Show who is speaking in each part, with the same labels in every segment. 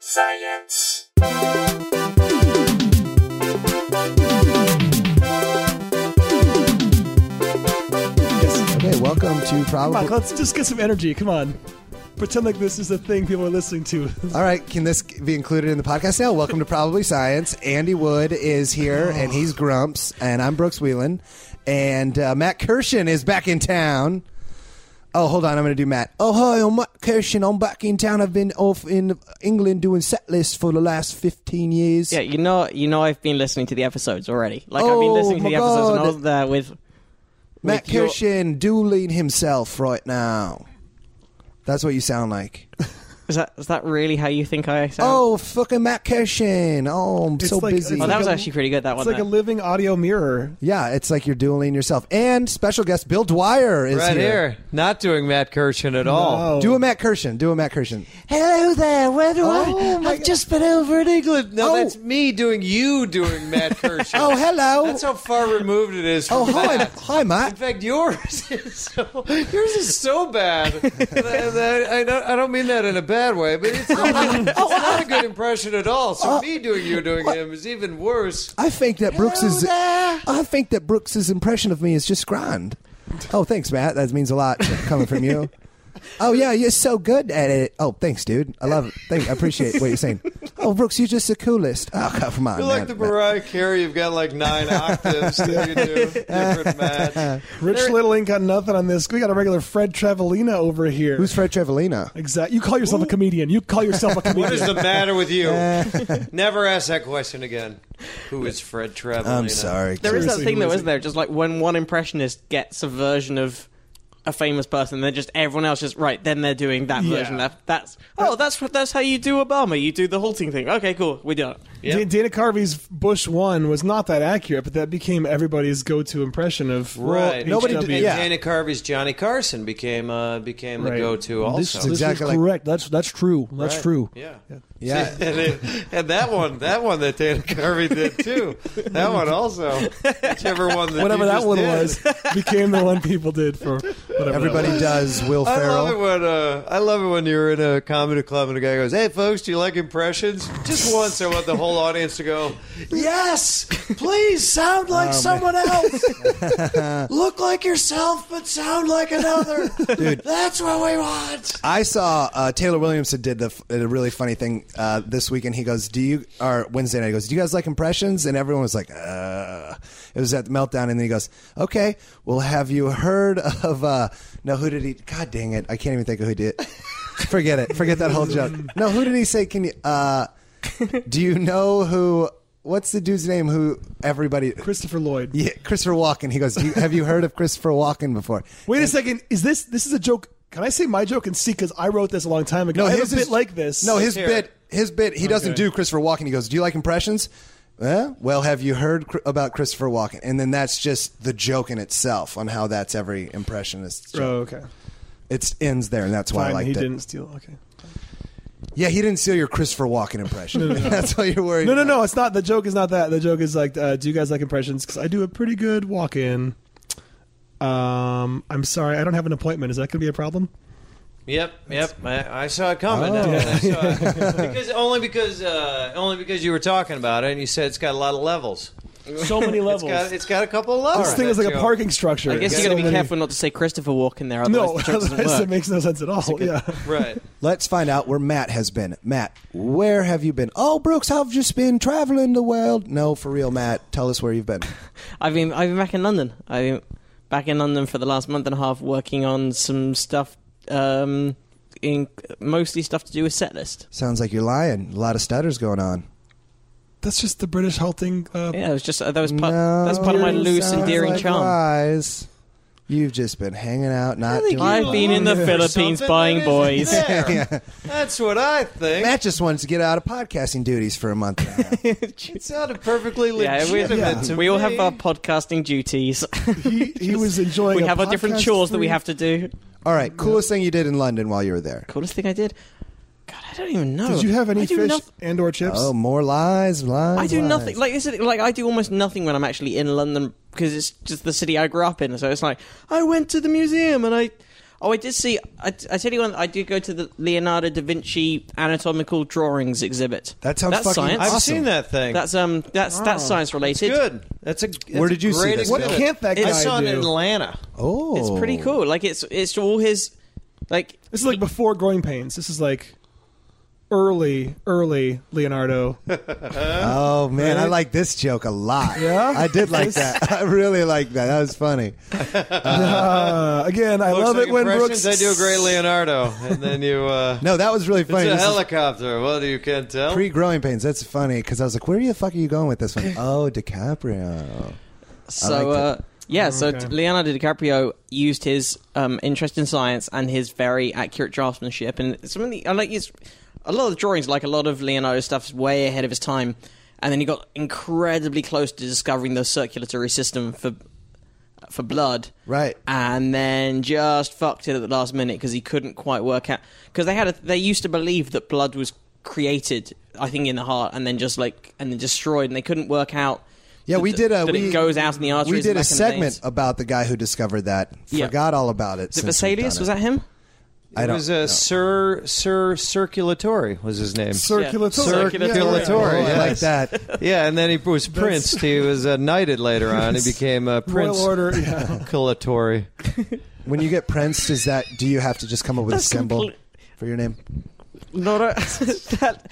Speaker 1: science.
Speaker 2: Yes. Okay, welcome to
Speaker 3: Come on,
Speaker 2: probably.
Speaker 3: let's just get some energy. Come on. Pretend like this is the thing people are listening to.
Speaker 2: All right, can this be included in the podcast now? Welcome to Probably Science. Andy Wood is here,
Speaker 3: Oh.
Speaker 2: and he's Grumps, and I'm Brooks Wheelan, and uh, Matt Kirshen is back in town. Oh, hold on, I'm going to do Matt. Oh, hi, I'm Matt Kirshen. I'm back in town. I've been off in England doing set lists for the last 15 years.
Speaker 4: Yeah, you know, you know, I've been listening to the episodes already. Like I've been
Speaker 2: Oh,
Speaker 4: listening
Speaker 2: my
Speaker 4: to the episodes, and I
Speaker 2: God.
Speaker 4: was there with
Speaker 2: Matt
Speaker 4: with your-
Speaker 2: Kirshen dueling himself right now. That's what you sound like.
Speaker 4: Is that is that really how you think I sound?
Speaker 2: Oh, fucking Matt Kirshen. Oh, I'm
Speaker 3: It's
Speaker 2: so
Speaker 3: like-
Speaker 2: busy.
Speaker 3: it's
Speaker 4: Oh, that
Speaker 3: like
Speaker 4: was
Speaker 3: a-
Speaker 4: actually pretty good. That
Speaker 3: It's
Speaker 4: one.
Speaker 3: like a
Speaker 4: there.
Speaker 3: living audio mirror.
Speaker 2: Yeah, it's like you're dueling yourself. And special guest Bill Dwyer is
Speaker 5: right
Speaker 2: here.
Speaker 5: here. Not doing Matt Kirshen at all.
Speaker 3: No.
Speaker 2: Do a Matt Kirshen. Do a Matt Kirshen.
Speaker 5: Hello there. Where do
Speaker 2: Oh, my
Speaker 5: I? I've just been over in England. No,
Speaker 2: Oh.
Speaker 5: that's me doing you doing Matt Kirshen.
Speaker 2: Oh, hello.
Speaker 5: That's how far removed it is. From
Speaker 2: oh, hi,
Speaker 5: Matt.
Speaker 2: hi,
Speaker 5: In
Speaker 2: Matt.
Speaker 5: fact, yours is so yours is so bad. And I, I- I don't, I don't mean that in a bad way, but it's
Speaker 2: Oh,
Speaker 5: not, it's not a good impression at all. So me doing you doing him is even worse.
Speaker 2: I think that Brooks is.
Speaker 5: Hello
Speaker 2: I think that Brooks's impression of me is just grand. Oh, thanks, Matt. That means a lot coming from you. Oh yeah, you're so good at it. Oh, thanks, dude. I love it. Thank, I appreciate what you're saying. Oh, Brooks, you're just the coolest. Oh, come on,
Speaker 5: You're
Speaker 2: man.
Speaker 5: like the Mariah Carey. You've got like nine octaves that you do different Matt.
Speaker 3: Rich Little ain't got nothing on this. We got a regular Fred Travelina over here.
Speaker 2: Who's Fred Trevelina?
Speaker 3: exact? You call yourself a comedian. You call yourself a
Speaker 5: What is
Speaker 3: comedian.
Speaker 5: the matter with you? Never ask that question again. Who is Fred Travelina?
Speaker 2: I'm sorry.
Speaker 4: there is that
Speaker 3: Seriously,
Speaker 4: thing though,
Speaker 3: who is
Speaker 4: isn't there? Just like when one impressionist gets a version of a famous person, then just everyone else just right. Then they're doing that
Speaker 3: Yeah.
Speaker 4: version. That, that's oh, that's what- that's how you do Obama. You do the halting thing. Okay, cool. We do it.
Speaker 3: Da- Dana Carvey's Bush One was not that accurate, but that became everybody's go-to impression of
Speaker 5: Right.
Speaker 3: Well,
Speaker 2: Nobody
Speaker 3: HW.
Speaker 2: did-
Speaker 5: And
Speaker 2: yeah.
Speaker 5: Dana Carvey's Johnny Carson became uh, became the
Speaker 3: Right.
Speaker 5: go-to also.
Speaker 2: exactly like-
Speaker 6: correct. That's that's true. That's
Speaker 5: Right.
Speaker 6: true.
Speaker 5: Yeah.
Speaker 2: Yeah.
Speaker 5: and, it- and that one, that one that Dana Carvey did too. That one also. Whichever one that
Speaker 3: Whatever
Speaker 5: you
Speaker 3: that
Speaker 5: just
Speaker 3: one
Speaker 5: did.
Speaker 3: was became the one people did for whatever.
Speaker 2: Everybody does Will
Speaker 5: I love it
Speaker 2: Ferrell.
Speaker 5: when uh, I love it when you're in a comedy club and a guy goes, "Hey, folks, do you like impressions?" Just once, I want the whole audience to go, "Yes, please sound
Speaker 3: Oh,
Speaker 5: like someone else, look like yourself, but sound like another." Dude, that's what we want.
Speaker 2: I saw uh, Taylor Williamson did the did a really funny thing uh, this weekend. He goes, "Do you?" Or Wednesday night, he goes, "Do you guys like impressions?" And everyone was like, "Uh." It was at the meltdown, and then he goes, "Okay, well, have you heard of?" Uh, no, who did he? God dang it, I can't even think of who did. it. Forget it. Forget that whole joke. No, who did he say? Can you? Uh, do you know who? What's the dude's name? Who everybody?
Speaker 3: Christopher Lloyd.
Speaker 2: Yeah, Christopher Walken. He goes, "Do you- "Have you heard of Christopher Walken before?"
Speaker 3: Wait a second. Is this this is a joke? Can I say my joke and see? Because I wrote this a long time ago. I have a bit
Speaker 2: is-
Speaker 3: like this.
Speaker 2: No, his
Speaker 5: Here.
Speaker 2: bit. His bit. He doesn't do Christopher Walken. He goes, "Do you like impressions?" Eh? Well, have you heard cr- about Christopher Walken? And then that's just the joke in itself on how that's every impressionist.
Speaker 3: Oh,
Speaker 2: Joke.
Speaker 3: okay.
Speaker 2: It ends there, and that's why
Speaker 3: Fine,
Speaker 2: I liked
Speaker 3: he
Speaker 2: it.
Speaker 3: didn't steal. Okay.
Speaker 2: Yeah, he didn't steal your Christopher Walken impression. that's why you're worried.
Speaker 3: No, no,
Speaker 2: about.
Speaker 3: no. It's not. The joke is not that. The joke is like, uh, do you guys like impressions? Because I do a pretty good walk in. Um, I'm sorry, I don't have an appointment. Is that going to be a problem?
Speaker 5: Yep, yep. I, I saw it coming.
Speaker 3: Oh.
Speaker 5: I saw it. because only because uh, only because you were talking about it, and you said it's got a lot of levels.
Speaker 3: So many
Speaker 5: It's got it's got a couple of levels.
Speaker 3: this thing is
Speaker 5: that
Speaker 3: like a
Speaker 5: joke.
Speaker 3: parking structure.
Speaker 4: I guess
Speaker 3: So
Speaker 4: you got to be
Speaker 3: many-
Speaker 4: careful not to say Christopher Walk in there. Otherwise
Speaker 3: No,
Speaker 4: the joke doesn't
Speaker 3: otherwise
Speaker 4: work.
Speaker 3: it makes no sense at all. yeah.
Speaker 5: Right.
Speaker 2: Let's find out where Matt has been. Matt, where have you been? Oh, Brooks, I've just been traveling the world. No, for real, Matt. Tell us where you've been.
Speaker 4: I've been I've been back in London. I've been back in London for the last month and a half, working on some stuff, um, in mostly stuff to do with set list.
Speaker 2: Sounds like you're lying. A lot of stutters going on.
Speaker 3: That's just the British halting. Uh,
Speaker 4: Yeah, it was just uh, that was part that's
Speaker 2: No,
Speaker 4: part of my
Speaker 2: you
Speaker 4: loose,
Speaker 2: sound
Speaker 4: endearing
Speaker 2: like
Speaker 4: charm.
Speaker 2: Lies. You've just been hanging out, not doing.
Speaker 4: I've been in the Philippines
Speaker 5: Something
Speaker 4: buying
Speaker 5: that isn't
Speaker 4: boys.
Speaker 5: there.
Speaker 2: Yeah.
Speaker 5: That's what I think.
Speaker 2: Matt just wants to get out of podcasting duties for a month. and a half.
Speaker 5: it sounded perfectly
Speaker 4: Yeah, we,
Speaker 5: legitimate to
Speaker 4: we all have
Speaker 5: me.
Speaker 4: our podcasting duties.
Speaker 3: he, he was enjoying.
Speaker 4: we
Speaker 3: a
Speaker 4: have our different
Speaker 3: podcast
Speaker 4: chores that we
Speaker 3: free-
Speaker 4: have to do.
Speaker 2: All right, coolest thing you did in London while you were there?
Speaker 4: Coolest thing I did. God, I don't even know.
Speaker 3: Did you have
Speaker 4: I
Speaker 3: any
Speaker 4: do
Speaker 3: fish
Speaker 4: noth-
Speaker 3: and or chips?
Speaker 2: Oh, more lies, lies.
Speaker 4: I do
Speaker 2: lies.
Speaker 4: nothing. Like this is like I do almost nothing when I'm actually in London because it's just the city I grew up in. So it's like I went to the museum and I Oh, I did see. I, I tell you one. I did go to the Leonardo da Vinci anatomical drawings exhibit.
Speaker 2: That sounds
Speaker 4: that's
Speaker 2: fucking
Speaker 4: science.
Speaker 5: I've
Speaker 2: Awesome.
Speaker 5: seen that thing.
Speaker 4: That's um. That's that's science related.
Speaker 5: good. That's a that's
Speaker 2: Where did you
Speaker 5: a
Speaker 2: see
Speaker 5: great
Speaker 2: this? What
Speaker 5: exhibit.
Speaker 3: can't that
Speaker 5: I
Speaker 3: guy
Speaker 5: saw it in
Speaker 3: do?
Speaker 5: Atlanta.
Speaker 2: Oh,
Speaker 4: It's pretty cool. Like it's it's all his. Like
Speaker 3: This is like before Growing Pains. This is like early, early Leonardo. Uh,
Speaker 2: Oh man, I
Speaker 3: Right?
Speaker 2: like this joke a lot.
Speaker 3: Yeah?
Speaker 2: I did like that. I really like that. That was funny.
Speaker 3: Uh, again, I
Speaker 5: Looks
Speaker 3: love
Speaker 5: like
Speaker 3: it when
Speaker 5: impressions,
Speaker 3: Brooks.
Speaker 5: I do a great Leonardo, and then you. Uh,
Speaker 2: No, that was really
Speaker 5: it's
Speaker 2: funny.
Speaker 5: a
Speaker 2: This is
Speaker 5: helicopter. Well, you can't tell.
Speaker 2: Pre-growing pains. That's funny because I was like, "Where the fuck are you going with this one?" Oh, DiCaprio.
Speaker 4: so.
Speaker 2: liked it.
Speaker 4: uh, yeah, so
Speaker 3: Okay.
Speaker 4: Leonardo DiCaprio used his um, interest in science and his very accurate draftsmanship, and some of the I like it's, a lot of the drawings, like a lot of Leonardo's stuff, is way ahead of his time. And then he got incredibly close to discovering the circulatory system for for blood,
Speaker 2: Right.
Speaker 4: and then just fucked it at the last minute because he couldn't quite work out because they had a, they used to believe that blood was created I think in the heart and then just like and then destroyed and they couldn't work out
Speaker 2: Yeah,
Speaker 4: that-
Speaker 2: we did a.
Speaker 4: that
Speaker 2: we,
Speaker 4: it goes out in the arteries
Speaker 2: We did
Speaker 4: and
Speaker 2: a
Speaker 4: that kind of
Speaker 2: segment
Speaker 4: things.
Speaker 2: about the guy who discovered that.
Speaker 4: Yeah.
Speaker 2: Forgot all about it.
Speaker 4: was it
Speaker 2: since we've
Speaker 4: Vesalius
Speaker 2: done
Speaker 4: was
Speaker 2: it.
Speaker 4: that him
Speaker 2: I
Speaker 5: It
Speaker 2: don't
Speaker 5: was uh,
Speaker 2: know.
Speaker 5: Sir Sir Circulatory was his name.
Speaker 3: Circulatory.
Speaker 4: Circulatory.
Speaker 2: Oh,
Speaker 5: Circulatory.
Speaker 2: I like
Speaker 5: yes.
Speaker 2: that.
Speaker 5: yeah, and then he was Prince. He was uh, knighted later on. He became uh, Prince
Speaker 3: Royal Order. Yeah.
Speaker 5: Circulatory.
Speaker 2: When you get Prince, does that? Do you have to just come up with a
Speaker 4: That's
Speaker 2: symbol
Speaker 4: complete-
Speaker 2: for your name?
Speaker 4: No, no, that.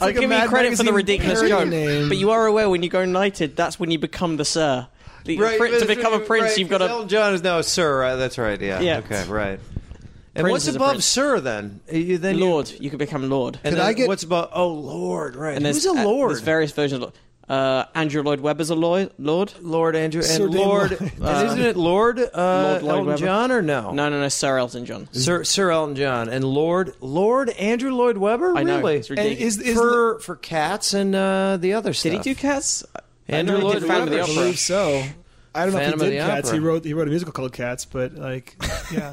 Speaker 4: I'll
Speaker 3: like a
Speaker 4: give you
Speaker 3: Mad
Speaker 4: credit for the
Speaker 3: Magazine
Speaker 4: ridiculous
Speaker 3: parody
Speaker 4: joke,
Speaker 3: name.
Speaker 4: but you are aware when you go knighted, that's when you become the sir. The, prin- to
Speaker 5: but-
Speaker 4: become a prince,
Speaker 5: right,
Speaker 4: you've got
Speaker 5: 'cause
Speaker 4: to.
Speaker 5: Elton John is now a sir. Right? That's right. Yeah.
Speaker 4: Yeah.
Speaker 5: Okay. Right. And
Speaker 4: Prince
Speaker 5: what's
Speaker 4: is a
Speaker 5: above
Speaker 4: prince.
Speaker 5: sir then? You, then you-
Speaker 4: Lord, you could become Lord.
Speaker 5: and
Speaker 2: Could
Speaker 5: then
Speaker 2: I get-
Speaker 5: what's above? Oh, Lord. Right.
Speaker 4: And
Speaker 5: Who's a
Speaker 4: uh,
Speaker 5: lord?
Speaker 4: there's various versions of lo- uh, Andrew Lloyd Webber's a lo- lord.
Speaker 5: Lord Andrew and
Speaker 3: Sir Dame
Speaker 5: Lord.
Speaker 3: Lloyd.
Speaker 5: and isn't it Lord, uh,
Speaker 4: Lloyd
Speaker 5: Elton
Speaker 4: Webber.
Speaker 5: John or no?
Speaker 4: No, no, no, Sir Elton John.
Speaker 5: Sir Sir Elton John and Lord Lord Andrew Lloyd Webber.
Speaker 4: I know,
Speaker 5: really?
Speaker 4: it's ridiculous.
Speaker 5: And is,
Speaker 3: Is- is
Speaker 5: for for cats and uh, the other stuff.
Speaker 4: Did he do Cats?
Speaker 5: Andrew
Speaker 4: I know he
Speaker 5: Lloyd
Speaker 4: did Phantom of the
Speaker 5: Webber.
Speaker 3: I
Speaker 4: Opera.
Speaker 3: believe so. I don't know
Speaker 5: Phantom
Speaker 3: if
Speaker 5: of
Speaker 3: he did
Speaker 5: the
Speaker 3: Cats. He
Speaker 5: Opera.
Speaker 3: wrote he wrote a musical called Cats, but like, yeah.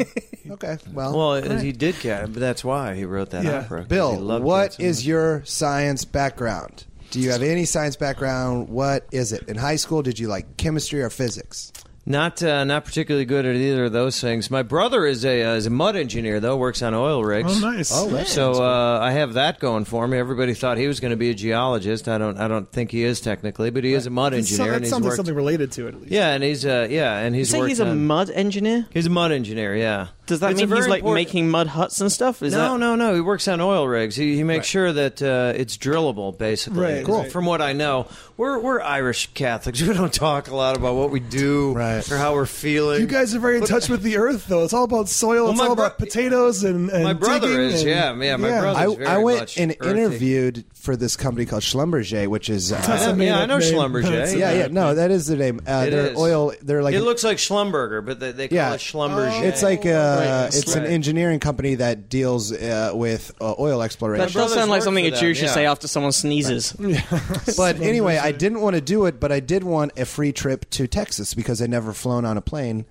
Speaker 2: Okay. Well.
Speaker 5: Well, he did cat, but that's why he wrote that
Speaker 3: Yeah.
Speaker 5: opera. 'cause
Speaker 2: Bill,
Speaker 5: he loved
Speaker 2: what
Speaker 5: cats.
Speaker 2: is your science background? Do you have any science background? What is it? In high school, did you like chemistry or physics?
Speaker 5: Not uh, not particularly good at either of those things. My brother is a uh, is a mud engineer though, works on oil rigs.
Speaker 3: Oh, nice.
Speaker 2: Oh, man.
Speaker 5: So uh, I have that going for me. Everybody thought he was going to be a geologist. I don't I don't think he is technically, but he is a mud
Speaker 3: It's some-
Speaker 5: engineer and
Speaker 3: that
Speaker 5: he's
Speaker 3: sounds like
Speaker 5: worked.
Speaker 3: something related to it. At least.
Speaker 5: Yeah, and he's uh, yeah, and he's
Speaker 4: Say
Speaker 5: worked
Speaker 4: he's a
Speaker 5: on-
Speaker 4: mud engineer.
Speaker 5: He's a mud engineer, yeah.
Speaker 4: Does that
Speaker 5: It's a
Speaker 4: mean he's
Speaker 5: very
Speaker 4: like
Speaker 5: important-
Speaker 4: making mud huts and stuff? Is
Speaker 5: no,
Speaker 4: that...
Speaker 5: no, no. He works on oil rigs. He, he makes sure that uh, it's drillable, basically.
Speaker 3: Right, Cool. right.
Speaker 5: From what I know, we're we're Irish Catholics. We don't talk a lot about what we do
Speaker 2: Right.
Speaker 5: or how we're feeling.
Speaker 3: You guys are very in touch with the earth, though. It's all about soil. it's
Speaker 5: my
Speaker 3: all
Speaker 5: bro-
Speaker 3: about potatoes and, and
Speaker 5: My brother
Speaker 3: digging
Speaker 5: is,
Speaker 3: and-
Speaker 5: yeah, yeah, my brother-
Speaker 2: I,
Speaker 5: It's very
Speaker 2: I went
Speaker 5: much
Speaker 2: and
Speaker 5: earthy.
Speaker 2: interviewed for this company called Schlumberger, which is
Speaker 5: I
Speaker 2: uh,
Speaker 5: know,
Speaker 3: That's a
Speaker 5: yeah, I
Speaker 3: made-up
Speaker 5: know
Speaker 3: name.
Speaker 5: Schlumberger.
Speaker 3: That's a
Speaker 2: yeah, yeah, no, that is the name. Uh,
Speaker 5: It
Speaker 2: they're
Speaker 5: is.
Speaker 2: oil. They're like
Speaker 5: it looks like Schlumberger, but they, they call
Speaker 2: Yeah.
Speaker 5: it Schlumberger.
Speaker 2: It's like uh,
Speaker 3: Right,
Speaker 2: it's an
Speaker 5: right.
Speaker 2: engineering company that deals uh, with uh, oil
Speaker 4: That
Speaker 2: exploration.
Speaker 4: does sound like
Speaker 5: work
Speaker 4: something
Speaker 5: for
Speaker 4: a Jew
Speaker 5: them,
Speaker 4: should
Speaker 5: yeah.
Speaker 4: say after someone sneezes.
Speaker 2: But anyway, I didn't want to do it, but I did want a free trip to Texas because I'd never flown on a plane,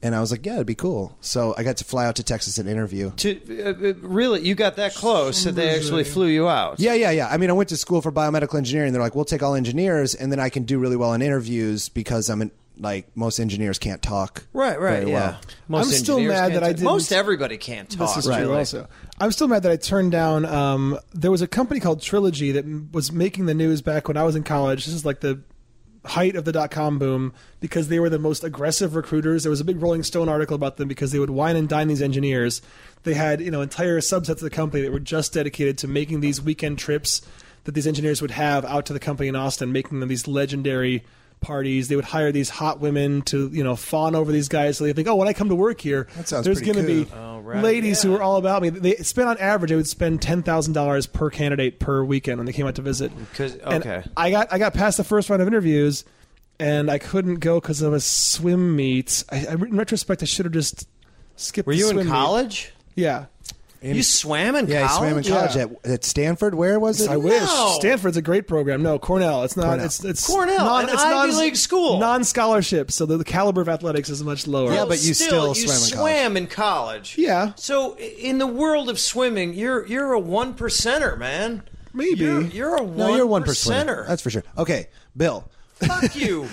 Speaker 2: and I was like, yeah, it'd be cool. So I got to fly out to Texas and interview.
Speaker 5: to, uh, uh, really, you got that close that they actually flew you out.
Speaker 2: Yeah, yeah, yeah. I mean, I went to school for biomedical engineering. They're like, we'll take all engineers, and then I can do really well in interviews because I'm an, like most engineers can't talk.
Speaker 5: Right, right,
Speaker 2: very
Speaker 5: yeah.
Speaker 2: well.
Speaker 5: Most
Speaker 3: I'm still
Speaker 5: engineers
Speaker 3: mad
Speaker 5: can't
Speaker 3: that I
Speaker 5: talk.
Speaker 3: didn't-
Speaker 5: Most everybody can't talk.
Speaker 3: This is
Speaker 5: really.
Speaker 3: true. Also, I'm still mad that I turned down. Um, there was a company called Trilogy that m- was making the news back when I was in college. This is like the height of the dot com boom because they were the most aggressive recruiters. There was a big Rolling Stone article about them because they would wine and dine these engineers. They had you know entire subsets of the company that were just dedicated to making these weekend trips that these engineers would have out to the company in Austin, making them these legendary parties. They would hire these hot women to you know fawn over these guys so they think, oh, when I come to work here,
Speaker 2: That sounds
Speaker 3: there's
Speaker 2: pretty
Speaker 3: going to
Speaker 2: cool.
Speaker 3: be ladies who were all about me. They spent on average, they would spend ten thousand dollars per candidate per weekend when they came out to visit.
Speaker 5: 'Cause-
Speaker 3: And
Speaker 5: okay.
Speaker 3: I got I got past the first round of interviews, and I couldn't go because of a swim meet. I, I, in retrospect, I should have just skipped.
Speaker 5: Were
Speaker 3: the
Speaker 5: you
Speaker 3: swim
Speaker 5: in
Speaker 3: meet.
Speaker 5: college?
Speaker 3: Yeah,
Speaker 5: You swam in
Speaker 2: Yeah,
Speaker 5: college?
Speaker 2: I swam in college
Speaker 3: Yeah.
Speaker 2: at, at Stanford. Where was it?
Speaker 3: I wish
Speaker 5: No.
Speaker 3: Stanford's a great program. No, Cornell. It's not. It's it's
Speaker 5: Oh. Cornell, an
Speaker 3: it's
Speaker 5: Ivy League school.
Speaker 3: Non scholarship, so the, the caliber of athletics is much lower.
Speaker 2: Yeah, but you still swam in
Speaker 5: you
Speaker 2: college.
Speaker 5: swam in college.
Speaker 3: Yeah.
Speaker 5: So i- in the world of swimming, you're you're a one percenter, man.
Speaker 3: Maybe.
Speaker 5: you're, you're a one
Speaker 2: No, you're one percenter.
Speaker 5: percenter.
Speaker 2: That's for sure. Okay, Bill.
Speaker 5: Fuck you.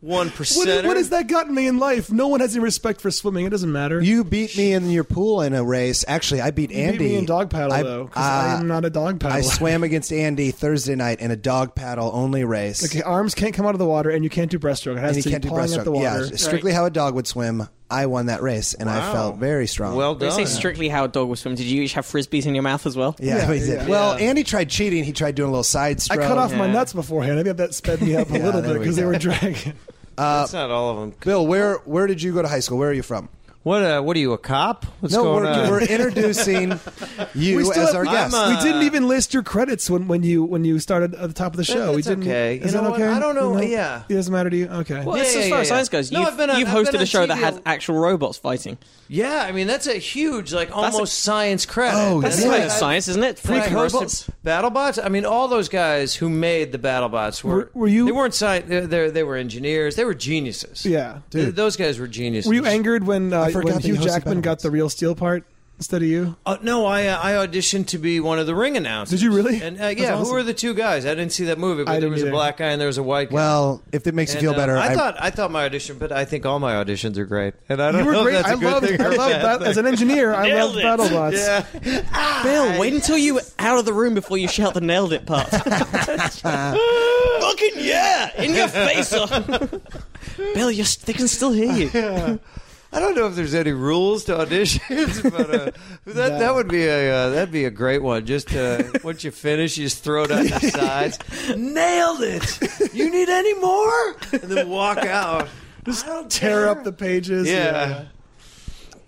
Speaker 5: one
Speaker 3: What,
Speaker 5: percent.
Speaker 3: what has that gotten me in life? No one has any respect for swimming. It doesn't matter.
Speaker 2: You beat me in your pool in a race. Actually, I beat
Speaker 3: You
Speaker 2: Andy.
Speaker 3: beat me in dog paddle
Speaker 2: I-
Speaker 3: though, because I
Speaker 2: uh,
Speaker 3: am not a dog paddler.
Speaker 2: I swam against Andy Thursday night in a dog paddle only race.
Speaker 3: Okay, arms can't come out of the water, and you can't do breaststroke. It has
Speaker 2: And you
Speaker 3: to
Speaker 2: can't
Speaker 3: be
Speaker 2: do
Speaker 3: pawing at the
Speaker 2: breaststroke.
Speaker 3: water.
Speaker 2: Yeah, strictly how a dog would swim. I won that race, and I
Speaker 5: Wow.
Speaker 2: felt very strong.
Speaker 5: Well
Speaker 4: They
Speaker 5: done.
Speaker 4: say strictly how a dog will swim. Did you each have frisbees in your mouth as well?
Speaker 2: yeah,
Speaker 3: Yeah,
Speaker 2: we did.
Speaker 3: yeah.
Speaker 2: Well,
Speaker 5: Yeah.
Speaker 2: Andy tried cheating. He tried doing a little side
Speaker 3: I
Speaker 2: stroke.
Speaker 3: cut off my
Speaker 4: Yeah.
Speaker 3: nuts beforehand. I think that sped me up a
Speaker 2: Yeah,
Speaker 3: little
Speaker 2: there
Speaker 3: bit
Speaker 2: we
Speaker 3: because they
Speaker 2: go.
Speaker 3: were dragging.
Speaker 5: That's not all of them.
Speaker 2: Bill, where where did you go to high school? Where are you from?
Speaker 5: What? Uh, what are you, a cop? What's
Speaker 2: no,
Speaker 5: going
Speaker 2: we're,
Speaker 5: on?
Speaker 2: we're introducing you
Speaker 3: still
Speaker 2: as
Speaker 3: have-
Speaker 2: our
Speaker 3: I'm,
Speaker 2: guest.
Speaker 5: uh,
Speaker 3: we didn't even list your credits when, when you when you started at the top of the show. we
Speaker 5: that's
Speaker 3: didn't.
Speaker 5: okay.
Speaker 3: Is
Speaker 5: You
Speaker 3: that
Speaker 5: know what?
Speaker 3: okay?
Speaker 5: I don't know.
Speaker 3: You
Speaker 5: Yeah.
Speaker 3: It doesn't matter to you. Okay.
Speaker 5: Well,
Speaker 4: This,
Speaker 5: yeah,
Speaker 4: as
Speaker 5: yeah,
Speaker 4: far as
Speaker 5: yeah.
Speaker 4: science goes,
Speaker 5: No,
Speaker 4: you've,
Speaker 5: I've been on-
Speaker 4: you've
Speaker 5: I've
Speaker 4: hosted
Speaker 5: been
Speaker 4: a
Speaker 5: on
Speaker 4: show that
Speaker 5: TV
Speaker 4: has
Speaker 5: a-
Speaker 4: actual robots fighting.
Speaker 5: yeah, I mean that's a huge, like
Speaker 4: a-
Speaker 5: almost science credit.
Speaker 2: Oh,
Speaker 4: That's
Speaker 2: Yeah.
Speaker 4: kind of science, isn't it?
Speaker 5: Frank
Speaker 4: Freaking
Speaker 5: Herbert,
Speaker 4: robots.
Speaker 5: BattleBots. I mean, all those guys who made the BattleBots were
Speaker 3: Were- were you-
Speaker 5: They weren't science. They, they, they were engineers. They were geniuses.
Speaker 3: Yeah.
Speaker 5: Th- those guys were geniuses.
Speaker 3: Were you angered when uh,
Speaker 2: forgot
Speaker 3: when
Speaker 2: that you
Speaker 3: Hugh
Speaker 2: hosted
Speaker 3: Jackman got
Speaker 2: Battlebots.
Speaker 3: the real steel part instead of you?
Speaker 5: Uh, no, I uh, I auditioned to be one of the ring announcers.
Speaker 3: Did you really?
Speaker 5: And uh,
Speaker 3: That's
Speaker 5: yeah, who
Speaker 3: awesome.
Speaker 5: were the two guys? I didn't see that movie, but
Speaker 3: I
Speaker 5: there
Speaker 3: didn't
Speaker 5: was a
Speaker 3: either.
Speaker 5: black guy and there was a white guy.
Speaker 2: well, if it makes you
Speaker 5: And,
Speaker 2: feel
Speaker 5: uh,
Speaker 2: better,
Speaker 5: I, thought I thought my audition, but I think all my auditions are great. And I don't
Speaker 3: You were
Speaker 5: know if
Speaker 3: great.
Speaker 5: that's a
Speaker 3: I
Speaker 5: good
Speaker 3: loved
Speaker 5: thing or
Speaker 3: I
Speaker 5: a
Speaker 3: loved
Speaker 5: bad
Speaker 3: that as an engineer. I
Speaker 4: Nailed
Speaker 3: loved
Speaker 4: it.
Speaker 3: BattleBots.
Speaker 5: Yeah.
Speaker 4: Bill, wait until you were out of the room before you shout the nailed it part. Fucking yeah! In your face! uh. Bill, you're, s- they can still hear you.
Speaker 5: Yeah. I don't know if there's any rules to auditions, but uh, that that would be a uh, that'd be a great one. Just uh, once you finish, you just throw it out the sides. Nailed it! You need any more? And then walk out. Just
Speaker 3: Tear up the pages.
Speaker 5: yeah.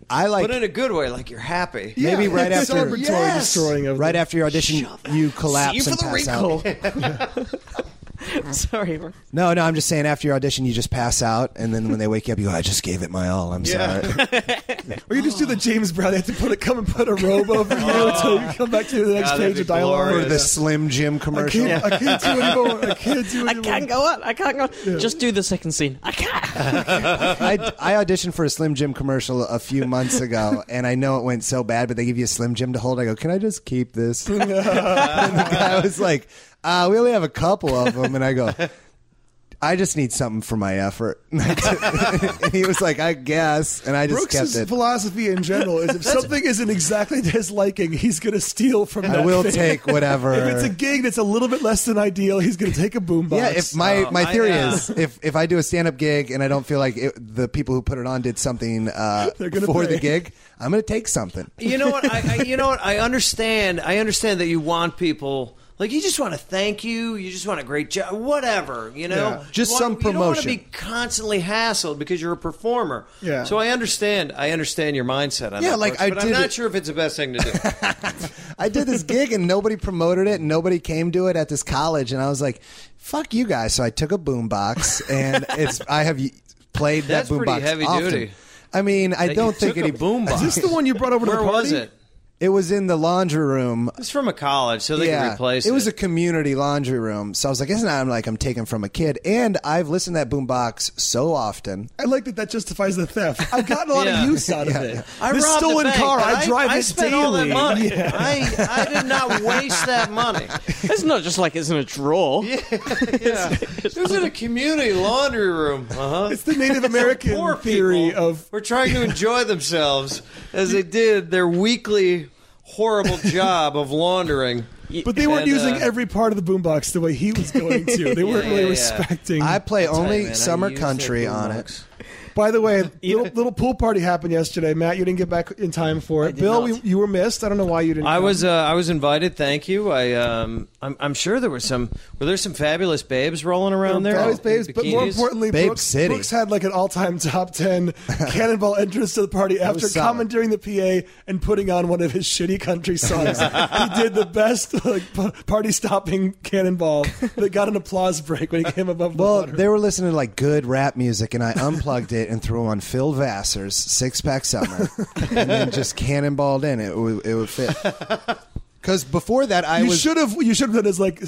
Speaker 2: I like
Speaker 5: but in a good way. Like you're happy.
Speaker 3: Yeah,
Speaker 2: Maybe right
Speaker 3: it's
Speaker 2: after-
Speaker 3: celebratory
Speaker 5: Yes!
Speaker 3: destroying of
Speaker 2: right
Speaker 3: the-
Speaker 2: after your audition, you collapse
Speaker 4: See you for
Speaker 2: and
Speaker 4: the
Speaker 2: pass out.
Speaker 4: recall. Sorry. bro.
Speaker 2: No, no, I'm just saying after your audition, you just pass out, and then when they wake you up, you go, "I just gave it my all. I'm
Speaker 5: Yeah.
Speaker 2: sorry."
Speaker 3: Or you just
Speaker 5: Oh.
Speaker 3: do the James Brown. They have to put a, come and put a robe over you until you come back to the next
Speaker 5: God, that'd
Speaker 3: page
Speaker 5: be
Speaker 3: of dialogue.
Speaker 2: Or
Speaker 5: glorious.
Speaker 2: the Slim Jim
Speaker 3: I
Speaker 2: commercial.
Speaker 3: can't, I can't do anymore. I can't do anymore.
Speaker 4: I can't go up. I can't go Just do the second scene. I can't.
Speaker 2: I, I auditioned for a Slim Jim commercial a few months ago, and I know it went so bad, but they give you a Slim Jim to hold. I go, "Can I just keep this?" and the guy was like, uh, "We only have a couple of them," and I go. I just need something for my effort. and he was like, "I guess," and I just
Speaker 3: Brooks's
Speaker 2: kept it.
Speaker 3: philosophy in general is if something isn't exactly to his liking, he's going to steal from that
Speaker 2: I will
Speaker 3: thing.
Speaker 2: take whatever.
Speaker 3: If it's a gig that's a little bit less than ideal, he's going to take a boombox.
Speaker 2: Yeah, if my,
Speaker 5: Oh,
Speaker 3: um,
Speaker 2: my
Speaker 5: I
Speaker 2: theory
Speaker 5: know.
Speaker 2: is if, if I do a stand up gig and I don't feel like it, the people who put it on did something uh,
Speaker 3: They're gonna
Speaker 2: for
Speaker 3: pay.
Speaker 2: the gig, I'm going to take something.
Speaker 5: You know what? I, I, you know what? I understand. I understand that you want people. Like you just want to thank you, you just want a great job, whatever you know.
Speaker 3: Yeah.
Speaker 2: Just
Speaker 5: You
Speaker 2: some
Speaker 5: want- You don't want to
Speaker 2: promotion.
Speaker 5: be constantly hassled because you're a performer.
Speaker 3: Yeah.
Speaker 5: So I understand. I understand your mindset on
Speaker 2: Yeah,
Speaker 5: that,
Speaker 2: like,
Speaker 5: Brooks,
Speaker 2: I
Speaker 5: but
Speaker 2: did
Speaker 5: I'm not
Speaker 2: it-
Speaker 5: sure if it's the best thing to do.
Speaker 2: I did this gig and nobody promoted it and nobody came to it at this college and I was like, "Fuck you guys!" So I took a boombox and it's I have y- played
Speaker 5: That's
Speaker 2: that
Speaker 5: pretty
Speaker 2: boombox
Speaker 5: heavy
Speaker 2: often.
Speaker 5: duty.
Speaker 2: I mean, I
Speaker 5: That you
Speaker 2: don't think
Speaker 5: took a
Speaker 2: any
Speaker 5: boombox.
Speaker 3: Is this the one you brought over to
Speaker 5: Where
Speaker 3: the party?
Speaker 5: was it?
Speaker 2: It was in the laundry room.
Speaker 5: It's from a college, so they can replace it.
Speaker 2: it was a community laundry room, so I was like, "It's not I'm like I'm taking from a kid." And I've listened to that boombox so often.
Speaker 3: I like that that justifies the theft. I've gotten a lot
Speaker 5: Yeah.
Speaker 3: of use out of it.
Speaker 5: I
Speaker 3: this
Speaker 5: robbed a
Speaker 3: stolen
Speaker 5: bank,
Speaker 3: car,
Speaker 5: but
Speaker 3: I, drive
Speaker 5: I
Speaker 3: it
Speaker 5: spent
Speaker 3: daily.
Speaker 5: all that money.
Speaker 3: Yeah.
Speaker 5: I, I did not waste that money.
Speaker 4: It's not just like it's in a drawer.
Speaker 5: Yeah. It was in a community laundry room. Uh huh.
Speaker 3: It's the Native American
Speaker 5: Poor
Speaker 3: theory
Speaker 5: people
Speaker 3: of
Speaker 5: were trying to enjoy themselves as they did their weekly horrible job of laundering.
Speaker 3: But they weren't
Speaker 5: And,
Speaker 3: using
Speaker 5: uh,
Speaker 3: every part of the boombox the way he was going to. They weren't really
Speaker 5: yeah, yeah.
Speaker 3: respecting.
Speaker 2: I play
Speaker 5: Tell you,
Speaker 2: only
Speaker 5: man, I
Speaker 2: summer
Speaker 5: used
Speaker 2: country
Speaker 5: that
Speaker 2: on
Speaker 5: boombox.
Speaker 2: it.
Speaker 3: By the way, little, little pool party happened yesterday. Matt, you didn't get back in time for it. Bill,
Speaker 4: not.
Speaker 3: we, you were missed. I don't know why you didn't.
Speaker 5: I
Speaker 3: come.
Speaker 5: was uh, I was invited. Thank you. I um I'm, I'm sure there were some were there some fabulous babes rolling around there.
Speaker 3: Always babes,
Speaker 5: In
Speaker 3: but more
Speaker 5: bikinis?
Speaker 3: importantly,
Speaker 2: Babe
Speaker 3: Brooks,
Speaker 2: City.
Speaker 3: Brooks had like an all-time top ten cannonball entrance to the party after
Speaker 2: was solid.
Speaker 3: commandeering the PA and putting on one of his shitty country songs. he did the best like, party-stopping cannonball that got an applause break when he came above the
Speaker 2: Well,
Speaker 3: water.
Speaker 2: they were listening to like good rap music, and I unplugged it and threw on Phil Vassar's Six Pack Summer, and then just cannonballed in. It would, it would fit. Because before that, I
Speaker 3: you
Speaker 2: was
Speaker 3: should have. You should have done is like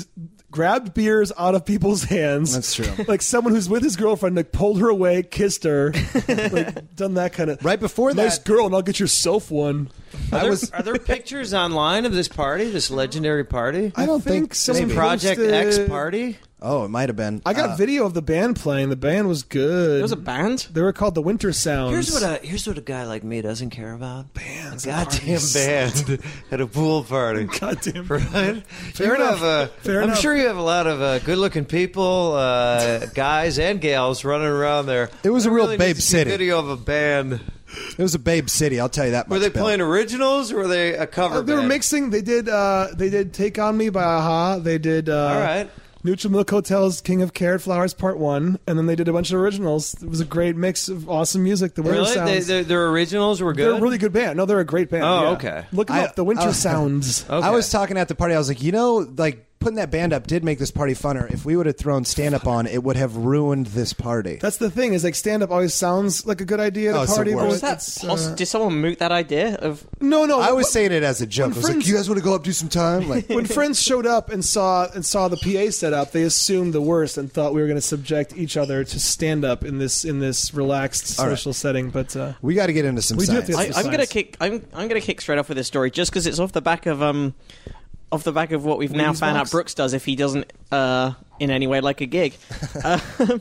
Speaker 3: grabbed beers out of people's hands.
Speaker 2: That's true.
Speaker 3: Like someone who's with his girlfriend, like pulled her away, kissed her, like done that kind of.
Speaker 2: Right before
Speaker 3: nice
Speaker 2: that-
Speaker 3: girl, and I'll get yourself one.
Speaker 5: Are there,
Speaker 2: was-
Speaker 5: are there pictures online of this party, this legendary party?
Speaker 2: I don't think,
Speaker 3: someone
Speaker 2: maybe.
Speaker 5: Project X
Speaker 3: posted-
Speaker 5: party?
Speaker 2: Oh, it might have been.
Speaker 3: I got
Speaker 2: Uh,
Speaker 3: video of the band playing. The band was good.
Speaker 4: There was a band.
Speaker 3: they were called the Winter Sounds.
Speaker 5: Here's what a here's what a guy like me doesn't care about. Bands, a goddamn band at a pool party.
Speaker 3: goddamn.
Speaker 5: Right?
Speaker 3: Fair
Speaker 5: you
Speaker 3: enough.
Speaker 5: Have a,
Speaker 3: Fair
Speaker 5: I'm
Speaker 3: enough.
Speaker 5: sure you have a lot of uh, good-looking people, uh, guys and gals, running around there.
Speaker 2: It was a
Speaker 5: I
Speaker 2: real
Speaker 5: really need to
Speaker 2: babe
Speaker 5: see
Speaker 2: city.
Speaker 5: Video of a band.
Speaker 2: It was a Babe City. I'll tell you that much.
Speaker 5: Were they
Speaker 2: Bill.
Speaker 5: playing originals or were they a cover?
Speaker 3: Uh, they were
Speaker 5: band?
Speaker 3: mixing. They did. Uh, they did "Take on Me" by Aha. They did. Uh,
Speaker 5: All right.
Speaker 3: Neutral Milk Hotel's "King of Carrot Flowers" Part One, and then they did a bunch of originals. It was a great mix of awesome music. The Winter
Speaker 5: Really? They,
Speaker 3: Sounds.
Speaker 5: their, their originals were
Speaker 3: are
Speaker 5: good.
Speaker 3: a really good band. No, they're a great band.
Speaker 5: Oh,
Speaker 3: yeah.
Speaker 5: okay. Oh.
Speaker 3: Look 'em
Speaker 2: I- uh,
Speaker 3: up. The Winter
Speaker 2: I-
Speaker 3: Sounds.
Speaker 5: Okay.
Speaker 2: I was talking at the party. I was like, you know, like putting that band up did make this party funner. If we would have thrown stand up on, it would have ruined this party.
Speaker 3: That's the thing. Is like stand up always sounds like a good idea at
Speaker 2: Oh,
Speaker 3: a
Speaker 2: it's the
Speaker 3: party.
Speaker 2: worst.
Speaker 3: but
Speaker 4: Was that
Speaker 3: it's, uh,
Speaker 4: poss- did someone moot that idea of
Speaker 3: no, no.
Speaker 2: I was
Speaker 3: but-
Speaker 2: saying it as a joke. I
Speaker 3: When
Speaker 2: was like,
Speaker 3: friends-
Speaker 2: you guys want to go up do some time? Like,
Speaker 3: when friends showed up and saw and saw the PA set up, they assumed the worst and thought we were going to subject each other to stand up in this in this relaxed
Speaker 2: All right.
Speaker 3: social setting. But uh,
Speaker 2: we got to get into some
Speaker 3: We do have
Speaker 2: science.
Speaker 3: to-
Speaker 4: I,
Speaker 3: It's the
Speaker 4: I'm gonna
Speaker 3: science.
Speaker 4: kick. I'm I'm gonna kick straight off with this story just because it's off the back of um, off the back of what we've now
Speaker 3: use
Speaker 4: found
Speaker 3: marks.
Speaker 4: out Brooks does if he doesn't uh in any way like a gig. uh,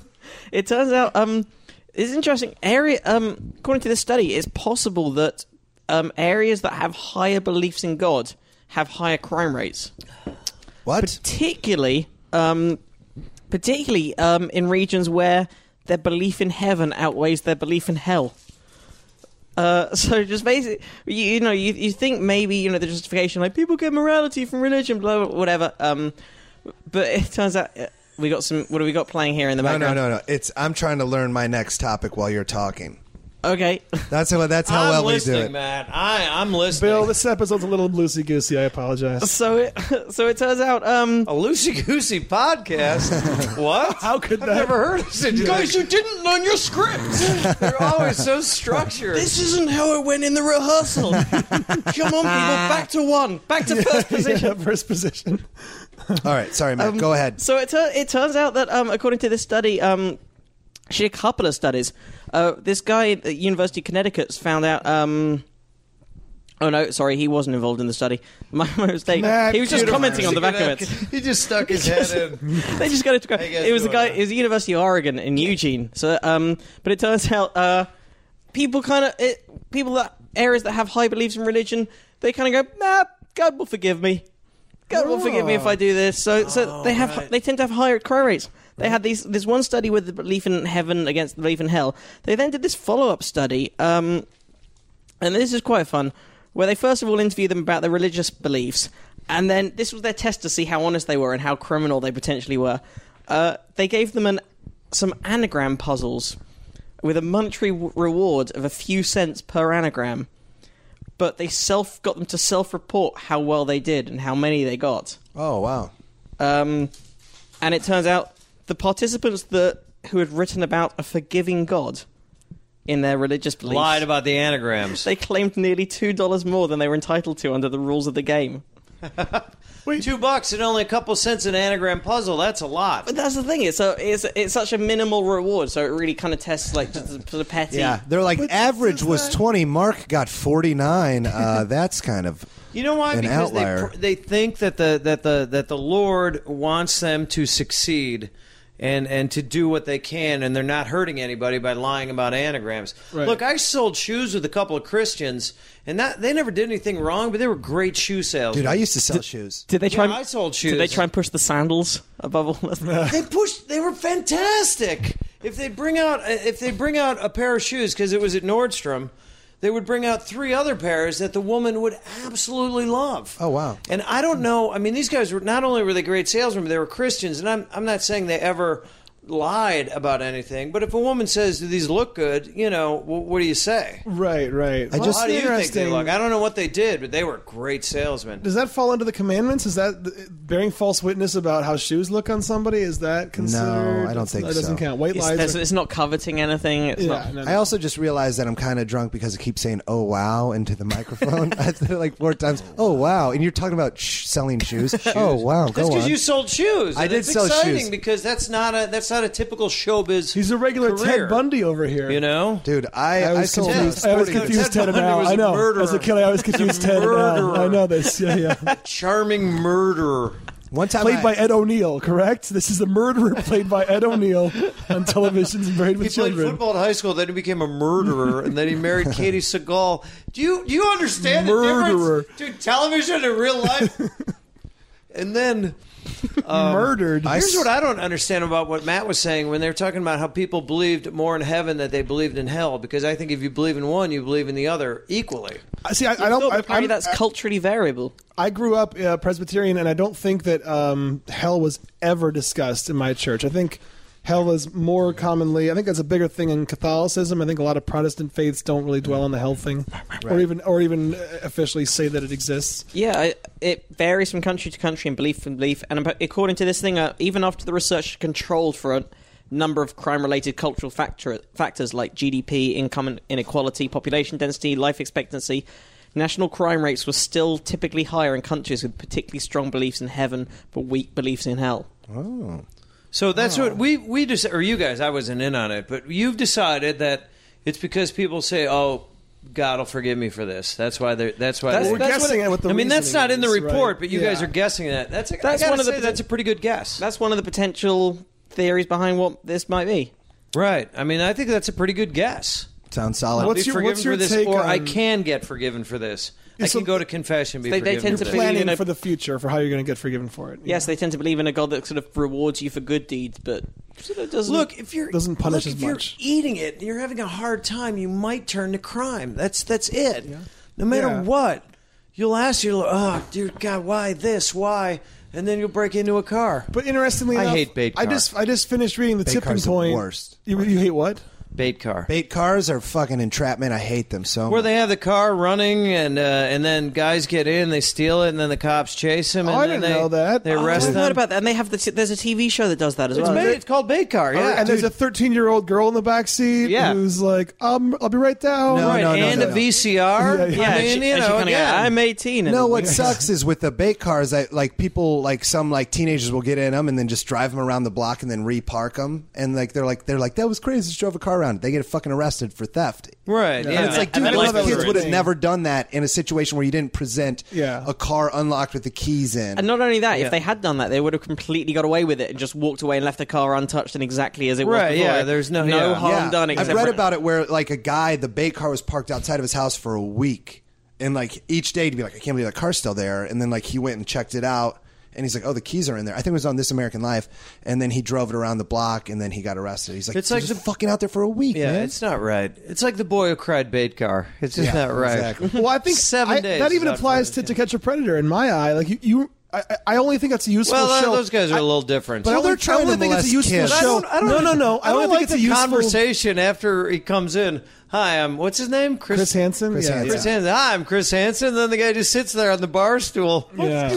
Speaker 4: it turns out um, it's interesting. Area um, according to this study, it's possible that um areas that have higher beliefs in God have higher crime rates
Speaker 2: what?
Speaker 4: particularly um, particularly um, in regions where their belief in heaven outweighs their belief in hell. Uh, so just basically, you, you know, you, you think maybe you know the justification like people get morality from religion, blah, blah whatever. Um, but it turns out uh, we got some. What have we got playing here in the
Speaker 2: No, no,
Speaker 4: background?
Speaker 2: no, no. It's I'm trying to learn my next topic while you're talking.
Speaker 4: no. Okay,
Speaker 2: That's how. That's how
Speaker 5: I'm
Speaker 2: well we do
Speaker 5: listening,
Speaker 2: it.
Speaker 5: man. I, I'm listening.
Speaker 3: Bill, this episode's a little loosey goosey. I apologize.
Speaker 4: so it so it turns out. Um,
Speaker 5: a loosey goosey podcast. what?
Speaker 3: How could
Speaker 5: I've
Speaker 3: that-
Speaker 5: never heard of it.
Speaker 4: Guys, you didn't learn your script.
Speaker 5: They're always so structured.
Speaker 4: This isn't how it went in the rehearsal. Come on, people, back to one, back to first position.
Speaker 3: Yeah, first position.
Speaker 2: All right, sorry, Matt.
Speaker 4: Um,
Speaker 2: go ahead.
Speaker 4: So it, tur it turns out that, um, according to this study, um, actually a couple of studies, uh, this guy at the University of Connecticut's found out. Um, oh no, sorry, he wasn't involved in the study. My, my mistake.
Speaker 3: Matt
Speaker 4: he was just
Speaker 3: Beautiful.
Speaker 4: commenting on the back of it.
Speaker 5: He just stuck his head in.
Speaker 4: they just got it.
Speaker 5: Hey, guys,
Speaker 4: it was a
Speaker 5: doing
Speaker 4: guy.
Speaker 5: that?
Speaker 4: It was the University of Oregon in Eugene. So, um, but it turns out, uh, people kind of people that areas that have high beliefs in religion, they kind of go, nah, God will forgive me. God will forgive me if I do this. So, so they have
Speaker 5: right.
Speaker 4: they tend to have higher crime rates. They had these this one study with the belief in heaven against the belief in hell. They then did this follow up study. Um, and this is quite fun, where they first of all interview them about their religious beliefs, and then this was their test to see how honest they were and how criminal they potentially were. Uh, they gave them an, some anagram puzzles with a monetary w- reward of a few cents per anagram, but they self got them to self report how well they did and how many they got.
Speaker 2: Oh wow.
Speaker 4: Um, and it turns out the participants that who had written about a forgiving God in their religious beliefs
Speaker 5: Lied about the anagrams.
Speaker 4: they claimed nearly two dollars more than they were entitled to under the rules of the game.
Speaker 5: Two bucks and only a couple cents an anagram puzzle. That's a lot.
Speaker 4: But that's the thing; it's a, it's it's such a minimal reward, so it really kind of tests like just the, the petty.
Speaker 2: Yeah, they're like average was twenty. Mark got forty nine. Uh, that's kind of
Speaker 5: You know why?
Speaker 2: An
Speaker 5: because
Speaker 2: outlier.
Speaker 5: they pr- they think that the that the that the Lord wants them to succeed. And, and to do what they can, and they're not hurting anybody by lying about anagrams.
Speaker 3: Right.
Speaker 5: Look, I sold shoes with a couple of Christians, and that they never did anything wrong, but they were great shoe salesmen.
Speaker 2: dude. I used to sell shoes.
Speaker 4: Did they
Speaker 5: Yeah,
Speaker 4: try?
Speaker 5: I
Speaker 4: and,
Speaker 5: sold
Speaker 4: Did they
Speaker 5: shoes.
Speaker 4: try and push the sandals above all? That?
Speaker 5: they pushed they were fantastic if they bring out if they bring out a pair of shoes because it was at nordstrom they would bring out three other pairs that the woman would absolutely love
Speaker 2: Oh, wow.
Speaker 5: and i don't know i mean these guys were not only were they great salesmen but they were christians and i'm, I'm not saying they ever lied about anything but if a woman says do these look good you know wh- what do you say
Speaker 3: Right, right. I
Speaker 2: just-
Speaker 5: how do you think they look i don't know what they did but they were great salesmen
Speaker 3: Does that fall under the commandments? Is that th- bearing false witness about how shoes look on somebody? Is that considered?
Speaker 2: I don't think
Speaker 3: that
Speaker 2: so.
Speaker 3: doesn't count. White
Speaker 4: It's,
Speaker 3: lies.
Speaker 4: that's-
Speaker 3: Are,
Speaker 4: it's not coveting anything. It's
Speaker 3: yeah,
Speaker 4: not.
Speaker 3: no, no.
Speaker 2: I also just realized that I'm kind of drunk because I keep saying "oh wow" into the microphone. I said it like four times. Oh wow, and you're talking about sh- selling shoes. Oh wow, go
Speaker 5: That's because
Speaker 2: on.
Speaker 5: you sold shoes.
Speaker 2: I
Speaker 5: and
Speaker 2: did
Speaker 5: it's
Speaker 2: sell
Speaker 5: exciting
Speaker 2: shoes.
Speaker 5: because that's not a that's not a typical showbiz.
Speaker 3: He's a regular
Speaker 5: career,
Speaker 3: Ted Bundy over here.
Speaker 5: you know.
Speaker 2: Dude, I
Speaker 3: I
Speaker 2: I,
Speaker 3: was
Speaker 2: sold
Speaker 3: confused.
Speaker 5: Yeah,
Speaker 3: I always
Speaker 5: Ted
Speaker 3: confused Ted and
Speaker 5: Bundy
Speaker 3: Al.
Speaker 5: was
Speaker 3: I
Speaker 5: a
Speaker 3: know. As
Speaker 5: murderer.
Speaker 3: a killer, uh, I always confused Ted and Al.
Speaker 5: murderer.
Speaker 3: I know this. Yeah, yeah.
Speaker 5: Charming murderer.
Speaker 2: One time
Speaker 3: played
Speaker 2: I-
Speaker 3: by Ed O'Neill, correct? This is a murderer played by Ed O'Neill on television's Married
Speaker 5: He
Speaker 3: with
Speaker 5: played
Speaker 3: Children.
Speaker 5: football in high school, then he became a murderer, and then he married Katie Seagal. Do you do you understand
Speaker 3: Murderer.
Speaker 5: the difference between television and real life? and then
Speaker 3: Murdered.
Speaker 2: Um, I-
Speaker 5: Here's what I don't understand about what Matt was saying when they were talking about how people believed more in heaven than they believed in hell. Because I think if you believe in one, you believe in the other equally.
Speaker 3: I, see. I, I don't.
Speaker 4: No, but
Speaker 3: I,
Speaker 4: apparently
Speaker 3: I'm-
Speaker 4: that's culturally variable.
Speaker 3: I grew up uh, Presbyterian, and I don't think that um, hell was ever discussed in my church. I think hell is more commonly. I think that's a bigger thing in Catholicism. I think a lot of Protestant faiths don't really dwell on the hell thing, or even or even uh, officially say that it exists.
Speaker 4: Yeah, I- it varies from country to country and belief from belief. And ab- according to this thing, uh, even after the research controlled for a number of crime-related cultural factor, factors like GDP, income and inequality, population density, life expectancy, national crime rates were still typically higher in countries with particularly strong beliefs in heaven but weak beliefs in hell.
Speaker 5: So that's
Speaker 3: Oh.
Speaker 5: what we we just or you guys. I wasn't in on it, but you've decided that it's because people say, "Oh, God will forgive me for this." That's why they're. That's why.
Speaker 4: That's-
Speaker 5: they-
Speaker 4: Well, we're
Speaker 3: guessing
Speaker 5: what,
Speaker 3: at what the
Speaker 5: I mean, that's
Speaker 3: reasoning
Speaker 5: not in the
Speaker 3: is,
Speaker 5: report,
Speaker 3: right?
Speaker 5: but you
Speaker 3: Yeah.
Speaker 5: guys are guessing that. That's a,
Speaker 4: That's
Speaker 5: I gotta
Speaker 4: one of the-
Speaker 5: say that's a pretty good guess.
Speaker 4: That's one of the potential theories behind what this might be.
Speaker 5: right. I mean, I think that's a pretty good guess.
Speaker 2: Sounds solid.
Speaker 3: What's
Speaker 5: be
Speaker 3: your-
Speaker 5: forgiven
Speaker 3: what's your
Speaker 5: for this,
Speaker 3: take
Speaker 5: or I
Speaker 3: on-
Speaker 5: can get forgiven for this. I
Speaker 3: so-
Speaker 5: can go to confession. and Be
Speaker 4: They- they
Speaker 5: forgiven
Speaker 4: tend to
Speaker 5: for this.
Speaker 4: believe-
Speaker 3: Planning
Speaker 4: in a-
Speaker 3: for the future for how you're going to get forgiven for it. you
Speaker 4: Yes,
Speaker 3: know?
Speaker 4: they tend to believe in a god that sort of rewards you for good deeds, but sort of doesn't.
Speaker 5: Look, if you're
Speaker 3: Doesn't punish
Speaker 5: look,
Speaker 3: as
Speaker 5: if you're
Speaker 3: much.
Speaker 5: eating it, and you're having a hard time. You might turn to crime. That's that's it. No matter
Speaker 3: Yeah.
Speaker 5: what, you'll ask your oh dear God, why this, why, and then you'll break into a car.
Speaker 3: But interestingly,
Speaker 5: I
Speaker 3: enough,
Speaker 5: hate bait
Speaker 3: I
Speaker 5: car.
Speaker 3: just I just finished reading the tipping
Speaker 2: car's the
Speaker 3: point.
Speaker 2: worst.
Speaker 3: You, you hate what?
Speaker 5: Bait car.
Speaker 2: Bait cars are fucking entrapment. I hate them so.
Speaker 5: Where
Speaker 2: much.
Speaker 5: they have the car running, and uh, and then guys get in, they steal it, and then the cops chase them. And
Speaker 3: Oh, I
Speaker 5: then
Speaker 3: didn't
Speaker 5: they,
Speaker 3: know that.
Speaker 5: They
Speaker 3: Oh,
Speaker 5: arrest
Speaker 4: I've
Speaker 5: them.
Speaker 4: heard about that, and they have the t- there's a TV show that does that as
Speaker 5: it's,
Speaker 4: well.
Speaker 5: bait, it's called bait car. Yeah,
Speaker 3: Oh, and there's a 13 year old girl in the back seat
Speaker 5: Yeah.
Speaker 3: who's like, um, "I'll be right down."
Speaker 2: No,
Speaker 5: right,
Speaker 2: no,
Speaker 5: and
Speaker 2: no,
Speaker 5: a
Speaker 2: no.
Speaker 5: VCR.
Speaker 3: Yeah,
Speaker 4: yeah,
Speaker 5: I
Speaker 4: and
Speaker 5: mean,
Speaker 4: she-
Speaker 5: you
Speaker 4: and she
Speaker 5: know,
Speaker 4: kinda go,
Speaker 5: again.
Speaker 4: I'm 18. And
Speaker 2: No, what sucks is with the bait cars. I like people like some like teenagers will get in them and then just drive them around the block and then repark them and like they're like they're like that was crazy. Just drove a car around. They get fucking arrested for theft.
Speaker 5: Right. Yeah.
Speaker 2: And it's like,
Speaker 4: And
Speaker 2: dude, a
Speaker 4: then
Speaker 2: lot of
Speaker 4: like-
Speaker 2: kids would have
Speaker 3: Thing.
Speaker 2: never done that in a situation where you didn't present
Speaker 3: Yeah.
Speaker 2: a car unlocked with the keys in.
Speaker 4: And not only that,
Speaker 5: Yeah.
Speaker 4: if they had done that, they would have completely got away with it and just walked away and left the car untouched and exactly as it was
Speaker 5: Right,
Speaker 4: before.
Speaker 5: yeah, there's no-
Speaker 4: no
Speaker 5: yeah.
Speaker 4: harm
Speaker 2: Yeah.
Speaker 4: done.
Speaker 2: I've
Speaker 4: Except
Speaker 2: read
Speaker 4: for-
Speaker 2: about it where like a guy, the bait car was parked outside of his house for a week, and like each day to be like, I can't believe that car's still there, and then like he went and checked it out. And he's like, "Oh, the keys are in there." I think it was on This American Life, and then he drove it around the block, and then he got arrested. He's like,
Speaker 5: It's
Speaker 2: "It's
Speaker 5: like
Speaker 2: like just
Speaker 5: the-
Speaker 2: fucking out there for a week,
Speaker 5: Yeah,
Speaker 2: man."
Speaker 5: it's not right. It's like the boy who cried bait car. It's just
Speaker 2: Yeah,
Speaker 5: not right.
Speaker 2: exactly.
Speaker 3: Well, I think
Speaker 5: seven
Speaker 3: I-
Speaker 5: days.
Speaker 3: That even
Speaker 5: without
Speaker 3: applies to
Speaker 5: friends,
Speaker 3: To Catch a Predator in my eye. Like you, you I, I only think that's a useful
Speaker 5: Well, uh,
Speaker 3: show.
Speaker 5: those guys are
Speaker 3: I-
Speaker 5: a little different.
Speaker 3: But I
Speaker 2: Well,
Speaker 3: only,
Speaker 2: they're trying
Speaker 3: I only
Speaker 2: to
Speaker 3: think it's a
Speaker 2: molest
Speaker 3: useful
Speaker 2: kids.
Speaker 5: I
Speaker 3: show.
Speaker 5: don't, I don't,
Speaker 3: no, no, no.
Speaker 5: I don't,
Speaker 3: think
Speaker 5: like
Speaker 3: it's
Speaker 5: the
Speaker 3: a useful
Speaker 5: conversation after he comes in. Hi, I'm what's his name? Chris,
Speaker 3: Chris Hansen.
Speaker 2: Chris
Speaker 3: yeah,
Speaker 2: Hansen.
Speaker 5: Chris Hansen. Hi, I'm Chris Hansen. Then the guy just sits there on the bar stool.
Speaker 3: Yeah.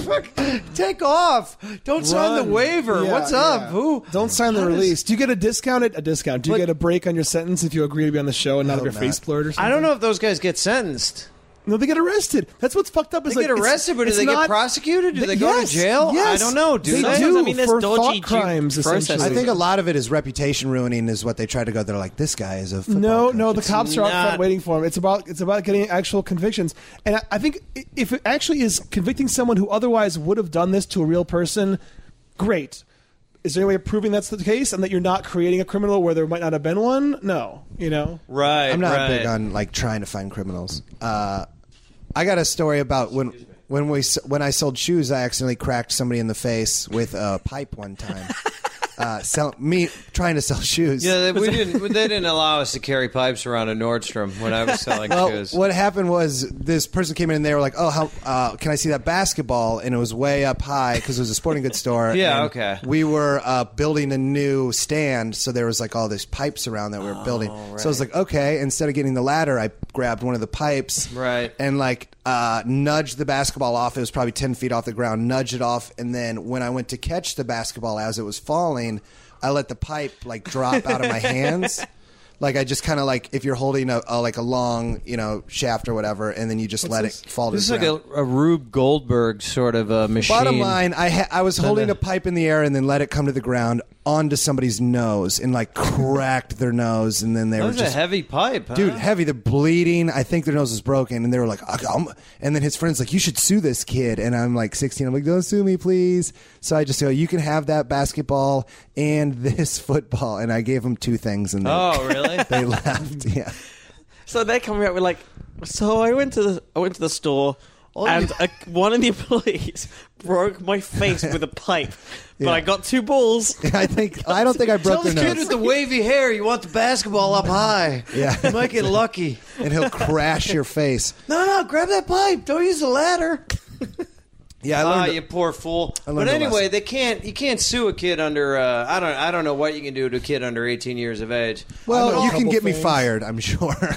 Speaker 5: Take off. Don't sign the
Speaker 3: Run.
Speaker 5: waiver.
Speaker 3: Yeah,
Speaker 5: What's up?
Speaker 3: yeah.
Speaker 5: Who?
Speaker 3: Don't sign the
Speaker 5: How does-
Speaker 3: release. Do you get a discount? At, a discount. Do you
Speaker 5: But-
Speaker 3: get a break on your sentence if you agree to be on the show and not have your
Speaker 2: Matt.
Speaker 3: face blurred or something?
Speaker 5: I don't know if those guys get sentenced.
Speaker 3: No, they get arrested. That's what's fucked up. Is
Speaker 5: They
Speaker 3: like,
Speaker 5: get
Speaker 3: it's-
Speaker 5: arrested, but do
Speaker 3: it's
Speaker 5: they
Speaker 3: not-
Speaker 5: get prosecuted? Do they go
Speaker 3: Yes,
Speaker 5: to jail?
Speaker 3: yes.
Speaker 5: I don't know. Do
Speaker 3: They
Speaker 5: they?
Speaker 3: do
Speaker 4: I mean, there's
Speaker 3: for
Speaker 4: dodgy
Speaker 3: thought
Speaker 4: due
Speaker 3: crimes.
Speaker 4: process.
Speaker 3: essentially.
Speaker 2: I think a lot of it is reputation ruining, is what they try to go. They're like, "This guy is a football
Speaker 3: No,
Speaker 2: coach."
Speaker 3: no, the cops are out
Speaker 5: not-
Speaker 3: front waiting for him. It's about it's about getting actual convictions, and I, I think i- if it actually is convicting someone who otherwise would have done this to a real person, great. Is there any way of proving that's the case and that you're not creating a criminal where there might not have been one? No, you know.
Speaker 5: Right.
Speaker 2: I'm not
Speaker 5: right.
Speaker 2: big on like trying to find criminals. Uh, I got a story about when when we s- when I sold shoes, I accidentally cracked somebody in the face with a pipe one time. uh, sell, me trying to sell shoes.
Speaker 5: Yeah, they, we didn't. They didn't allow us to carry pipes around in Nordstrom when I was selling
Speaker 2: Well,
Speaker 5: shoes.
Speaker 2: what happened was this person came in and they were like, "Oh, how uh, can I see that basketball?" And it was way up high because it was a sporting goods store.
Speaker 5: Yeah,
Speaker 2: and
Speaker 5: okay.
Speaker 2: We were uh, building a new stand, so there was like all these pipes around that we were building.
Speaker 5: Oh,
Speaker 2: So I was like, "Okay." Instead of getting the ladder, I grabbed one of the pipes,
Speaker 5: Right.
Speaker 2: and like uh, nudged the basketball off. It was probably ten feet off the ground. Nudged it off, and then when I went to catch the basketball as it was falling, I let the pipe like drop out of my hands. Like I just kind of like if you're holding a, a like a long you know shaft or whatever, and then you just let it fall to
Speaker 5: This is
Speaker 2: the
Speaker 5: like
Speaker 2: ground.
Speaker 5: a, a Rube Goldberg sort of a machine.
Speaker 2: Bottom line, I ha- I was holding a pipe in the air and then let it come to the ground onto somebody's nose and like cracked their nose, and then they
Speaker 5: That
Speaker 2: were
Speaker 5: was
Speaker 2: just
Speaker 5: a heavy pipe, huh?
Speaker 2: dude heavy. They're bleeding. I think their nose is broken, and they were like, "I- I'm-" and then his friends like, you should sue this kid, and I'm like 16. I'm like, don't sue me, please. So I just go, you can have that basketball and this football, and I gave him two things, and they,
Speaker 5: Oh, really?
Speaker 2: they laughed. Yeah.
Speaker 4: So they're coming out with like, so I went to the I went to the store.
Speaker 2: Oh,
Speaker 4: and a, one of the employees broke my face with a pipe, but
Speaker 2: Yeah.
Speaker 4: I got two balls.
Speaker 2: I think I don't think I broke
Speaker 5: Tell
Speaker 2: their
Speaker 5: the kid
Speaker 2: nose.
Speaker 5: with the wavy hair you want the basketball up high.
Speaker 2: Yeah.
Speaker 5: You might get lucky.
Speaker 2: and he'll crash your face.
Speaker 5: No, no, grab that pipe. Don't use the ladder.
Speaker 2: Yeah, I
Speaker 5: Ah,
Speaker 2: learned.
Speaker 5: you poor fool.
Speaker 2: learned
Speaker 5: But
Speaker 2: a
Speaker 5: anyway,
Speaker 2: lesson.
Speaker 5: they can't. You can't sue a kid under. Uh, I don't. I don't know what you can do to a kid under 18 years of age.
Speaker 3: I know
Speaker 2: well,
Speaker 3: a
Speaker 2: you can
Speaker 3: couple
Speaker 2: get me
Speaker 3: things.
Speaker 2: fired, I'm sure.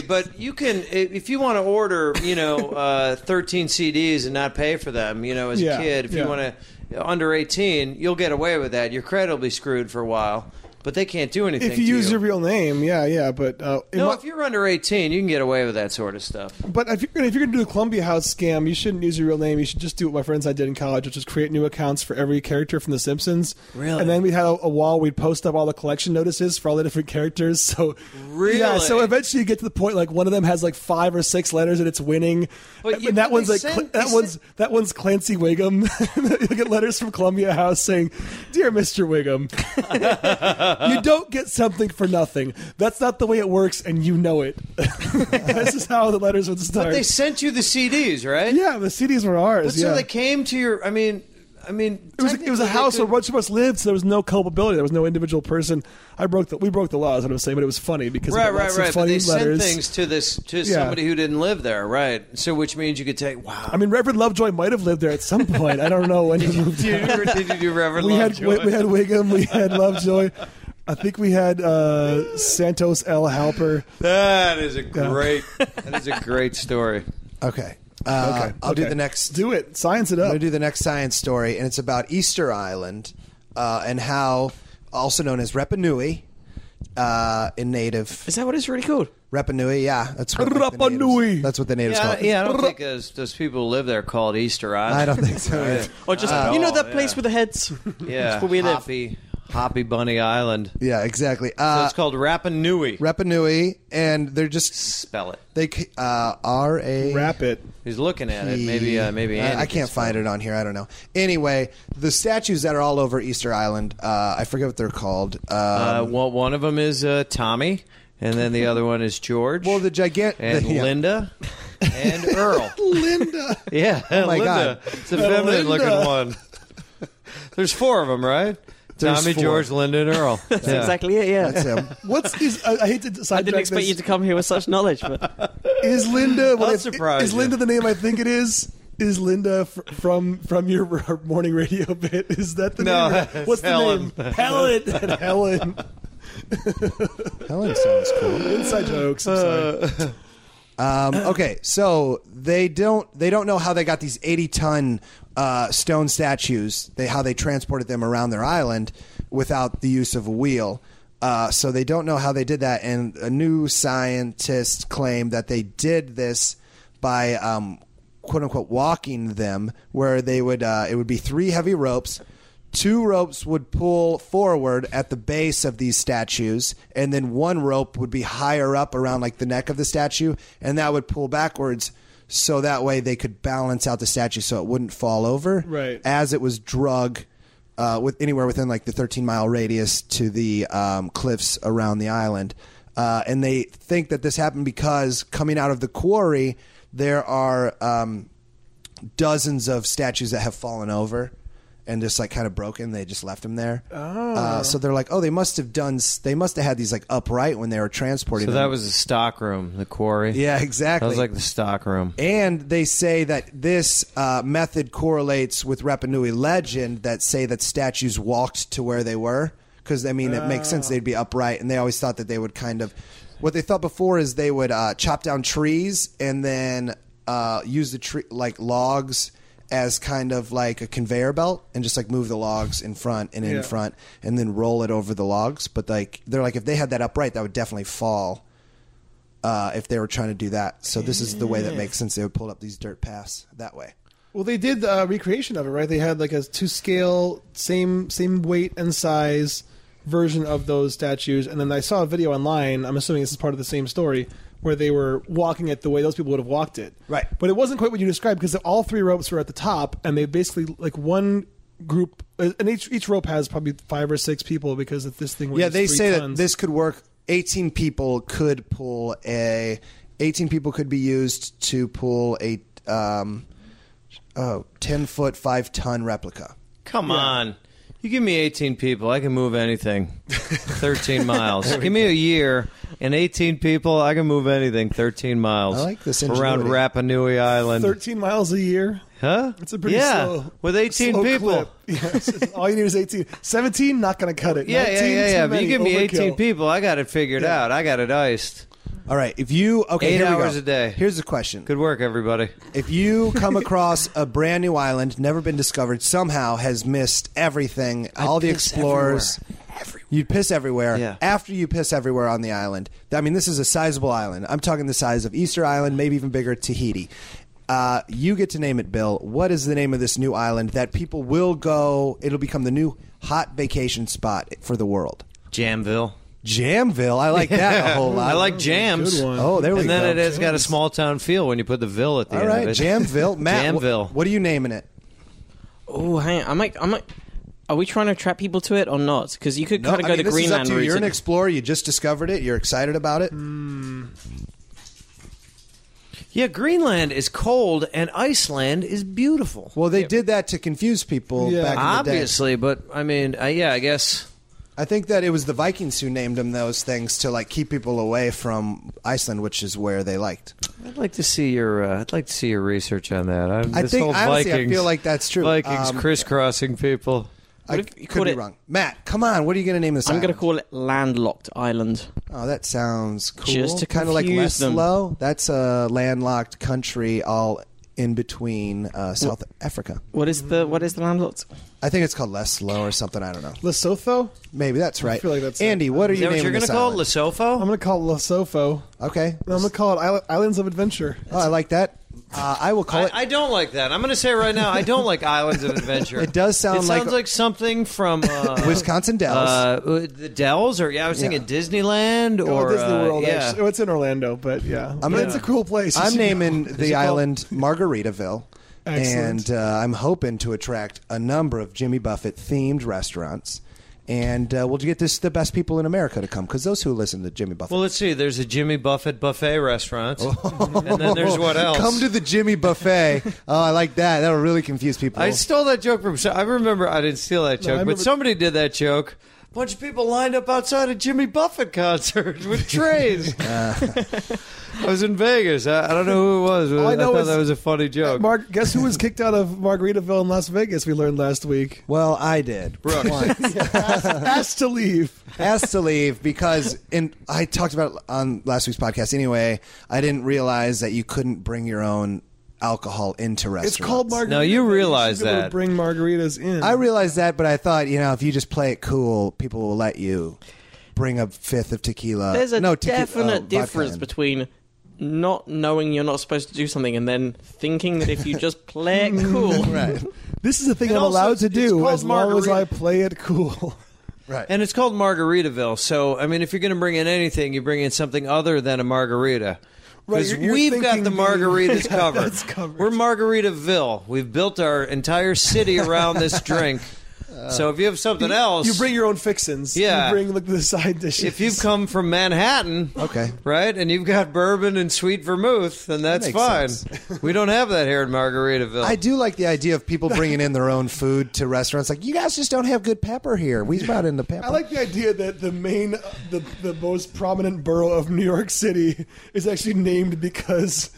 Speaker 5: but you can i- if you want to order, you know, uh, 13 CDs and not pay for them. You know, as
Speaker 3: Yeah,
Speaker 5: a kid, if
Speaker 3: yeah.
Speaker 5: you want to under 18, you'll get away with that. You're credibly screwed for a while, but they can't do anything.
Speaker 3: If you
Speaker 5: to
Speaker 3: use your real name, yeah, yeah, but uh, in
Speaker 5: no,
Speaker 3: my-
Speaker 5: if you're under 18, you can get away with that sort of stuff.
Speaker 3: But if you're, gonna, if you're gonna do the Columbia House scam, you shouldn't use your real name. You should just do what my friends and I did in college, which is create new accounts for every character from The Simpsons.
Speaker 5: Really?
Speaker 3: And then we had a, a wall. We'd post up all the collection notices for all the different characters. So yeah.
Speaker 5: Really?
Speaker 3: So eventually you get to the point like one of them has like five or six letters and it's winning.
Speaker 5: But
Speaker 3: and
Speaker 5: you-
Speaker 3: that
Speaker 5: but
Speaker 3: one's
Speaker 5: they
Speaker 3: like
Speaker 5: send-
Speaker 3: that
Speaker 5: they
Speaker 3: one's
Speaker 5: send-
Speaker 3: that one's Clancy Wiggum. You'll get letters from Columbia House saying, "Dear Mr. Wiggum, you
Speaker 5: Uh.
Speaker 3: don't get something for nothing. That's not the way it works, and you know it. this is how the letters would start.
Speaker 5: They sent you the CDs, right?
Speaker 3: Yeah, the CDs were ours.
Speaker 5: But
Speaker 3: yeah.
Speaker 5: so they came to your. I mean, I mean,
Speaker 3: it was it was
Speaker 5: technically
Speaker 3: a
Speaker 5: they
Speaker 3: house where
Speaker 5: could-
Speaker 3: a bunch of us lived, so there was no culpability. There was no individual person. I broke the we broke the laws. What I'm saying, but it was funny because we
Speaker 5: Right,
Speaker 3: got
Speaker 5: right,
Speaker 3: lots
Speaker 5: right.
Speaker 3: Of
Speaker 5: But
Speaker 3: funny
Speaker 5: they
Speaker 3: letters.
Speaker 5: sent things to this to somebody who didn't live there, right? So, which means you could take. Wow.
Speaker 3: I mean, Reverend Lovejoy might have lived there at some point. I don't know when he moved.
Speaker 5: did, you, ever- did you do Reverend
Speaker 3: we had
Speaker 5: Lovejoy?
Speaker 3: we, we had Wiggum, we had Lovejoy. I think we had uh, Santos L. Halper.
Speaker 5: Uh, That is a great. that is a great story.
Speaker 2: okay. Uh, I'll do
Speaker 3: Okay.
Speaker 2: the next.
Speaker 3: Do it. Science it
Speaker 2: I'm
Speaker 3: up.
Speaker 2: going to do the next science story, and it's about Easter Island uh, and how, also known as Rapa Nui, uh, in native
Speaker 4: Is that what it's really called?
Speaker 2: Rapa Nui. Yeah, that's what like, the
Speaker 3: Rapa
Speaker 2: natives-
Speaker 3: Nui.
Speaker 2: That's what the natives
Speaker 5: Yeah,
Speaker 2: call. it.
Speaker 5: yeah. I don't think those, those people who live there called Easter Island.
Speaker 2: I don't think so. either.
Speaker 4: Or just
Speaker 5: Uh,
Speaker 4: you know
Speaker 5: oh,
Speaker 4: that place
Speaker 5: yeah.
Speaker 4: with the heads?
Speaker 5: Yeah,
Speaker 4: That's where we live.
Speaker 5: Hoppy, Hoppy Bunny Island.
Speaker 2: Yeah, exactly.
Speaker 5: So
Speaker 2: Uh,
Speaker 5: it's called Rapa Nui.
Speaker 2: Rapa Nui, and they're just
Speaker 5: Spell it.
Speaker 2: they c- uh, R A
Speaker 3: Wrap it.
Speaker 5: He's looking at it. Maybe, uh, maybe.
Speaker 2: I-
Speaker 5: Andy
Speaker 2: I can't
Speaker 5: can-
Speaker 2: find it on here. I don't know. Anyway, the statues that are all over Easter Island, uh, I forget what they're called. Uh,
Speaker 5: Uh, well, one of them is uh, Tommy, and then the other one is George.
Speaker 2: well, the gigantic
Speaker 5: and Linda and Earl.
Speaker 3: Linda.
Speaker 5: Yeah, oh
Speaker 2: my
Speaker 5: Linda.
Speaker 2: God.
Speaker 5: It's a feminine
Speaker 3: Linda.
Speaker 5: looking one. There's four of them, right?
Speaker 2: There's
Speaker 5: Tommy,
Speaker 2: four.
Speaker 5: George, Linda, and Earl. That's
Speaker 4: Exactly it. Yeah.
Speaker 2: That's him.
Speaker 3: What's is? I, I hate to
Speaker 4: I
Speaker 3: sidetrack
Speaker 4: didn't expect
Speaker 3: this.
Speaker 4: you to come here with such knowledge, but
Speaker 3: Is Linda? Well,
Speaker 5: I'll
Speaker 3: if-
Speaker 5: surprise
Speaker 3: Is
Speaker 5: you.
Speaker 3: Linda the name I think it is? Is Linda fr- from from your r- morning radio bit? Is that the
Speaker 5: No,
Speaker 3: name?
Speaker 5: that's
Speaker 3: What's
Speaker 5: Helen.
Speaker 3: the name? Helen. and Helen.
Speaker 2: Helen sounds cool.
Speaker 3: Inside jokes. I'm sorry.
Speaker 2: Um, okay, so they don't they don't know how they got these eighty ton uh, stone statues. They how they transported them around their island without the use of a wheel. Uh, so they don't know how they did that. And a new scientist claimed that they did this by um, quote unquote walking them, where they would uh, it would be three heavy ropes. Two ropes would pull forward at the base of these statues, and then one rope would be higher up around like the neck of the statue, and that would pull backwards. So that way they could balance out the statue so it wouldn't fall over.
Speaker 3: Right.
Speaker 2: As it was drug uh, with anywhere within like the 13 mile radius to the um, cliffs around the island. Uh, and they think that this happened because coming out of the quarry, there are um, dozens of statues that have fallen over and just like kind of broken. They just left them there. Uh, so they're like, oh, they must have done, s- they must have had these like upright when they were transporting
Speaker 5: So
Speaker 2: them.
Speaker 5: that was the stock room, the quarry.
Speaker 2: yeah, exactly.
Speaker 5: That was like the stock room.
Speaker 2: And they say that this uh, method correlates with Rapa Nui legend that say that statues walked to where they were. Because, I mean, it makes sense they'd be upright. And they always thought that they would kind of. What they thought before is they would uh, chop down trees and then uh, use the tree, like logs, as kind of like a conveyor belt and just like move the logs in front and in
Speaker 3: Yeah.
Speaker 2: front and then roll it over the logs. But like, they're like, if they had that upright, that would definitely fall uh, if they were trying to do that. So this is the way that makes sense. They would pull up these dirt paths that way.
Speaker 3: Well, they did a recreation of it, right? They had like a two scale, same same weight and size version of those statues, and then I saw a video online. I'm assuming this is part of the same story where they were walking it the way those people would have walked it,
Speaker 2: Right.
Speaker 3: But it wasn't quite what you described because all three ropes were at the top, and they basically like one group, uh, and each each rope has probably five or six people because if this thing, weighs
Speaker 2: yeah, they
Speaker 3: three
Speaker 2: say
Speaker 3: tons.
Speaker 2: that this could work. 18 people could pull a. 18 people could be used to pull a um, oh, 10 foot, 5 ton replica.
Speaker 5: Come on. You give me 18 people, I can move anything. 13 miles. give me a year and 18 people, I can move anything 13 miles.
Speaker 2: I like this
Speaker 5: Around
Speaker 2: ingenuity.
Speaker 5: Rapa Nui Island.
Speaker 3: thirteen miles a year.
Speaker 5: huh?
Speaker 3: It's a pretty
Speaker 5: yeah,
Speaker 3: slow
Speaker 5: With 18
Speaker 3: slow
Speaker 5: people.
Speaker 3: clip. Yeah, it's just- all you need is 18. 17, not going to cut it.
Speaker 5: Yeah,
Speaker 3: 19,
Speaker 5: yeah, yeah, yeah.
Speaker 3: too
Speaker 5: If
Speaker 3: many,
Speaker 5: you give me 18
Speaker 3: overkill.
Speaker 5: people, I got it figured out. I got it iced.
Speaker 2: All right, if you. Okay,
Speaker 5: Eight
Speaker 2: here we go.
Speaker 5: hours a day.
Speaker 2: Here's the question.
Speaker 5: Good work, everybody.
Speaker 2: If you come across a brand new island, never been discovered, somehow has missed everything, all the
Speaker 5: piss
Speaker 2: explorers. You piss everywhere.
Speaker 5: Yeah.
Speaker 2: After you piss everywhere on the island, I mean, this is a sizable island. I'm talking the size of Easter Island, maybe even bigger, Tahiti. Uh, you get to name it, Bill. What is the name of this new island that people will go? It'll become the new hot vacation spot for the world.
Speaker 5: Jamville.
Speaker 2: Jamville. I like that a whole lot.
Speaker 5: I like jams.
Speaker 3: Good one.
Speaker 2: Oh, there we
Speaker 5: and
Speaker 2: go.
Speaker 5: then it has got a small town feel when you put the ville at the
Speaker 2: All
Speaker 5: end
Speaker 2: right,
Speaker 5: of it.
Speaker 2: Jamville. Matt, wh-
Speaker 5: Jamville.
Speaker 2: what are you naming it?
Speaker 4: Oh, hang on. I might. I might. Are we trying to trap people to it or not? Because you could
Speaker 2: No,
Speaker 4: kind of
Speaker 2: I
Speaker 4: go
Speaker 2: mean,
Speaker 4: the
Speaker 2: this is up
Speaker 4: Greenland
Speaker 2: to you.
Speaker 4: route.
Speaker 2: You're an
Speaker 4: and-
Speaker 2: explorer. You just discovered it. You're excited about it.
Speaker 3: Mm.
Speaker 5: Yeah, Greenland is cold and Iceland is beautiful.
Speaker 2: Well, they did that to confuse people
Speaker 3: Yeah.
Speaker 2: back in the day.
Speaker 5: Obviously, but I mean, I, yeah, I guess.
Speaker 2: I think that it was the Vikings who named them those things to like keep people away from Iceland, which is where they liked.
Speaker 5: I'd like to see your. Uh, I'd like to see your research on that. i
Speaker 2: I
Speaker 5: this
Speaker 2: think-
Speaker 5: whole
Speaker 2: honestly, I
Speaker 5: Vikings,
Speaker 2: feel like that's true.
Speaker 5: Vikings
Speaker 2: Um,
Speaker 5: crisscrossing people.
Speaker 2: I
Speaker 4: if
Speaker 2: could
Speaker 4: you called
Speaker 2: be
Speaker 4: it-
Speaker 2: wrong. Matt, come on. What are you going to name this?
Speaker 4: I'm going to
Speaker 2: island?
Speaker 4: call it landlocked island.
Speaker 2: Oh, that sounds cool.
Speaker 4: Just to
Speaker 2: kind of like
Speaker 4: confuse them.
Speaker 2: Leslo. That's a landlocked country, all in between uh, South Africa.
Speaker 4: What is the what is the landlocked?
Speaker 2: I think it's called Leslo or something. I don't know.
Speaker 3: Lesotho?
Speaker 2: Maybe that's right.
Speaker 3: feel like that's it.
Speaker 2: Andy. What are
Speaker 5: Is
Speaker 2: you
Speaker 5: that what
Speaker 2: naming
Speaker 5: you're going
Speaker 2: this
Speaker 5: to call it,
Speaker 2: island?
Speaker 3: I'm
Speaker 5: Lesofo?
Speaker 3: going to call it Lesofo.
Speaker 2: okay.
Speaker 3: I'm going to call it Isle- Islands of Adventure.
Speaker 2: Oh, I like that. Uh, I will call
Speaker 5: I,
Speaker 2: it.
Speaker 5: I don't like that. I'm going to say right now, I don't like Islands of Adventure.
Speaker 2: It does sound
Speaker 5: it
Speaker 2: like-
Speaker 5: sounds like something from uh,
Speaker 2: Wisconsin Dells.
Speaker 5: uh, the Dells, or yeah, I was
Speaker 2: Yeah.
Speaker 5: thinking Disneyland
Speaker 3: Oh,
Speaker 5: or
Speaker 3: Disney
Speaker 5: uh,
Speaker 3: World.
Speaker 5: yeah.
Speaker 3: actually. Oh, it's in Orlando, but yeah.
Speaker 2: I'm
Speaker 3: But
Speaker 2: gonna-
Speaker 3: it's a cool place. You
Speaker 2: I'm
Speaker 3: should
Speaker 2: naming
Speaker 3: go.
Speaker 2: the island Margaritaville.
Speaker 3: Excellent.
Speaker 2: And uh, I'm hoping to attract a number of Jimmy Buffett themed restaurants. And uh, we'll get this the best people in America to come because those who listen to Jimmy Buffett.
Speaker 5: Well, let's see. There's a Jimmy Buffett buffet restaurant, and then there's what else?
Speaker 2: Come to the Jimmy Buffet. oh, I like that. That'll really confuse people.
Speaker 5: I stole that joke from. so- I remember I didn't steal that joke, but
Speaker 3: remember-
Speaker 5: somebody did that joke. A bunch of people lined up outside a Jimmy Buffett concert with trays. I was in Vegas. I, I don't know who it was. But
Speaker 3: All I
Speaker 5: I,
Speaker 3: know
Speaker 5: thought
Speaker 3: is-
Speaker 5: that was a funny joke.
Speaker 3: Mar- guess who was kicked out of Margaritaville in Las Vegas? We learned last week.
Speaker 2: well, I did.
Speaker 5: Brooks.
Speaker 3: Asked to leave.
Speaker 2: asked to leave because and I talked about it on last week's podcast anyway. I didn't realize that you couldn't bring your own alcohol into restaurants.
Speaker 3: It's called Margaritaville.
Speaker 5: No, you realize
Speaker 3: should be able to
Speaker 5: that.
Speaker 3: bring margaritas in.
Speaker 2: I realized that, but I thought you know if you just play it cool, people will let you bring a fifth of tequila.
Speaker 4: There's a
Speaker 2: no, tequi- oh,
Speaker 4: definite
Speaker 2: vodka
Speaker 4: difference
Speaker 2: in.
Speaker 4: between not knowing you're not supposed to do something and then thinking that if you just play it cool,
Speaker 2: right,
Speaker 3: this is the thing
Speaker 5: And
Speaker 3: I'm
Speaker 5: also,
Speaker 3: allowed to
Speaker 5: it's
Speaker 3: do
Speaker 5: called
Speaker 3: as long as
Speaker 5: margarita-
Speaker 3: I play it cool.
Speaker 2: right.
Speaker 5: And it's called Margaritaville. So, I mean, if you're going to bring in anything, you bring in something other than a margarita.
Speaker 3: Right,
Speaker 5: Because
Speaker 3: you're- you're
Speaker 5: we've got
Speaker 3: thinking
Speaker 5: the
Speaker 3: the-
Speaker 5: margaritas
Speaker 3: Yeah,
Speaker 5: covered.
Speaker 3: that's covered.
Speaker 5: We're Margaritaville. We've built our entire city around this drink. so if you have something else,
Speaker 3: You bring your own fixins.
Speaker 5: Yeah.
Speaker 3: You bring like the side dishes.
Speaker 5: if you've come from Manhattan,
Speaker 2: Okay.
Speaker 5: right, and you've got bourbon and sweet vermouth, then that's
Speaker 2: makes
Speaker 5: fine. we don't have that here in Margaritaville.
Speaker 2: I do like the idea of people bringing in their own food to restaurants. Like, you guys just don't have good pepper here. We brought in the pepper.
Speaker 3: I like the idea that the main, the, the most prominent borough of New York City is actually named because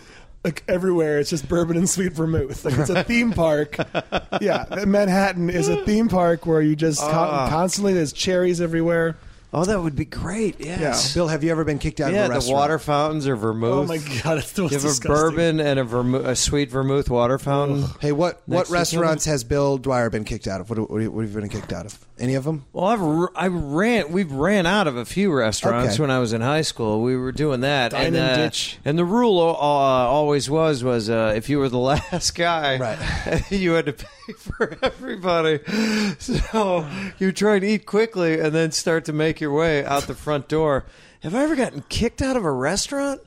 Speaker 3: like everywhere it's just bourbon and sweet vermouth. Like it's a theme park.
Speaker 5: Ah.
Speaker 3: yeah, Manhattan is a theme park where you just con- constantly there's cherries everywhere.
Speaker 5: Oh, that would be great. Yes.
Speaker 2: Bill, have you ever been kicked out of
Speaker 5: Yeah,
Speaker 2: a
Speaker 5: the
Speaker 2: restaurant?
Speaker 5: water fountains or vermouth.
Speaker 3: Oh my god, it's the most
Speaker 5: You have
Speaker 3: disgusting.
Speaker 5: a bourbon and a, vermo- a sweet vermouth water fountain.
Speaker 2: Hey, what
Speaker 5: Next
Speaker 2: what
Speaker 5: to each
Speaker 2: restaurants has Bill Dwyer been kicked out of? What, what, what have you been kicked out of? Any of them?
Speaker 5: Well, I've r- I ran. We ran out of a few restaurants
Speaker 2: Okay.
Speaker 5: when I was in high school. We were doing that,
Speaker 3: Dine
Speaker 5: and,
Speaker 3: and
Speaker 5: uh,
Speaker 3: ditch.
Speaker 5: and the rule uh, always was was uh, if you were the last guy,
Speaker 2: Right.
Speaker 5: you had to pay for everybody. So you try and eat quickly, and then start to make your way out the front door. Have I ever gotten kicked out of a restaurant?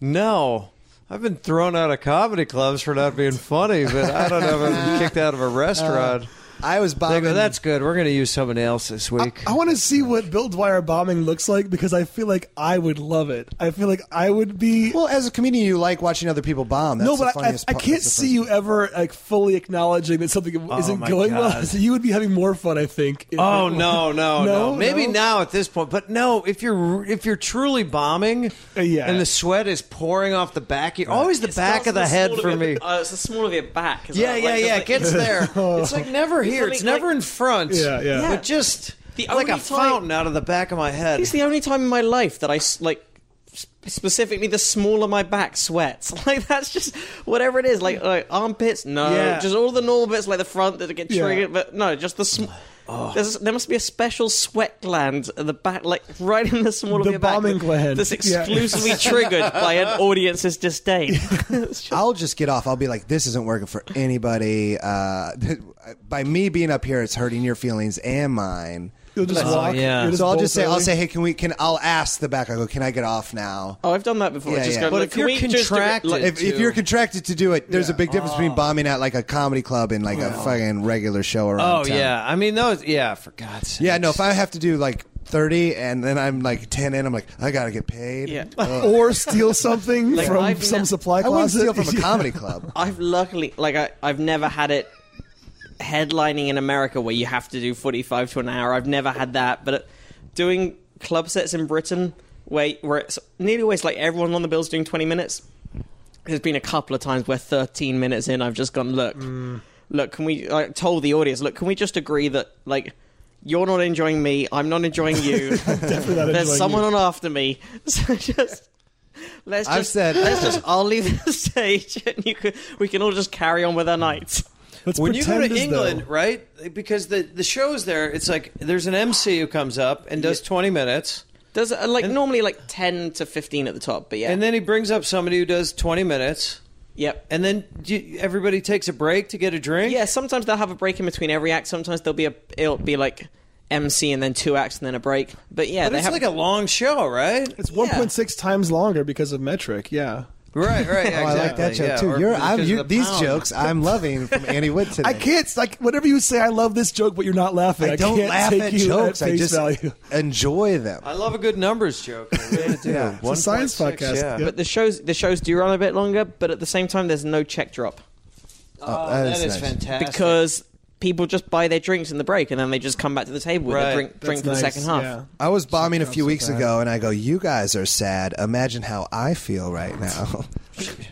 Speaker 5: No. I've been thrown out of comedy clubs for not being funny, but I don't know if I've been kicked out of a restaurant.
Speaker 3: Uh,
Speaker 2: I was
Speaker 5: They
Speaker 2: bombing.
Speaker 5: go, that's good. We're going to use someone else this week.
Speaker 3: I oh, want to see what Bill Dwyer bombing looks like because I feel like I would love it. I feel like I would be.
Speaker 2: well, as a comedian, you like watching other people bomb. That's
Speaker 3: no,
Speaker 2: the
Speaker 3: but I, I,
Speaker 2: funniest
Speaker 3: I
Speaker 2: part-
Speaker 3: can't
Speaker 2: that's the
Speaker 3: see you
Speaker 2: funniest-
Speaker 3: ever like fully acknowledging that something isn't
Speaker 5: my
Speaker 3: going well.
Speaker 5: God.
Speaker 3: So you would be having more fun, I think. if
Speaker 5: Oh
Speaker 3: it were-
Speaker 5: no, no, no,
Speaker 3: No,
Speaker 5: Maybe
Speaker 3: no?
Speaker 5: now at this point, but no. If you're if you're truly bombing,
Speaker 3: Uh, yeah.
Speaker 5: and the sweat is pouring off the back, you always the back of the head for me.
Speaker 4: Uh, it's the small of your back. as
Speaker 5: yeah,
Speaker 4: well,
Speaker 5: yeah,
Speaker 4: like,
Speaker 5: yeah.
Speaker 4: like-
Speaker 5: It gets there. It's like never here. It's
Speaker 4: Something like-
Speaker 5: never in front.
Speaker 3: Oh. Yeah, yeah. Yeah.
Speaker 5: But just
Speaker 4: The
Speaker 5: like a
Speaker 4: only time-
Speaker 5: fountain out of the back of my head.
Speaker 4: It's the only time in my life that I s- like s- specifically the small of my back sweats. Like that's just whatever it is. Like, like armpits, no.
Speaker 5: Yeah.
Speaker 4: Just all the normal bits, like the front that get
Speaker 3: Yeah.
Speaker 4: triggered, but no, just the. Sm- There's, there must be a special sweat gland at the back, like right in the small of
Speaker 3: The
Speaker 4: your back,
Speaker 3: bombing gland.
Speaker 4: that's
Speaker 3: Yeah.
Speaker 4: exclusively triggered by an audience's disdain. It's just-
Speaker 2: I'll just get off. I'll be like, this isn't working for anybody. Uh, by me being up here, it's hurting your feelings and mine.
Speaker 3: You'll just walk.
Speaker 5: yeah.
Speaker 3: you'll
Speaker 2: So I'll
Speaker 3: bolt
Speaker 2: just say,
Speaker 3: early.
Speaker 2: I'll say, hey, can we? Can I'll ask the back? I go, can I get off now?
Speaker 4: oh, I've done that before.
Speaker 2: Yeah,
Speaker 4: just
Speaker 2: yeah.
Speaker 4: Go,
Speaker 2: But
Speaker 4: "Look,
Speaker 5: if
Speaker 4: can
Speaker 5: you're
Speaker 4: we just do it, like-
Speaker 5: contracted-
Speaker 2: If, if
Speaker 5: to-
Speaker 2: you're contracted to do it, there's a big difference between bombing at like a comedy club and like a fucking regular show around.
Speaker 5: oh
Speaker 2: town.
Speaker 5: yeah. I mean those. Yeah, for God's sake.
Speaker 2: yeah. No, if I have to do like 30 and then I'm like 10 in, I'm like, I gotta get paid.
Speaker 4: Yeah.
Speaker 3: or steal something
Speaker 4: Like,
Speaker 3: from
Speaker 4: I've
Speaker 3: some
Speaker 4: ne-
Speaker 3: supply
Speaker 2: I wouldn't
Speaker 3: closet.
Speaker 2: steal from a
Speaker 3: Yeah.
Speaker 2: comedy club.
Speaker 4: I've luckily, like, I, I've never had it headlining in America where you have to do 45 to an hour. I've never had that. But uh, doing club sets in Britain where, where it's nearly always like everyone on the bill's doing 20 minutes, there's been a couple of times where 13 minutes in, I've just gone, look, look, can we, I told the audience, look, can we just agree that, like, you're not enjoying me, I'm not enjoying you.
Speaker 3: Definitely not
Speaker 4: There's
Speaker 3: enjoying
Speaker 4: someone
Speaker 3: you.
Speaker 4: on after me. So just let's
Speaker 2: I've
Speaker 4: just
Speaker 2: said-
Speaker 4: let's just I'll leave the stage and you could, we can all just carry on with
Speaker 5: Hmm.
Speaker 4: our nights.
Speaker 3: Let's
Speaker 5: when you go
Speaker 3: pretend
Speaker 5: to
Speaker 3: as
Speaker 5: England,
Speaker 3: though.
Speaker 5: right? Because the the shows there, it's like there's an MC who comes up and does 20 minutes.
Speaker 4: There's uh, like normally like ten to fifteen at the top, but yeah.
Speaker 5: And then he brings up somebody who does 20 minutes,
Speaker 4: yep.
Speaker 5: and then do you- everybody takes a break to get a drink.
Speaker 4: yeah, sometimes they'll have a break in between every act. Sometimes there'll be a it'll be like MC and then two acts and then a break. But yeah,
Speaker 5: But
Speaker 4: they
Speaker 5: it's
Speaker 4: have
Speaker 5: like a long show, right?
Speaker 3: it's 1.6 times longer because of metric. Yeah.
Speaker 5: Right, right.
Speaker 2: Oh, I like that joke too. You're, I'm, you, these jokes I'm loving from Annie Wood today.
Speaker 3: I can't like whenever you say I love this joke, but you're not laughing. I,
Speaker 2: I don't
Speaker 3: can't
Speaker 2: laugh
Speaker 3: take
Speaker 2: at
Speaker 3: you
Speaker 2: jokes.
Speaker 3: At
Speaker 2: I
Speaker 3: face
Speaker 2: just
Speaker 3: value.
Speaker 2: enjoy them.
Speaker 5: I love a good numbers joke. I really do.
Speaker 2: Yeah.
Speaker 3: It's a science
Speaker 5: 1.6,
Speaker 3: podcast.
Speaker 5: yeah.
Speaker 3: Yep.
Speaker 4: but the shows the shows do run a bit longer, but at the same time there's no check drop.
Speaker 5: Oh,
Speaker 2: that
Speaker 5: that
Speaker 2: is
Speaker 5: is,
Speaker 2: nice.
Speaker 5: fantastic.
Speaker 4: Because people just buy their drinks in the break and then they just come back to the table with
Speaker 5: Right.
Speaker 4: their drink, drink for
Speaker 3: That's
Speaker 4: the second
Speaker 3: nice,
Speaker 4: half.
Speaker 3: yeah.
Speaker 2: I was bombing a few weeks ago, and I go, "You guys are sad. Imagine how I feel right now.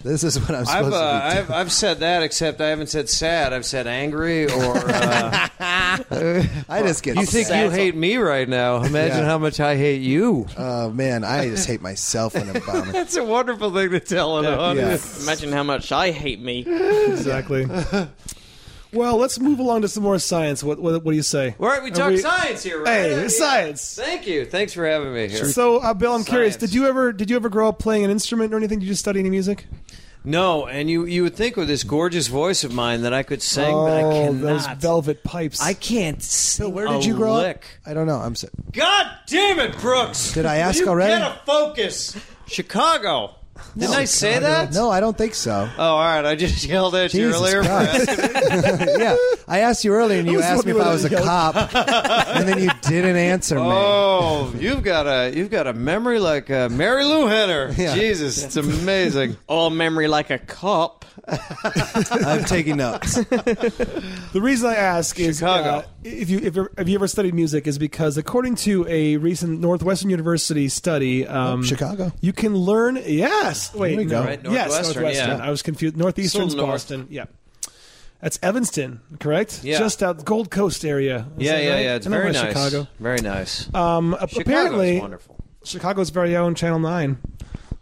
Speaker 2: this is what I'm supposed
Speaker 5: I've, uh,
Speaker 2: to be."
Speaker 5: I've I've said that, except I haven't said sad. I've said angry or. Uh,
Speaker 2: doing. I just get.
Speaker 5: you think you
Speaker 2: sad.
Speaker 5: hate me right now? Imagine
Speaker 2: Yeah.
Speaker 5: how much I hate you.
Speaker 2: Oh man, I just hate myself when I'm bombing.
Speaker 5: That's a wonderful thing to tell an
Speaker 2: yeah.
Speaker 5: audience.
Speaker 4: Imagine how much I hate me.
Speaker 3: Exactly. well, let's move along to some more science. What what, what do you say?
Speaker 5: All right, we
Speaker 3: Are
Speaker 5: talk
Speaker 3: we-
Speaker 5: science here, right?
Speaker 3: Hey,
Speaker 5: Yeah.
Speaker 3: science.
Speaker 5: Thank you. Thanks for having me here.
Speaker 3: So, uh, Bill, I'm curious.
Speaker 5: Science.
Speaker 3: Did you ever did you ever grow up playing an instrument or anything? Did you study any music?
Speaker 5: No, and you you would think with this gorgeous voice of mine that I could sing, but I
Speaker 3: oh,
Speaker 5: cannot.
Speaker 3: those velvet pipes.
Speaker 5: I can't sing.
Speaker 2: Where did
Speaker 5: a
Speaker 2: you grow
Speaker 5: lick.
Speaker 2: up? I don't know. I'm. So-
Speaker 5: God damn it, Brooks!
Speaker 2: Did I
Speaker 5: Will
Speaker 2: ask
Speaker 5: you
Speaker 2: already?
Speaker 5: Get a focus, Chicago. Didn't I say that?
Speaker 2: Oh, no, I don't think so.
Speaker 5: Oh, all right. I just yelled at you
Speaker 2: Jesus
Speaker 5: earlier. for
Speaker 2: Christ.
Speaker 5: asking-
Speaker 2: yeah, I asked you earlier, and you
Speaker 3: was
Speaker 2: asked me if
Speaker 3: wondering
Speaker 2: I was a
Speaker 3: what you
Speaker 2: cop, and then you didn't answer me.
Speaker 5: Oh, you've got a you've got a memory like uh, Mary Lou Henner.
Speaker 2: Yeah. Oh,
Speaker 5: Jesus, it's amazing.
Speaker 4: Or memory like a cop.
Speaker 2: I'm taking notes.
Speaker 3: The reason I ask is
Speaker 5: Chicago.
Speaker 3: uh, if you if, you're- have you ever studied music is because according to a recent Northwestern University study, um,
Speaker 2: Oh, Chicago.
Speaker 3: you can learn. Yes, wait,
Speaker 2: we
Speaker 3: no.
Speaker 2: go.
Speaker 5: Right,
Speaker 3: yes,
Speaker 5: Northwestern,
Speaker 3: Northwestern.
Speaker 5: yeah.
Speaker 3: I was confused. Northeastern's
Speaker 5: Still north.
Speaker 3: Boston. Yeah. That's Evanston, correct?
Speaker 5: Yeah.
Speaker 3: Just out Gold Coast area. Is
Speaker 5: yeah,
Speaker 3: that
Speaker 5: yeah,
Speaker 3: right?
Speaker 5: yeah. It's
Speaker 3: I know
Speaker 5: very
Speaker 3: by
Speaker 5: nice.
Speaker 3: Chicago.
Speaker 5: Very nice.
Speaker 2: Uh,
Speaker 3: Um, ap- apparently,
Speaker 5: Chicago's wonderful.
Speaker 3: Chicago's very own Channel Nine.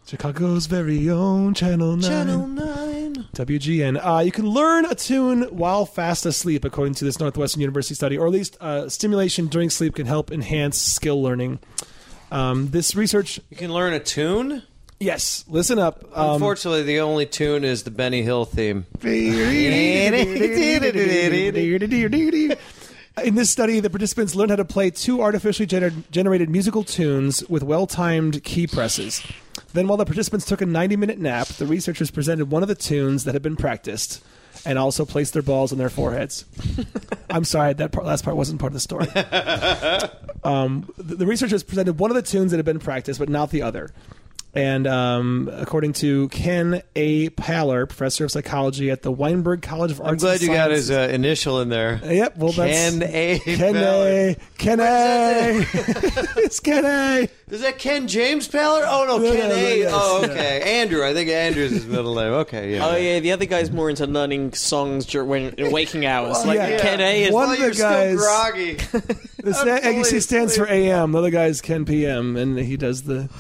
Speaker 3: Chicago's very own Channel Nine.
Speaker 5: Nine.
Speaker 3: WGN. Uh, you can learn a tune while fast asleep, according to this Northwestern University study, or at least uh, stimulation during sleep can help enhance skill learning. Um, this research,
Speaker 5: You can learn a tune.
Speaker 3: yes, listen up. Um,
Speaker 5: Unfortunately, the only tune is the Benny Hill theme.
Speaker 3: in this study, the participants learned how to play two artificially gener- generated musical tunes with well timed key presses. Then, while the participants took a 90 minute nap, the researchers presented one of the tunes that had been practiced and also placed their balls on their foreheads. I'm sorry, that part, last part wasn't part of the story. Um, the the researchers presented one of the tunes that had been practiced, but not the other. And um, according to Ken A. Paller, professor of psychology at the Weinberg College of Arts,
Speaker 5: I'm glad
Speaker 3: and
Speaker 5: you got
Speaker 3: Sciences-
Speaker 5: his uh, initial in there.
Speaker 3: Yep. Well, that's
Speaker 5: Ken A.
Speaker 3: Ken
Speaker 5: Paller.
Speaker 3: A. Ken A. it's Ken A.
Speaker 5: Is that Ken James Paller? Oh no,
Speaker 3: No,
Speaker 5: Ken
Speaker 3: no, no,
Speaker 5: A.
Speaker 3: yes,
Speaker 5: oh,
Speaker 3: yeah.
Speaker 5: okay. Andrew. I think Andrew's his middle name. Okay, yeah.
Speaker 4: Oh yeah, the other guy's more into learning songs dur- when in waking hours. like
Speaker 3: yeah.
Speaker 4: Ken A is
Speaker 3: One
Speaker 5: Well,
Speaker 3: of the
Speaker 5: you're
Speaker 3: guys-
Speaker 5: still groggy.
Speaker 3: This AGC E stands for AM. The other guy is Ken PM, and he does the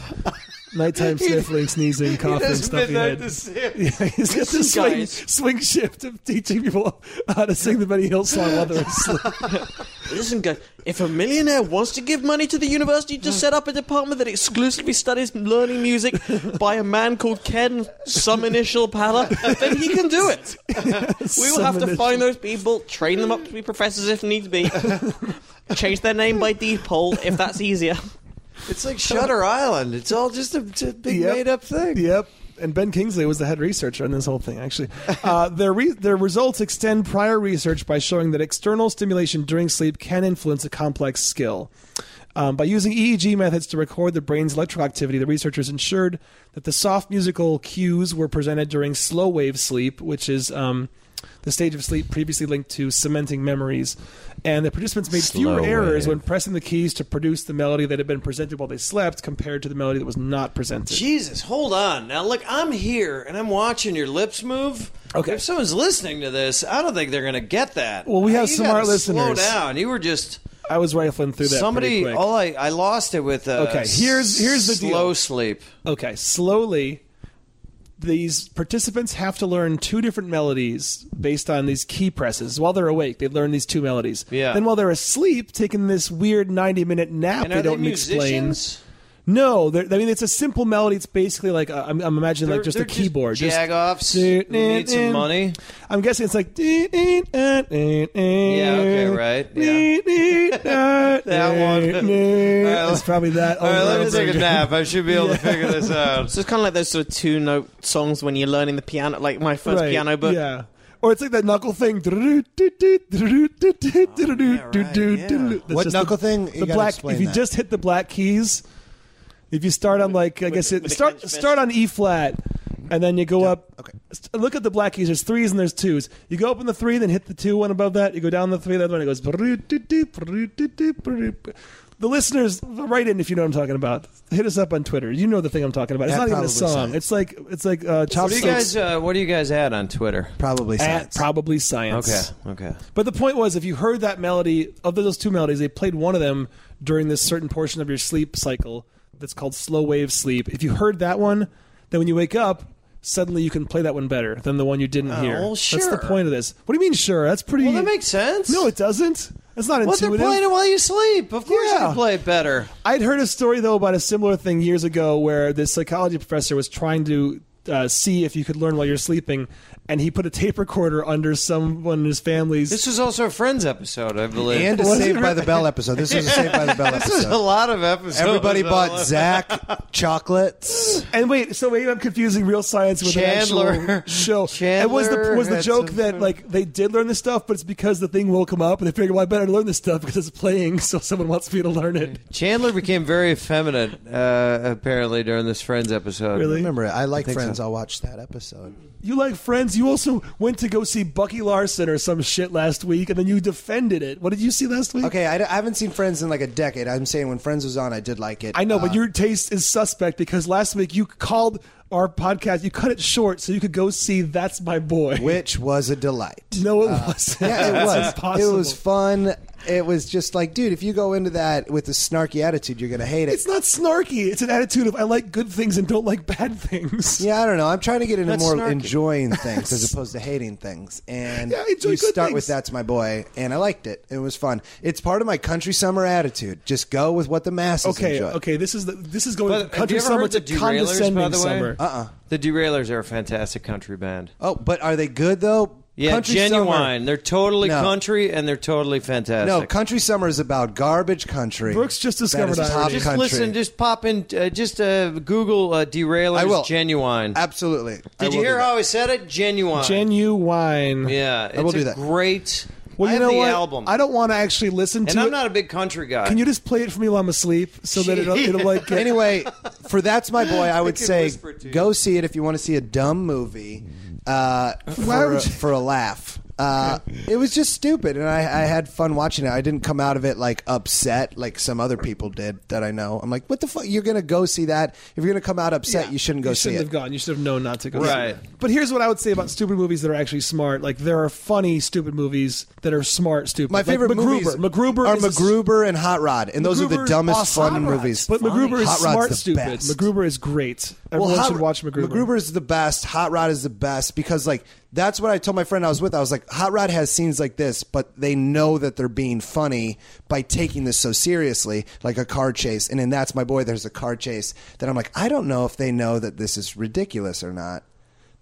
Speaker 3: nighttime sniffling, sneezing, coughing,
Speaker 5: That's
Speaker 3: stuffy
Speaker 5: midnight
Speaker 3: head.
Speaker 5: to six.
Speaker 3: Yeah, he's got this swing,
Speaker 4: Guys.
Speaker 3: swing shift of teaching people how to sing the Benny Hill song while they're asleep.
Speaker 4: Listen, guys, if a millionaire wants to give money to the university to set up a department that exclusively studies learning music by a man called Ken, some initial pala, then he can do it. We will have to find those people, train them up to be professors if need be, change their name by default if that's easier.
Speaker 5: It's like Shutter Island. It's all just a, t- big
Speaker 3: Yep.
Speaker 5: made up thing.
Speaker 3: Yep. And Ben Kingsley was the head researcher on this whole thing, actually. Uh, their, re- their results extend prior research by showing that external stimulation during sleep can influence a complex skill. Um, by using EEG methods to record the brain's electrical activity, the researchers ensured that the soft musical cues were presented during slow wave sleep, which is um, the stage of sleep previously linked to cementing memories. And the participants made fewer
Speaker 5: Slow
Speaker 3: errors
Speaker 5: wave.
Speaker 3: when pressing the keys to produce the melody that had been presented while they slept compared to the melody that was not presented.
Speaker 5: Jesus, hold on. Now, look, I'm here and I'm watching your lips move.
Speaker 3: Okay.
Speaker 5: If someone's listening to this, I don't think they're going to get that.
Speaker 3: Well, we have
Speaker 5: You
Speaker 3: smart
Speaker 5: gotta Slow
Speaker 3: listeners.
Speaker 5: down. You were just
Speaker 3: I was rifling through that. pretty
Speaker 5: somebody.
Speaker 3: quick.
Speaker 5: All I, I lost it with. Uh,
Speaker 3: Okay, here's- here's the
Speaker 5: slow
Speaker 3: deal.
Speaker 5: sleep.
Speaker 3: okay, slowly, these participants have to learn two different melodies based on these key presses. While they're awake, they learn these two melodies.
Speaker 5: Yeah.
Speaker 3: Then while they're asleep, taking this weird ninety-minute nap,
Speaker 5: And
Speaker 3: they
Speaker 5: are
Speaker 3: don't
Speaker 5: they
Speaker 3: explain.
Speaker 5: musicians?
Speaker 3: No, they're- I mean it's a simple melody. It's basically like uh, I'm, I'm imagining like
Speaker 5: They're-
Speaker 3: just a
Speaker 5: they're
Speaker 3: keyboard. just-
Speaker 5: Jag offs.
Speaker 3: Do-
Speaker 5: Need some money.
Speaker 3: I'm guessing it's like. Yeah, okay,
Speaker 5: right,
Speaker 3: Yeah.
Speaker 5: That one. All
Speaker 3: It's
Speaker 5: right,
Speaker 3: probably that.
Speaker 5: All right,
Speaker 3: over
Speaker 5: let
Speaker 3: and
Speaker 5: me
Speaker 3: over
Speaker 5: take a
Speaker 3: again.
Speaker 5: nap. I should be able to figure this out.
Speaker 4: So it's kind of like those sort of two note songs when you're learning the piano, like my first
Speaker 3: Right,
Speaker 4: piano book.
Speaker 3: Yeah. Or it's like that knuckle thing. That's
Speaker 2: What
Speaker 3: just
Speaker 2: knuckle
Speaker 3: the,
Speaker 2: thing? You
Speaker 3: The
Speaker 2: gotta
Speaker 3: black.
Speaker 2: explain
Speaker 3: If you
Speaker 2: that.
Speaker 3: just hit the black keys, if you start on like I guess it
Speaker 4: with the
Speaker 3: start
Speaker 4: clenched fist.
Speaker 3: start on E flat, and then you go up.
Speaker 2: okay.
Speaker 3: st- Look at the black keys. There's threes and there's twos. You go up on the three, then hit the two one above that. You go down the three, the other one. It goes. The listeners, write in if you know what I'm talking about. Hit us up on Twitter. You know the thing I'm talking about. It's
Speaker 2: Yeah,
Speaker 3: not even a
Speaker 2: probably
Speaker 3: song.
Speaker 2: so.
Speaker 3: It's like it's like uh, chop
Speaker 5: What do you
Speaker 3: suey.
Speaker 5: guys? Uh, what do you guys add on Twitter?
Speaker 2: Probably
Speaker 3: At
Speaker 2: science.
Speaker 3: probably science.
Speaker 5: Okay. Okay.
Speaker 3: But the point was, if you heard that melody of those two melodies, they played one of them during this certain portion of your sleep cycle that's called slow wave sleep. If you heard that one, then when you wake up, suddenly you can play that one better than the one you didn't hear.
Speaker 5: well,
Speaker 3: That's
Speaker 5: Oh, sure.
Speaker 3: the point of this. What do you mean, sure? That's pretty.
Speaker 5: Well, that makes sense.
Speaker 3: no, it doesn't. That's not
Speaker 5: What they're
Speaker 3: intuitive.
Speaker 5: playing it while you sleep. Of course, you
Speaker 3: Yeah.
Speaker 5: can play it better.
Speaker 3: I'd heard a story though about a similar thing years ago where this psychology professor was trying to uh, see if you could learn while you're sleeping, and he put a tape recorder under someone in his family's.
Speaker 5: This was also a Friends episode, I believe.
Speaker 2: and a
Speaker 3: Was it
Speaker 2: Saved by the Bell episode. This is a Saved by the Bell
Speaker 5: this was a
Speaker 2: episode.
Speaker 5: lot of episodes.
Speaker 2: Everybody bought
Speaker 5: Uh,
Speaker 2: Zach chocolates.
Speaker 3: and wait, so maybe I'm confusing real science with an
Speaker 5: Chandler-
Speaker 3: actual show.
Speaker 5: Chandler
Speaker 3: and was the was the
Speaker 5: had
Speaker 3: joke
Speaker 5: some-
Speaker 3: that like they did learn this stuff, but it's because the thing woke them up and they figured, well, I better learn this stuff because it's playing, so someone wants me to learn it.
Speaker 5: Chandler became very effeminate, uh, apparently, during this Friends episode.
Speaker 3: Really?
Speaker 2: Remember, it. I like
Speaker 5: think
Speaker 2: Friends.
Speaker 5: so.
Speaker 2: I'll watch that episode.
Speaker 3: You like Friends? you also went to go see Bucky Larson or some shit last week, and then you defended it. What did you see last week?
Speaker 2: Okay, I, I haven't seen Friends in like a decade. I'm saying when Friends was on, I did like it.
Speaker 3: I know, but your taste is suspect because last week you called our podcast, you cut it short so you could go see That's My Boy.
Speaker 2: which was a delight.
Speaker 3: no, it wasn't.
Speaker 2: Uh, Yeah, it
Speaker 3: It's
Speaker 2: was.
Speaker 3: impossible.
Speaker 2: It was fun. It was just like, dude, if you go into that with a snarky attitude, you're gonna hate it.
Speaker 3: It's not snarky. It's an attitude of I like good things and don't like bad things.
Speaker 2: yeah, I don't know. I'm trying to get into
Speaker 5: That's
Speaker 2: more
Speaker 5: snarky.
Speaker 2: enjoying things as opposed to hating things. And
Speaker 3: Yeah, enjoy
Speaker 2: you
Speaker 3: good
Speaker 2: start
Speaker 3: things.
Speaker 2: with that's my boy, and I liked it. It was fun. It's part of my country summer attitude. Just go with what the masses
Speaker 3: Okay,
Speaker 2: enjoy.
Speaker 3: okay. This is the, this is going
Speaker 5: But
Speaker 3: from
Speaker 5: have
Speaker 3: country
Speaker 5: you ever
Speaker 3: summer
Speaker 5: heard
Speaker 3: to
Speaker 5: the Derailers,
Speaker 3: condescending
Speaker 5: by the way? Uh,
Speaker 3: summer.
Speaker 2: Uh-uh.
Speaker 5: The Derailers are a fantastic country band.
Speaker 2: Oh, but are they good though?
Speaker 5: Yeah,
Speaker 2: country
Speaker 5: genuine.
Speaker 2: Summer.
Speaker 5: They're totally
Speaker 2: No.
Speaker 5: country and they're totally fantastic.
Speaker 2: No, country summer is about garbage country.
Speaker 3: Brooks just
Speaker 2: That is
Speaker 3: discovered
Speaker 2: top
Speaker 3: irony.
Speaker 5: just
Speaker 2: country.
Speaker 5: listen. Just pop in. Uh, just uh, Google uh, Derailers.
Speaker 2: I will.
Speaker 5: Genuine.
Speaker 2: Absolutely. I
Speaker 5: Did you
Speaker 2: will
Speaker 5: hear
Speaker 2: do that.
Speaker 5: how I said it? Genuine.
Speaker 3: Genuine.
Speaker 5: yeah, it's
Speaker 2: will
Speaker 5: a
Speaker 2: do that.
Speaker 5: Great.
Speaker 3: Well,
Speaker 5: I
Speaker 3: you
Speaker 5: have
Speaker 3: know
Speaker 5: the
Speaker 3: what?
Speaker 5: Album.
Speaker 3: I don't want to actually listen to
Speaker 5: And I'm
Speaker 3: it.
Speaker 5: not a big country guy.
Speaker 3: Can you just play it for me while I'm asleep so that it'll, it'll like get-
Speaker 2: anyway, for that's my boy. I would
Speaker 5: can
Speaker 2: say
Speaker 5: whisper to you.
Speaker 2: go see it if you want to see a dumb movie uh,
Speaker 3: Why
Speaker 2: for,
Speaker 3: would
Speaker 2: a,
Speaker 3: you-
Speaker 2: for a laugh. Uh, it was just stupid, and I, I had fun watching it. I didn't come out of it like upset, like some other people did that I know. I'm like, what the fuck? You're gonna go see that? If you're gonna come out upset, you shouldn't go
Speaker 3: you
Speaker 2: see
Speaker 3: shouldn't
Speaker 2: it.
Speaker 3: have gone. You should have known not to go.
Speaker 5: Right.
Speaker 3: See it. But here's what I would say about stupid movies that are actually smart. Like there are funny stupid movies that are smart stupid.
Speaker 2: my
Speaker 3: Like,
Speaker 2: favorite
Speaker 3: MacGruber.
Speaker 2: movies
Speaker 3: MacGruber
Speaker 2: are
Speaker 3: is a s-
Speaker 2: MacGruber and Hot Rod, and those are
Speaker 3: MacGruber
Speaker 2: the
Speaker 3: is
Speaker 2: dumbest
Speaker 3: awesome.
Speaker 2: fun
Speaker 3: Hot Rod's
Speaker 2: movies.
Speaker 3: But MacGruber is
Speaker 2: Hot Rod's
Speaker 3: smart
Speaker 2: the
Speaker 3: stupid.
Speaker 2: best.
Speaker 3: MacGruber is great. Everyone
Speaker 2: Hot-
Speaker 3: should watch MacGruber.
Speaker 2: MacGruber's the best. Hot Rod is the best because like that's what I told my friend I was with. I was like, Hot Rod has scenes like this, but they know that they're being funny by taking this so seriously, like a car chase. And in that's my boy. There's a car chase that I'm like, I don't know if they know that this is ridiculous or not.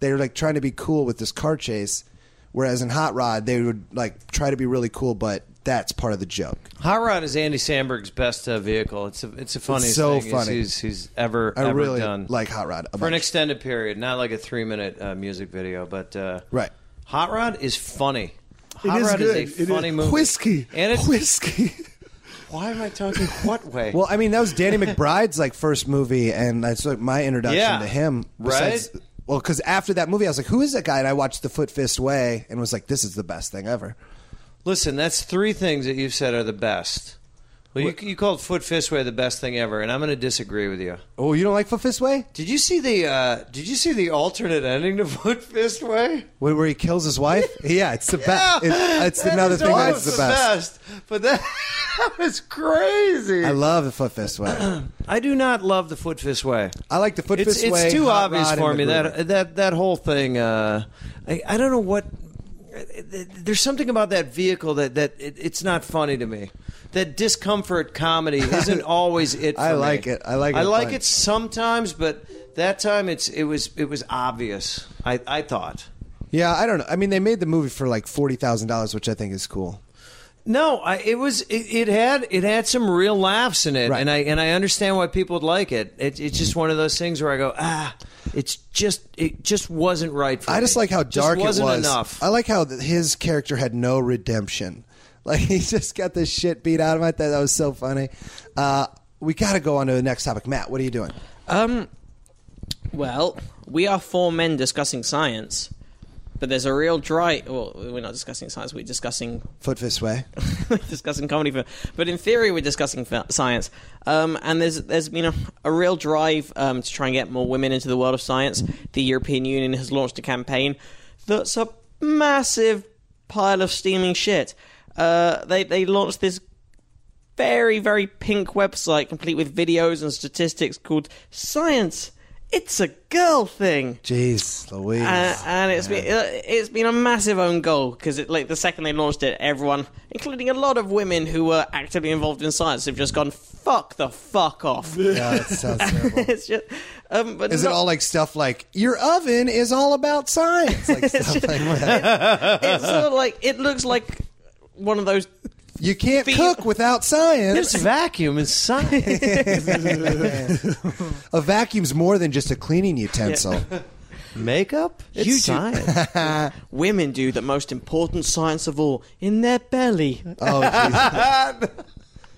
Speaker 2: They're like trying to be cool with this car chase, whereas in Hot Rod they would like try to be really cool, but that's part of the joke.
Speaker 5: Hot Rod is Andy Samberg's best uh, vehicle. It's a, it's the funniest
Speaker 2: so
Speaker 5: thing he's-
Speaker 2: funny.
Speaker 5: He's, he's ever
Speaker 2: I
Speaker 5: ever
Speaker 2: really
Speaker 5: done.
Speaker 2: like Hot Rod. a
Speaker 5: for an
Speaker 2: bunch.
Speaker 5: extended period, not like a three minute uh, music video, but uh,
Speaker 2: Right.
Speaker 5: Hot Rod is funny.
Speaker 3: It
Speaker 5: Hot
Speaker 3: is
Speaker 5: Rod
Speaker 3: good.
Speaker 5: is a
Speaker 3: It
Speaker 5: funny movie.
Speaker 3: Whiskey.
Speaker 5: and it's
Speaker 3: whiskey.
Speaker 5: why am I talking what way?
Speaker 2: Well, I mean, that was Danny McBride's like first movie, and that's like my introduction
Speaker 5: Yeah.
Speaker 2: to him.
Speaker 5: Right?
Speaker 2: well, because after that movie, I was like, "Who is that guy?" And I watched The Foot Fist Way, and was like, "This is the best thing ever."
Speaker 5: Listen, that's three things that you've said are the best. Well, you, you called Foot Fist Way the best thing ever, and I'm going to disagree with you.
Speaker 2: Oh, you don't like Foot Fist Way?
Speaker 5: Did you see the uh, Did you see the alternate ending to Foot Fist Way?
Speaker 2: Where, where he kills his wife? yeah, it's the best. It's, it's
Speaker 5: That
Speaker 2: another
Speaker 5: is
Speaker 2: thing that's
Speaker 5: almost
Speaker 2: the, best.
Speaker 5: But that, that was crazy.
Speaker 2: I love The Foot Fist Way.
Speaker 5: I do not love the Foot Fist Way.
Speaker 2: I like The Foot
Speaker 5: It's,
Speaker 2: Fist
Speaker 5: it's
Speaker 2: Way.
Speaker 5: too
Speaker 2: Hot
Speaker 5: obvious
Speaker 2: Rod,
Speaker 5: for
Speaker 2: and
Speaker 5: me
Speaker 2: The Groover.
Speaker 5: that that that whole thing. Uh, I I don't know what. There's something about that vehicle that that it, it's not funny to me. That discomfort comedy isn't always it. For
Speaker 2: I
Speaker 5: me.
Speaker 2: like it. I like it
Speaker 5: I like
Speaker 2: fine.
Speaker 5: it sometimes, but that time it's it was it was obvious. I I thought.
Speaker 2: Yeah, I don't know. I mean, they made the movie for like forty thousand dollars, which I think is cool.
Speaker 5: No, I, it was it, it had it had some real laughs in it,
Speaker 2: Right.
Speaker 5: and I and I understand why people would like it. it. It's just one of those things where I go, ah, it's just it just wasn't right for
Speaker 2: I
Speaker 5: me.
Speaker 2: just like how
Speaker 5: Just
Speaker 2: dark
Speaker 5: wasn't
Speaker 2: it was.
Speaker 5: Enough.
Speaker 2: I like how th- his character had no redemption. Like he just got the shit beat out of him. I thought that was so funny. Uh, we got to go on to the next topic. Matt, what are you doing?
Speaker 4: Um, well, we are four men discussing science, but there's a real dry. Well, we're not discussing science. We're discussing
Speaker 2: Foot fist way.
Speaker 4: discussing comedy film, but in theory, we're discussing fi- science. Um, and there's there's been a, a real drive um, to try and get more women into the world of science. The European Union has launched a campaign that's a massive pile of steaming shit. Uh, they they launched this very very pink website complete with videos and statistics called Science. It's a girl thing.
Speaker 2: Jeez, Louise.
Speaker 4: Uh, and it's been uh, it's been a massive own goal because like the second they launched it, everyone, including a lot of women who were actively involved in science, have just gone fuck the fuck off.
Speaker 2: yeah, that sounds terrible.
Speaker 4: it's just, um, but
Speaker 2: Is it
Speaker 4: not-
Speaker 2: all like stuff like your oven is all about science? Like stuff like that.
Speaker 4: it's sort of like it looks like one of those.
Speaker 2: You can't
Speaker 4: Feel-
Speaker 2: cook without science.
Speaker 5: this vacuum is science.
Speaker 2: A vacuum's more than just a cleaning utensil.
Speaker 5: Makeup, it's
Speaker 4: You do-
Speaker 5: science.
Speaker 4: Women do the most important science of all in their belly.
Speaker 2: Oh, jeez.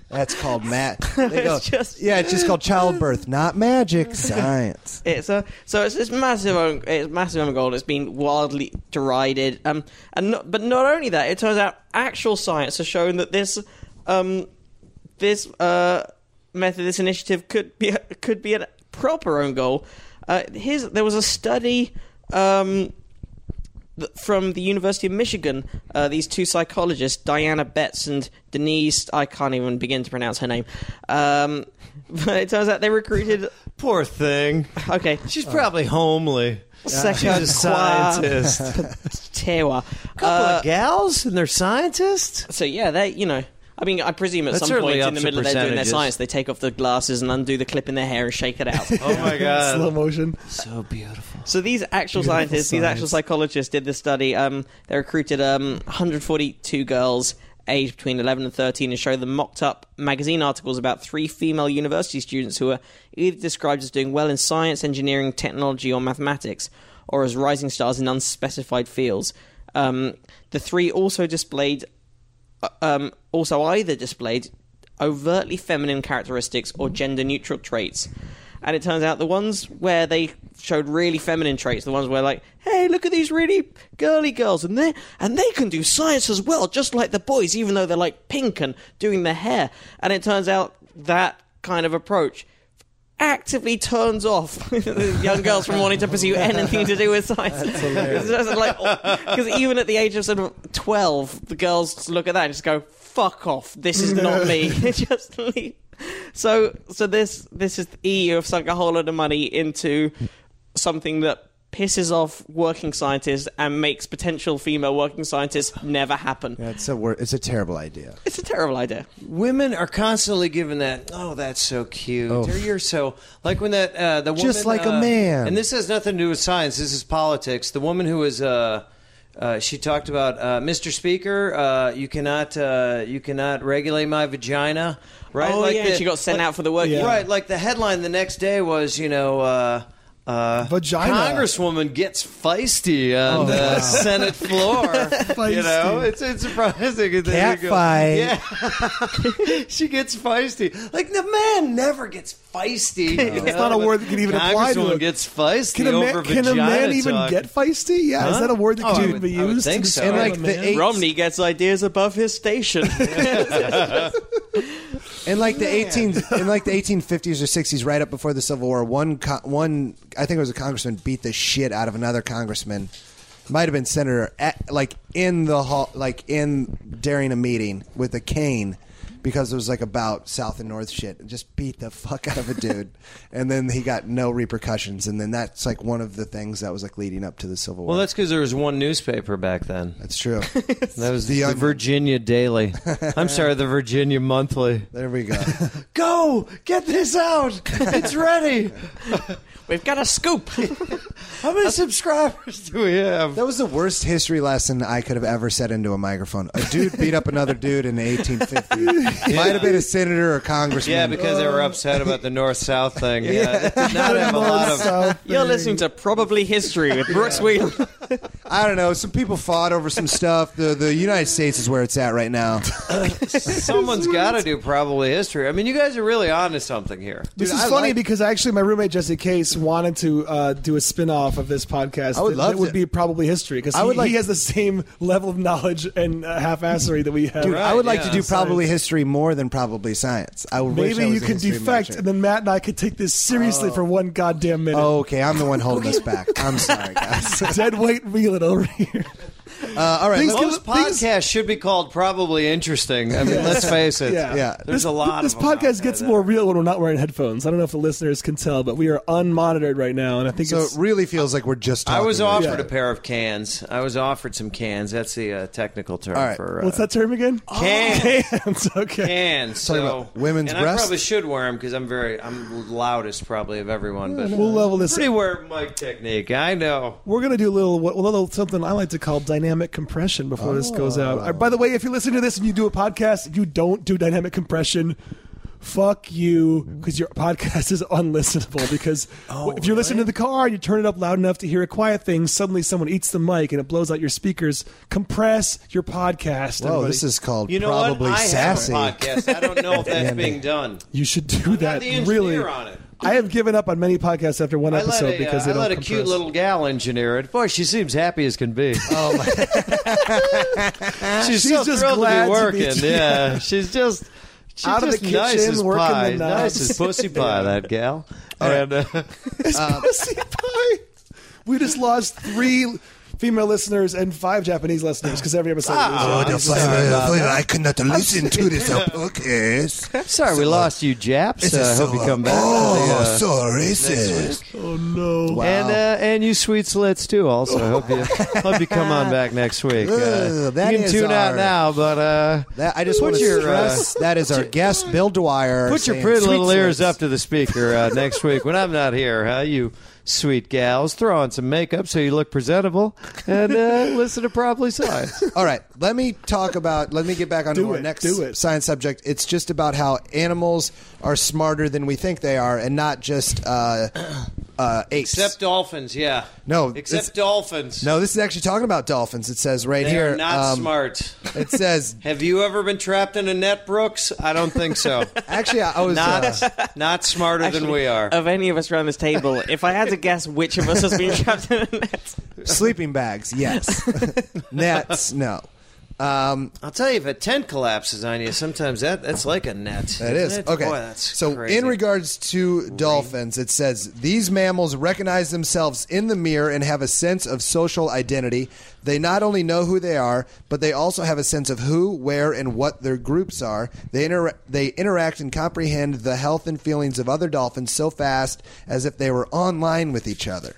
Speaker 2: That's called mat. They go,
Speaker 4: just-
Speaker 2: yeah, it's just called childbirth, not magic, science.
Speaker 4: It's a so it's this massive own- it's massive own goal. It's been wildly derided. Um, and not, but not only that, it turns out actual science has shown that this um this uh method, this initiative could be could be a proper own goal. Uh, here's there was a study um th- from the University of Michigan, uh, these two psychologists, Diana Betts and Denise, I can't even begin to pronounce her name. Um, but it turns out they recruited.
Speaker 5: Poor thing.
Speaker 4: Okay,
Speaker 5: She's probably homely.
Speaker 4: Second
Speaker 5: She's a scientist.
Speaker 4: Tewa.
Speaker 5: couple
Speaker 4: Uh,
Speaker 5: of gals and they're scientists.
Speaker 4: so yeah, they you know. I mean, I presume at
Speaker 5: That
Speaker 4: some
Speaker 5: certainly
Speaker 4: point in
Speaker 5: ups
Speaker 4: the
Speaker 5: the
Speaker 4: middle of they're doing their
Speaker 5: percentages.
Speaker 4: science, they take off the glasses and undo the clip in their hair and shake it out.
Speaker 5: Oh my
Speaker 3: slow
Speaker 5: god,
Speaker 3: motion.
Speaker 5: so beautiful.
Speaker 4: so these actual scientists, these actual psychologists, did this study. Um, they recruited um, 142 girls aged between 11 and 13 and showed them mocked up magazine articles about three female university students who were either described as doing well in science, engineering, technology, or mathematics, or as rising stars in unspecified fields. Um, the three also displayed uh, um, also either displayed overtly feminine characteristics or gender neutral traits. And it turns out the ones where they showed really feminine traits, the ones where like, hey, look at these really girly girls, and they and they can do science as well, just like the boys, even though they're like pink and doing their hair. And it turns out that kind of approach actively turns off the young girls from wanting to pursue anything to do with science. Because even at the age of sort of 12, the girls look at that and just go, fuck off, this is not me. They just leave. So, so this, this is the EU have sunk a whole lot of money into something that pisses off working scientists and makes potential female working scientists never happen.
Speaker 2: That's a wor- It's a terrible idea.
Speaker 4: It's a terrible idea.
Speaker 5: Women are constantly given that. Oh, that's so cute. Or you're so like when that uh, the woman,
Speaker 2: Oh. Just like a
Speaker 5: uh,
Speaker 2: man.
Speaker 5: And this has nothing to do with science. This is politics. The woman who was. Uh, uh, she talked about uh, Mr. Speaker. Uh, you cannot, uh, you cannot regulate my vagina, right?
Speaker 4: Oh, yeah, she got sent out for the work.
Speaker 3: Yeah.
Speaker 5: Right, like the headline the next day was, you know, uh, uh,
Speaker 3: Vagina. Oh,
Speaker 5: Congresswoman gets feisty on the Senate floor. You know,
Speaker 3: Feisty.
Speaker 5: it's, it's surprising. And then
Speaker 2: Cat
Speaker 5: you go,
Speaker 2: fight.
Speaker 5: Yeah, she gets feisty. Like the man never gets feisty.
Speaker 3: It's not a word that can even apply to
Speaker 5: Congresswoman
Speaker 3: a-
Speaker 5: gets feisty
Speaker 3: Can a,
Speaker 5: over
Speaker 3: man, can a
Speaker 5: vagina
Speaker 3: man even
Speaker 5: talk.
Speaker 3: get feisty? Yeah, is
Speaker 5: Huh?
Speaker 3: that a word that
Speaker 5: Oh,
Speaker 3: can
Speaker 5: I
Speaker 3: even
Speaker 5: would-
Speaker 3: be
Speaker 5: I would
Speaker 3: used?
Speaker 5: think
Speaker 3: to
Speaker 5: so.
Speaker 2: And,
Speaker 3: describe a
Speaker 2: like, the
Speaker 3: man?
Speaker 2: eight-
Speaker 4: Romney gets ideas above his station.
Speaker 2: In like the eighteen, in like the eighteen fifties or sixties, right up before the Civil War, one co- one I think it was a congressman beat the shit out of another congressman. Might have been senator, at, like in the hall, like in during a meeting with a cane, because it was like about South and North shit, and just beat the fuck out of a dude, and then he got no repercussions, and then that's like one of the things that was like leading up to the Civil War.
Speaker 5: Well, that's because there was one newspaper back then.
Speaker 2: that's true.
Speaker 5: That was
Speaker 2: The
Speaker 5: the,
Speaker 2: Onion.
Speaker 5: Virginia Daily. I'm sorry, the Virginia Monthly.
Speaker 2: there we go.
Speaker 5: Go get this out. It's ready.
Speaker 4: We've got a scoop.
Speaker 5: How many subscribers do we have?
Speaker 2: That was the worst history lesson I could have ever said into a microphone. A dude beat up another dude in 1850. Might have been a senator or congressman.
Speaker 5: Yeah, because they were upset about the North South thing. Yeah, it did not have a lot of.
Speaker 4: You're listening to Probably History with Brooks Wheeler.
Speaker 2: I don't know. Some people fought over some stuff. The the United States is where it's at right now.
Speaker 5: Someone's got to do probably history. I mean, you guys are really on to something here.
Speaker 3: This
Speaker 2: Dude,
Speaker 3: is
Speaker 2: I
Speaker 3: funny
Speaker 2: like-
Speaker 3: because actually my roommate Jesse Case wanted to uh, do a spin-off of this podcast.
Speaker 2: I would
Speaker 3: that,
Speaker 2: love
Speaker 3: that would
Speaker 2: to.
Speaker 3: be probably history because
Speaker 2: I
Speaker 3: he,
Speaker 2: would like-
Speaker 3: he has the same level of knowledge and uh, half-assery that we have.
Speaker 2: Dude, I would like to
Speaker 5: yeah.
Speaker 2: do probably history more than probably science. I would wish I
Speaker 3: Maybe
Speaker 2: was
Speaker 3: you
Speaker 2: a
Speaker 3: can
Speaker 2: history
Speaker 3: defect,
Speaker 2: major.
Speaker 3: and then Matt and I could take this
Speaker 5: Oh.
Speaker 3: seriously for one goddamn minute.
Speaker 2: Okay, I'm the one holding us back. I'm sorry, guys.
Speaker 3: Dead weight reeling over here.
Speaker 2: Uh, all right,
Speaker 3: Things
Speaker 2: let's-
Speaker 5: Most podcasts should be called probably interesting. I mean, let's face it.
Speaker 3: Yeah.
Speaker 2: Yeah.
Speaker 5: There's a lot.
Speaker 3: This
Speaker 5: of them out
Speaker 3: podcast
Speaker 5: there
Speaker 3: gets
Speaker 5: that-
Speaker 3: more real when we're not wearing headphones. I don't know if the listeners can tell, but we are unmonitored right now, and I think
Speaker 2: so it
Speaker 3: it's
Speaker 2: really feels like we're just.
Speaker 5: I
Speaker 2: Talking
Speaker 5: was
Speaker 2: to each
Speaker 5: offered
Speaker 2: other.
Speaker 5: a pair of cans. I was offered some cans. That's the uh, technical term
Speaker 2: All right.
Speaker 5: for uh,
Speaker 3: what's that term again?
Speaker 5: Cans.
Speaker 3: Cans. Okay.
Speaker 5: can.
Speaker 2: Talking
Speaker 5: So
Speaker 2: about women's
Speaker 5: and I
Speaker 2: breasts?
Speaker 5: probably should wear them because I'm very I'm loudest probably of everyone. But
Speaker 3: We'll level this.
Speaker 5: pretty wear mic technique. I know.
Speaker 3: We're gonna do a little, a little something I like to call dynamic compression before this goes out. Uh, By the way, if you're listening to this and you do a podcast, you don't do dynamic compression. fuck you, because your podcast is unlistenable. Because
Speaker 2: Oh,
Speaker 3: if you're listening to the car and you turn it up loud enough to hear a quiet thing, suddenly someone eats the mic and it blows out your speakers. Compress your podcast.
Speaker 2: Oh,
Speaker 3: everybody.
Speaker 2: this is called
Speaker 5: You know
Speaker 2: probably
Speaker 5: what? I
Speaker 2: sassy.
Speaker 5: have a podcast. I don't know if that's being done.
Speaker 3: You should do
Speaker 5: not
Speaker 3: that.
Speaker 5: the engineer
Speaker 3: really,
Speaker 5: on it.
Speaker 3: I have given up on many podcasts after one
Speaker 5: I let,
Speaker 3: episode
Speaker 5: a,
Speaker 3: because they
Speaker 5: uh, I
Speaker 3: don't
Speaker 5: let a
Speaker 3: compress.
Speaker 5: cute little gal engineer it. Boy, she seems happy as can be. Oh my! she's, so
Speaker 3: just
Speaker 5: thrilled
Speaker 3: glad to
Speaker 5: to
Speaker 3: be-
Speaker 5: be working. yeah. she's just she's
Speaker 3: Out of the
Speaker 5: just nice
Speaker 3: kitchen,
Speaker 5: as
Speaker 3: working the
Speaker 5: pie,
Speaker 3: knobs.
Speaker 5: nice as pussy pie. That gal. And uh,
Speaker 3: Pussy pie. We just lost three female listeners and five Japanese listeners because every episode.
Speaker 2: Oh,
Speaker 3: was
Speaker 2: the flavor, flavor. I could not listen to this podcast.
Speaker 5: sorry, we lost you, Japs.
Speaker 2: This
Speaker 5: Uh, I
Speaker 2: is
Speaker 5: hope
Speaker 2: so,
Speaker 5: you
Speaker 2: uh,
Speaker 5: come back.
Speaker 2: Oh,
Speaker 5: They, uh,
Speaker 2: so racist.
Speaker 3: oh no!
Speaker 2: Wow.
Speaker 5: And uh, and you sweet slits too. Also, I hope you hope you come on back next week. Uh,
Speaker 2: Ugh, that
Speaker 5: you can
Speaker 2: is
Speaker 5: tune
Speaker 2: our-
Speaker 5: out now, but uh,
Speaker 2: that, I just
Speaker 5: Put
Speaker 2: want to
Speaker 5: your, uh,
Speaker 2: stress that is our guest, Bill Dwyer.
Speaker 5: put your
Speaker 2: saying
Speaker 5: pretty little
Speaker 2: sweet
Speaker 5: ears
Speaker 2: slurs.
Speaker 5: up to the speaker uh, next week when I'm not here. Huh? You sweet gals, throw on some makeup so you look presentable, and uh, listen to Probably Science.
Speaker 2: All right, let me talk about. Let me get back onto
Speaker 3: Do
Speaker 2: our
Speaker 3: it,
Speaker 2: next
Speaker 3: do it.
Speaker 2: science subject. It's just about how animals are smarter than we think they are, and not just uh, uh, apes.
Speaker 5: dolphins, yeah.
Speaker 2: No, Except it's-
Speaker 5: dolphins.
Speaker 2: no, this is actually talking about dolphins. It says right here. um,
Speaker 5: smart.
Speaker 2: It says
Speaker 5: Have you ever been trapped in a net, Brooks? I don't think so.
Speaker 2: actually, I, I was uh,
Speaker 5: not smarter than we are.
Speaker 4: Of any of us around this table, if I had to guess which of us has been trapped in a net,
Speaker 2: sleeping bags. Yes, nets. No. Um,
Speaker 5: I'll tell you, if a tent collapses on you, sometimes that that's like a net.
Speaker 2: That is
Speaker 5: Isn't it?
Speaker 2: okay.
Speaker 5: Boy, that's
Speaker 2: so,
Speaker 5: crazy.
Speaker 2: in regards to dolphins, it says these mammals recognize themselves in the mirror and have a sense of social identity. They not only know who they are, but they also have a sense of who, where, and what their groups are. They inter- they interact and comprehend the health and feelings of other dolphins so fast as if they were online with each other.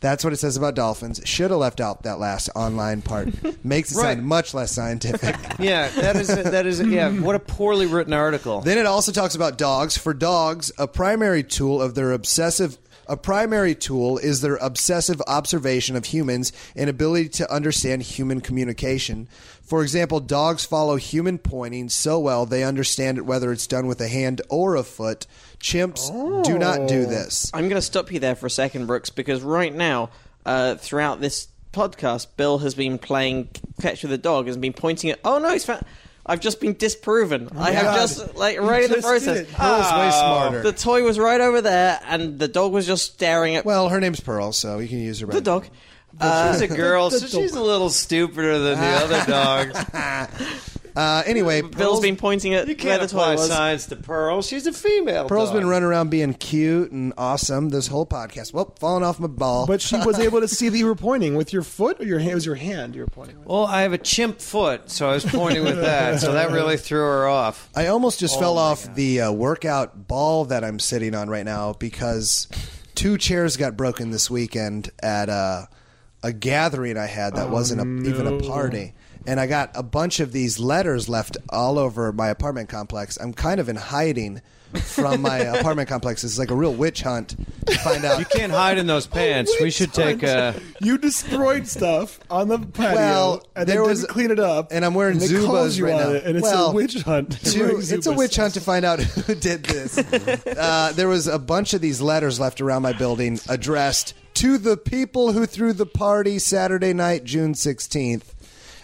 Speaker 2: That's what it says about dolphins. Should have left out that last online part. Makes it
Speaker 5: Right.
Speaker 2: sound much less scientific.
Speaker 5: yeah, that is a, that is a, yeah. What a poorly written article.
Speaker 2: Then it also talks about dogs. For dogs, a primary tool of their obsessive a primary tool is their obsessive observation of humans and ability to understand human communication. For example, dogs follow human pointing so well they understand it whether it's done with a hand or a foot. Chimps do not
Speaker 4: Oh.
Speaker 2: do this.
Speaker 4: I'm going to stop you there for a second, Brooks, because right now, uh, throughout this podcast, Bill has been playing catch with the dog and has been pointing at. Oh no, he's found. I've just been disproven. I have
Speaker 2: God.
Speaker 4: just like right
Speaker 3: You
Speaker 4: in the
Speaker 3: just did
Speaker 4: process.
Speaker 3: it.
Speaker 4: Ah,
Speaker 2: Pearl is way smarter.
Speaker 4: Oh. The toy was right over there, and the dog was just staring at
Speaker 2: well, her name's Pearl, so you can use her.
Speaker 4: the dog. Uh,
Speaker 5: she's a girl, so she's a little stupider than the other dogs.
Speaker 2: Uh, anyway,
Speaker 4: Bill's
Speaker 2: Pearl's
Speaker 4: been pointing at
Speaker 5: You
Speaker 4: where
Speaker 5: can't
Speaker 4: the toy
Speaker 5: apply
Speaker 4: was.
Speaker 5: science to Pearl. She's a female.
Speaker 2: Pearl's
Speaker 5: dog.
Speaker 2: been running around being cute and awesome this whole podcast. Well, falling off my ball.
Speaker 3: But she was able to see that you were pointing with your foot or your hand. It was your hand you were pointing with.
Speaker 5: Well, I have a chimp foot, so I was pointing with that. So that really threw her off.
Speaker 2: I almost just fell off the uh, workout ball that I'm sitting on right now because two chairs got broken this weekend at a, a gathering I had that wasn't a, even a party. And I got a bunch of these letters left all over my apartment complex. I'm kind of in hiding from my apartment complex. It's like a real witch hunt to find out.
Speaker 5: You can't hide in those pants. we should take. Uh,
Speaker 3: You destroyed stuff on the patio
Speaker 2: Well,
Speaker 3: and
Speaker 2: there
Speaker 3: then
Speaker 2: was-
Speaker 3: didn't clean it up.
Speaker 2: and I'm wearing
Speaker 3: and they
Speaker 2: Zubas
Speaker 3: called you
Speaker 2: right
Speaker 3: on
Speaker 2: now.
Speaker 3: It, and it's a
Speaker 2: Well,
Speaker 3: witch hunt.
Speaker 2: to-
Speaker 3: Wearing
Speaker 2: it's a
Speaker 3: Zubas.
Speaker 2: witch hunt to find out who did this. uh, there was a bunch of these letters left around my building addressed to the people who threw the party Saturday night, June 16th.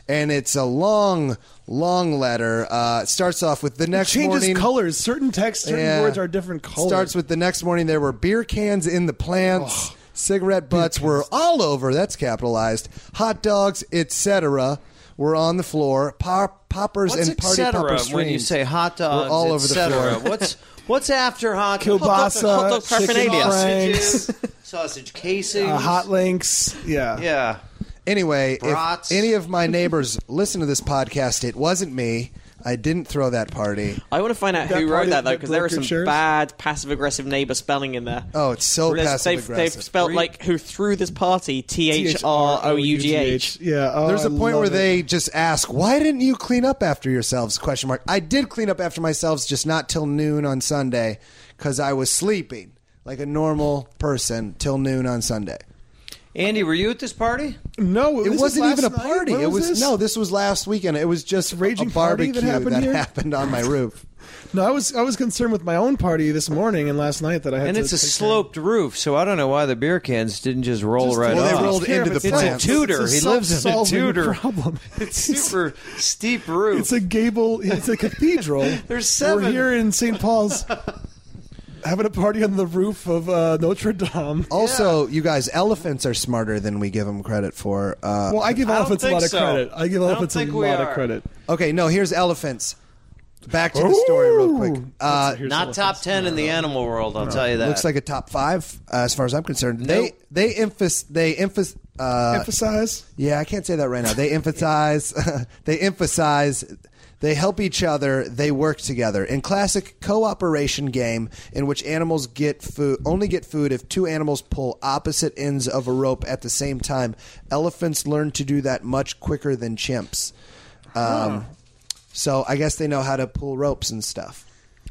Speaker 2: And it's a long, long letter. Uh, it starts off with the next
Speaker 3: Changes
Speaker 2: morning.
Speaker 3: colors. Certain text, certain
Speaker 2: Yeah.
Speaker 3: words are different colors.
Speaker 2: Starts with the next morning. There were beer cans in the plants. Cigarette butts were all over. That's capitalized. Hot dogs, etc., were on the floor. Pop, poppers
Speaker 5: what's
Speaker 2: and party popper
Speaker 5: etc.
Speaker 2: strings.
Speaker 5: When you say hot dogs,
Speaker 2: were all over the
Speaker 5: etc.
Speaker 2: floor.
Speaker 5: What's what's after hot
Speaker 3: kielbasa,
Speaker 4: hot dog
Speaker 3: chicken
Speaker 4: paraphernalia.
Speaker 3: franks,
Speaker 5: sausages, sausage casings,
Speaker 3: uh, hot links. Yeah.
Speaker 5: yeah.
Speaker 2: Anyway,
Speaker 5: Brats.
Speaker 2: if any of my neighbors listen to this podcast, it wasn't me. I didn't throw that party.
Speaker 4: I want to find out
Speaker 3: That party
Speaker 4: who wrote that though,
Speaker 3: that
Speaker 4: because there are
Speaker 3: broke your
Speaker 4: some
Speaker 3: chairs?
Speaker 4: bad passive aggressive neighbor spelling in there.
Speaker 2: Oh, it's so
Speaker 4: There's-
Speaker 2: passive
Speaker 4: They've,
Speaker 2: aggressive.
Speaker 4: they've spelled like who threw this party T H R O U G H.
Speaker 3: Yeah. oh,
Speaker 2: There's a
Speaker 3: I
Speaker 2: point
Speaker 3: love
Speaker 2: where
Speaker 3: it.
Speaker 2: they just ask, "Why didn't you clean up after yourselves?" Question mark. I did clean up after myself, just not till noon on Sunday, because I was sleeping like a normal person till noon on Sunday.
Speaker 5: Andy, were you at this party?
Speaker 3: No,
Speaker 2: It
Speaker 3: this was
Speaker 2: wasn't even a
Speaker 3: last night?
Speaker 2: party.
Speaker 3: When
Speaker 2: It was
Speaker 3: this?
Speaker 2: no. This was last weekend. It was just
Speaker 3: Raging
Speaker 2: a barbecue
Speaker 3: party that happened here?
Speaker 2: happened on my roof.
Speaker 3: No, I was I was concerned with my own party this morning and last night that I had.
Speaker 5: And
Speaker 3: to
Speaker 5: it's a
Speaker 3: take care of.
Speaker 5: sloped roof, so so I don't know why the beer cans didn't just roll
Speaker 3: Just
Speaker 5: right
Speaker 2: Well, they
Speaker 5: off.
Speaker 2: rolled
Speaker 3: Take care
Speaker 2: into
Speaker 3: of
Speaker 2: the
Speaker 3: it.
Speaker 5: It's a
Speaker 2: plants.
Speaker 5: Tudor.
Speaker 3: It's a
Speaker 5: he lives in a
Speaker 3: self-solving
Speaker 5: Tudor.
Speaker 3: Problem.
Speaker 5: It's super steep roof.
Speaker 3: It's a gable. It's a cathedral.
Speaker 5: There's seven.
Speaker 3: We're here in St. Paul's, having a party on the roof of uh, Notre Dame.
Speaker 5: Oh,
Speaker 2: Also, you guys, elephants are smarter than we give them credit for. Uh,
Speaker 3: Well, I give
Speaker 5: I don't
Speaker 3: elephants a
Speaker 5: think
Speaker 3: lot of
Speaker 5: so.
Speaker 3: credit. I give
Speaker 5: I don't
Speaker 3: elephants a
Speaker 5: think we
Speaker 3: lot
Speaker 5: are.
Speaker 3: of credit.
Speaker 2: okay, no, here's elephants. Back to the story real quick.
Speaker 3: Ooh.
Speaker 2: Uh,
Speaker 3: Here's
Speaker 5: Not top ten in the animal world, I'll tell you that.
Speaker 2: looks like a top five uh, as far as I'm concerned.
Speaker 5: Nope.
Speaker 2: They they emphasize they emphasize. Uh,
Speaker 3: emphasize.
Speaker 2: yeah, I can't say that right now. They emphasize. they emphasize. They help each other. They work together. In classic cooperation game, in which animals get food only get food if two animals pull opposite ends of a rope at the same time. Elephants learn to do that much quicker than chimps. Um, So I guess they know how to pull ropes and stuff.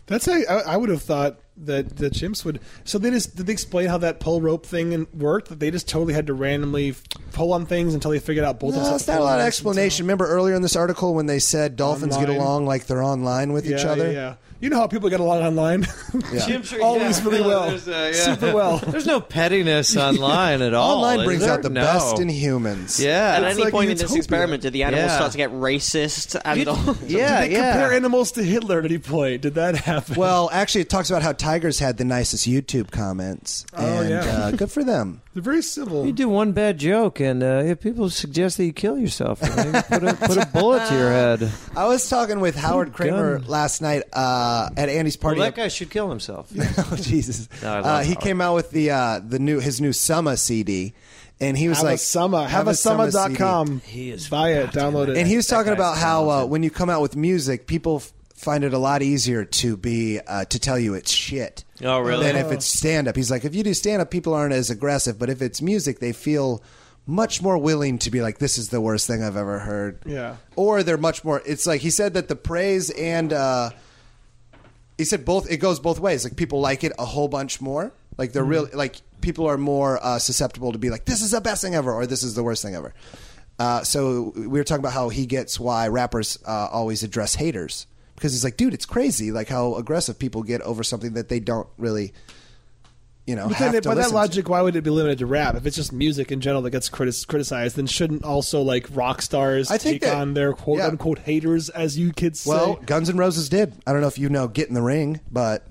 Speaker 3: That's how I, I would have thought that the chimps would. So they just did they explain how that pull rope thing and worked? That they just totally had to randomly f- pull on things until they figured out both. of
Speaker 2: No,
Speaker 3: us had
Speaker 2: it's
Speaker 3: to
Speaker 2: not a
Speaker 3: pull
Speaker 2: lot
Speaker 3: on
Speaker 2: of
Speaker 3: things until-
Speaker 2: explanation. Remember earlier in this article when they said dolphins get
Speaker 3: Online.
Speaker 2: along like they're online with
Speaker 3: Yeah,
Speaker 2: each other?
Speaker 3: Yeah, yeah. You know how people get along online.
Speaker 2: Yeah.
Speaker 5: Chimps are-
Speaker 3: Always
Speaker 5: yeah,
Speaker 3: really
Speaker 5: no,
Speaker 3: well.
Speaker 5: there's, uh, yeah.
Speaker 3: Super well.
Speaker 5: There's no pettiness online at all.
Speaker 2: Online
Speaker 5: Oh, is
Speaker 2: brings
Speaker 5: there?
Speaker 2: out the
Speaker 5: No.
Speaker 2: best in humans.
Speaker 5: Yeah.
Speaker 4: At
Speaker 5: it's
Speaker 4: any
Speaker 5: like-
Speaker 4: point in this
Speaker 3: utopia.
Speaker 4: experiment, did the animals
Speaker 5: Yeah.
Speaker 4: start to get racist and all?
Speaker 5: yeah,
Speaker 3: Did they
Speaker 5: yeah.
Speaker 3: compare animals to Hitler at any point? Did that happen?
Speaker 2: Well, actually, it talks about how tigers had the nicest YouTube comments. and,
Speaker 3: Oh, yeah.
Speaker 2: uh, good for them.
Speaker 3: They're very civil.
Speaker 5: You do one bad joke, and uh, yeah, people suggest that you kill yourself. I think. put, a, put a bullet to your head.
Speaker 2: I was talking with Howard Kramer
Speaker 5: gun.
Speaker 2: last night uh, at Andy's
Speaker 5: Well,
Speaker 2: party.
Speaker 5: that guy should kill himself.
Speaker 2: oh, Jesus.
Speaker 5: No, I love
Speaker 2: uh, he
Speaker 5: Howard.
Speaker 2: came out with the uh, the new his new Summa CD, and he was
Speaker 3: have
Speaker 2: like,
Speaker 3: a summer. Have, a
Speaker 2: Summa CD."
Speaker 3: summer.com.
Speaker 5: He is
Speaker 3: Buy it. Download it.
Speaker 2: And he was
Speaker 5: That
Speaker 2: talking
Speaker 5: guy's
Speaker 2: about how uh,
Speaker 5: talented.
Speaker 2: when you come out with music, people f- find it a lot easier to be uh, to tell you it's shit.
Speaker 5: Oh, really?
Speaker 2: Than if it's stand up. He's like, if you do stand up, people aren't as aggressive, but if it's music, they feel much more willing to be like, this is the worst thing I've ever heard.
Speaker 3: Yeah.
Speaker 2: Or they're much more. It's like he said that the praise and uh, he said both. It goes both ways. Like people like it a whole bunch more. Like
Speaker 3: Mm-hmm.
Speaker 2: they're real. Like people are more uh, susceptible to be like, this is the best thing ever, or this is the worst thing ever. Uh, so we were talking about how he gets why rappers uh, always address haters because he's like, dude, it's crazy. Like how aggressive people get over something that they don't really, you know.
Speaker 3: But
Speaker 2: have
Speaker 3: then,
Speaker 2: to
Speaker 3: by that
Speaker 2: listen to.
Speaker 3: logic, why would it be limited to rap? If it's just music in general that gets critis- criticized, then shouldn't also like rock stars
Speaker 2: I think
Speaker 3: take
Speaker 2: that-
Speaker 3: on their quote
Speaker 2: yeah.
Speaker 3: unquote haters, as you kids
Speaker 2: Well,
Speaker 3: say?
Speaker 2: Guns N' Roses did. I don't know if you know "Get in the Ring," but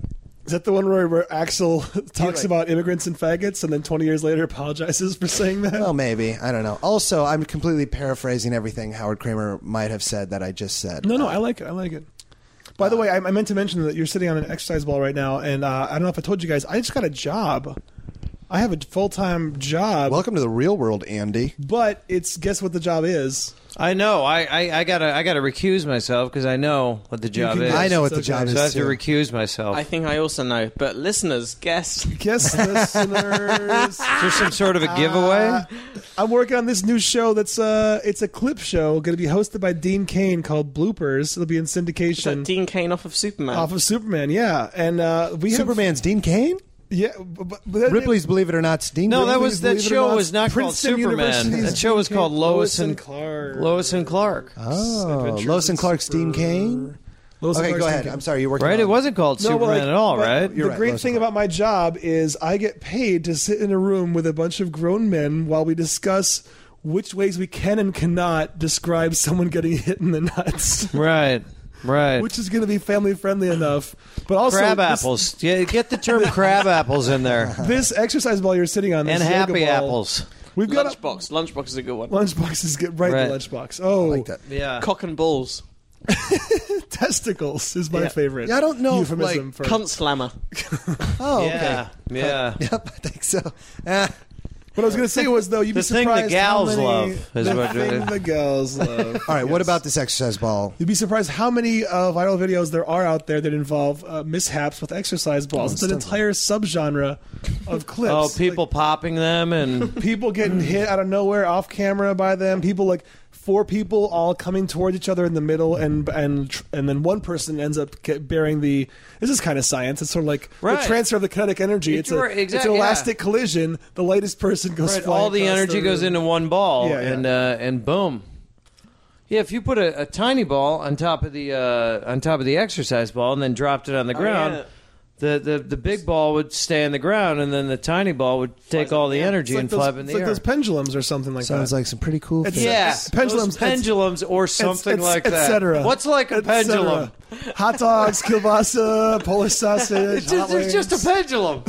Speaker 3: Is that the one where, where Axel talks
Speaker 2: like-
Speaker 3: about immigrants and faggots, and then twenty years later apologizes for saying that?
Speaker 2: Well, maybe. I don't know. Also, I'm completely paraphrasing everything Howard Kramer might have said that I just said.
Speaker 3: No, no, I like it. I like it. By
Speaker 2: Uh,
Speaker 3: the way, I, I meant to mention that you're sitting on an exercise ball right now, and uh, I don't know if I told you guys, I just got a job. I have a full time job,
Speaker 2: Uh, Welcome to the real world, Andy.
Speaker 3: but it's guess what the job is?
Speaker 5: I know. I, I, I gotta I gotta recuse myself because I know what the job
Speaker 3: can-
Speaker 5: is.
Speaker 2: I know what
Speaker 3: it's
Speaker 2: the
Speaker 3: okay.
Speaker 2: job
Speaker 5: so I have
Speaker 2: is.
Speaker 5: to
Speaker 2: Too.
Speaker 5: recuse myself.
Speaker 4: I think I also know, but listeners, guess.
Speaker 3: Guess listeners.
Speaker 5: is there some sort of a giveaway?
Speaker 3: I'm working on this new show that's uh it's a clip show going to be hosted by Dean Kane called Bloopers. It'll be in
Speaker 4: Is that
Speaker 3: syndication
Speaker 4: Dean Kane off of Superman?
Speaker 3: off of Superman. Yeah, and uh, we
Speaker 2: Superman's Dean Kane?
Speaker 3: have yeah but, but
Speaker 2: Ripley's Believe It or Not's Dean
Speaker 5: no,
Speaker 2: Kane?
Speaker 5: that was that
Speaker 3: Believe it or
Speaker 5: show
Speaker 3: not,
Speaker 5: was not
Speaker 3: Princeton
Speaker 5: called Superman.
Speaker 3: University's
Speaker 5: That show was
Speaker 3: Dean
Speaker 5: called
Speaker 3: Kane-
Speaker 5: Lois and
Speaker 3: Clark.
Speaker 5: Lois and Clark.
Speaker 2: Oh,
Speaker 3: Adventures
Speaker 2: Lois and
Speaker 3: in
Speaker 2: Clark's Dean
Speaker 3: Super-
Speaker 2: Kane?
Speaker 3: Lois and
Speaker 2: Okay, go
Speaker 3: Clark's Dean
Speaker 2: ahead.
Speaker 3: Kane.
Speaker 2: I'm sorry, you're working
Speaker 5: Right?
Speaker 2: on
Speaker 5: It wasn't called Superman
Speaker 3: like,
Speaker 5: at all,
Speaker 3: but
Speaker 5: right?
Speaker 2: You're
Speaker 3: the
Speaker 2: right,
Speaker 3: great
Speaker 2: Lois
Speaker 3: thing
Speaker 2: Clark.
Speaker 3: about my job is I get paid to sit in a room with a bunch of grown men while we discuss which ways we can and cannot describe someone getting hit in the nuts,
Speaker 5: Right. Right.
Speaker 3: which is going to be family friendly enough. But also,
Speaker 5: crab
Speaker 3: this-
Speaker 5: apples. Yeah, get the term crab apples in there.
Speaker 3: This, exercise ball you're sitting on, this
Speaker 5: And happy
Speaker 3: yoga ball,
Speaker 5: apples.
Speaker 3: We've got a-
Speaker 4: lunchbox. Lunchbox is a good one.
Speaker 3: lunchboxes get right,
Speaker 5: Right.
Speaker 3: to lunchbox. Oh,
Speaker 2: like that.
Speaker 5: Yeah.
Speaker 4: Cock and balls.
Speaker 3: testicles is my
Speaker 4: Yeah.
Speaker 3: favorite.
Speaker 2: Yeah, I don't know if,
Speaker 3: euphemism
Speaker 2: like,
Speaker 3: for
Speaker 4: Cunt slammer.
Speaker 2: Oh, okay.
Speaker 5: Yeah. Yeah.
Speaker 2: Yep, I think so. Eh,
Speaker 3: What I was going to say was though, you'd
Speaker 5: The
Speaker 3: be
Speaker 5: thing the
Speaker 3: surprised
Speaker 5: gals
Speaker 3: how many,
Speaker 5: love is
Speaker 3: the
Speaker 5: what-
Speaker 3: thing the gals love.
Speaker 2: all right, what
Speaker 3: Yes.
Speaker 2: about this exercise ball?
Speaker 3: You'd be surprised how many uh, viral videos there are out there that involve uh, mishaps with exercise
Speaker 2: Oh,
Speaker 3: balls. it's an entire subgenre of clips.
Speaker 5: Oh,
Speaker 3: Like,
Speaker 5: people popping them and
Speaker 3: people getting hit out of nowhere off camera by them. People like four people all coming toward each other in the middle, and and tr- and then one person ends up ca- bearing the. This is kind of science. It's sort of like
Speaker 5: Right.
Speaker 3: the transfer of the kinetic energy. It's, a,
Speaker 5: Right,
Speaker 3: it's
Speaker 5: exact-
Speaker 3: an
Speaker 5: yeah.
Speaker 3: elastic collision. The lightest person goes.
Speaker 5: Right,
Speaker 3: flying
Speaker 5: all the
Speaker 3: across
Speaker 5: energy goes
Speaker 3: room.
Speaker 5: into one ball,
Speaker 3: Yeah, yeah.
Speaker 5: and uh, and boom. Yeah, if you put a, a tiny ball on top of the uh, on top of the exercise ball and then dropped it on
Speaker 3: Oh,
Speaker 5: the ground,
Speaker 4: yeah.
Speaker 5: the, the the big ball would stay on the ground, and then the tiny ball would take all the energy
Speaker 3: It's like
Speaker 5: and
Speaker 3: those,
Speaker 5: fly up in
Speaker 3: it's
Speaker 5: the
Speaker 3: like
Speaker 5: air.
Speaker 3: those pendulums or something like
Speaker 2: Sounds
Speaker 3: that.
Speaker 2: like some pretty cool.
Speaker 3: It's-
Speaker 2: things.
Speaker 5: yeah,
Speaker 3: it's- pendulums,
Speaker 5: those
Speaker 3: it's-
Speaker 5: pendulums or
Speaker 3: It's-
Speaker 5: something
Speaker 3: it's-
Speaker 5: like that.
Speaker 3: et cetera.
Speaker 5: What's like a
Speaker 3: Et cetera.
Speaker 5: pendulum?
Speaker 3: Hot dogs, kielbasa, Polish sausage.
Speaker 5: It's
Speaker 3: hot
Speaker 5: just, it's
Speaker 3: wings.
Speaker 5: just a pendulum.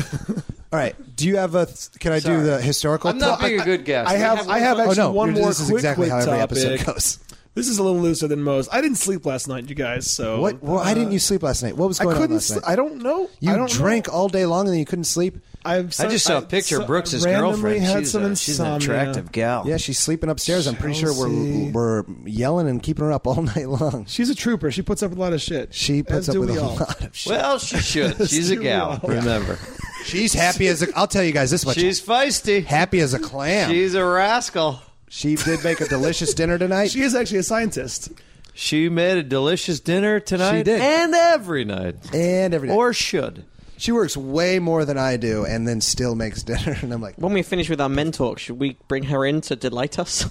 Speaker 2: All right. Do you have a? th- Can I
Speaker 5: Sorry.
Speaker 2: do the historical?
Speaker 5: I'm not
Speaker 2: top-
Speaker 5: being a good guest.
Speaker 3: I have, I have
Speaker 2: Oh
Speaker 3: actually
Speaker 2: no!
Speaker 3: one more
Speaker 2: this is
Speaker 3: quick,
Speaker 2: exactly
Speaker 3: quick
Speaker 2: how every
Speaker 3: topic.
Speaker 2: episode goes.
Speaker 3: This is a little looser than most. I didn't sleep last night, you guys. So
Speaker 2: What? Well, I didn't you sleep last night? What was
Speaker 3: I
Speaker 2: going on
Speaker 3: couldn't.
Speaker 2: last
Speaker 3: sl-
Speaker 2: night?
Speaker 3: I don't know.
Speaker 2: you
Speaker 3: I don't
Speaker 2: drank
Speaker 3: Know.
Speaker 2: all day long and then you couldn't sleep.
Speaker 3: I've
Speaker 5: I just saw a
Speaker 3: I-
Speaker 5: picture
Speaker 3: so-
Speaker 5: of Brooks's
Speaker 3: randomly
Speaker 5: girlfriend.
Speaker 3: Had
Speaker 5: she's,
Speaker 3: some
Speaker 5: a, she's an
Speaker 3: insomnia.
Speaker 5: attractive gal.
Speaker 2: Yeah, she's sleeping upstairs. I'm pretty sure
Speaker 3: Chelsea.
Speaker 2: we're we're yelling and keeping her up all night long.
Speaker 3: She's a trooper. She puts up with a lot of shit.
Speaker 2: She
Speaker 3: As
Speaker 2: puts up
Speaker 3: do
Speaker 2: with
Speaker 3: we
Speaker 2: a
Speaker 3: all.
Speaker 2: lot of shit.
Speaker 5: Well, she should. She's a gal. Remember,
Speaker 2: She's happy as a. I'll tell you guys this much.
Speaker 5: she's feisty.
Speaker 2: happy as a clam.
Speaker 5: She's a rascal.
Speaker 2: she did make a delicious dinner tonight.
Speaker 3: She is actually a scientist.
Speaker 5: She made a delicious dinner tonight.
Speaker 2: She did.
Speaker 5: and every night,
Speaker 2: and every day.
Speaker 5: or should.
Speaker 2: she works way more than I do, and then still makes dinner. And I'm like,
Speaker 4: When we finish with our men talk, should we bring her in to delight us?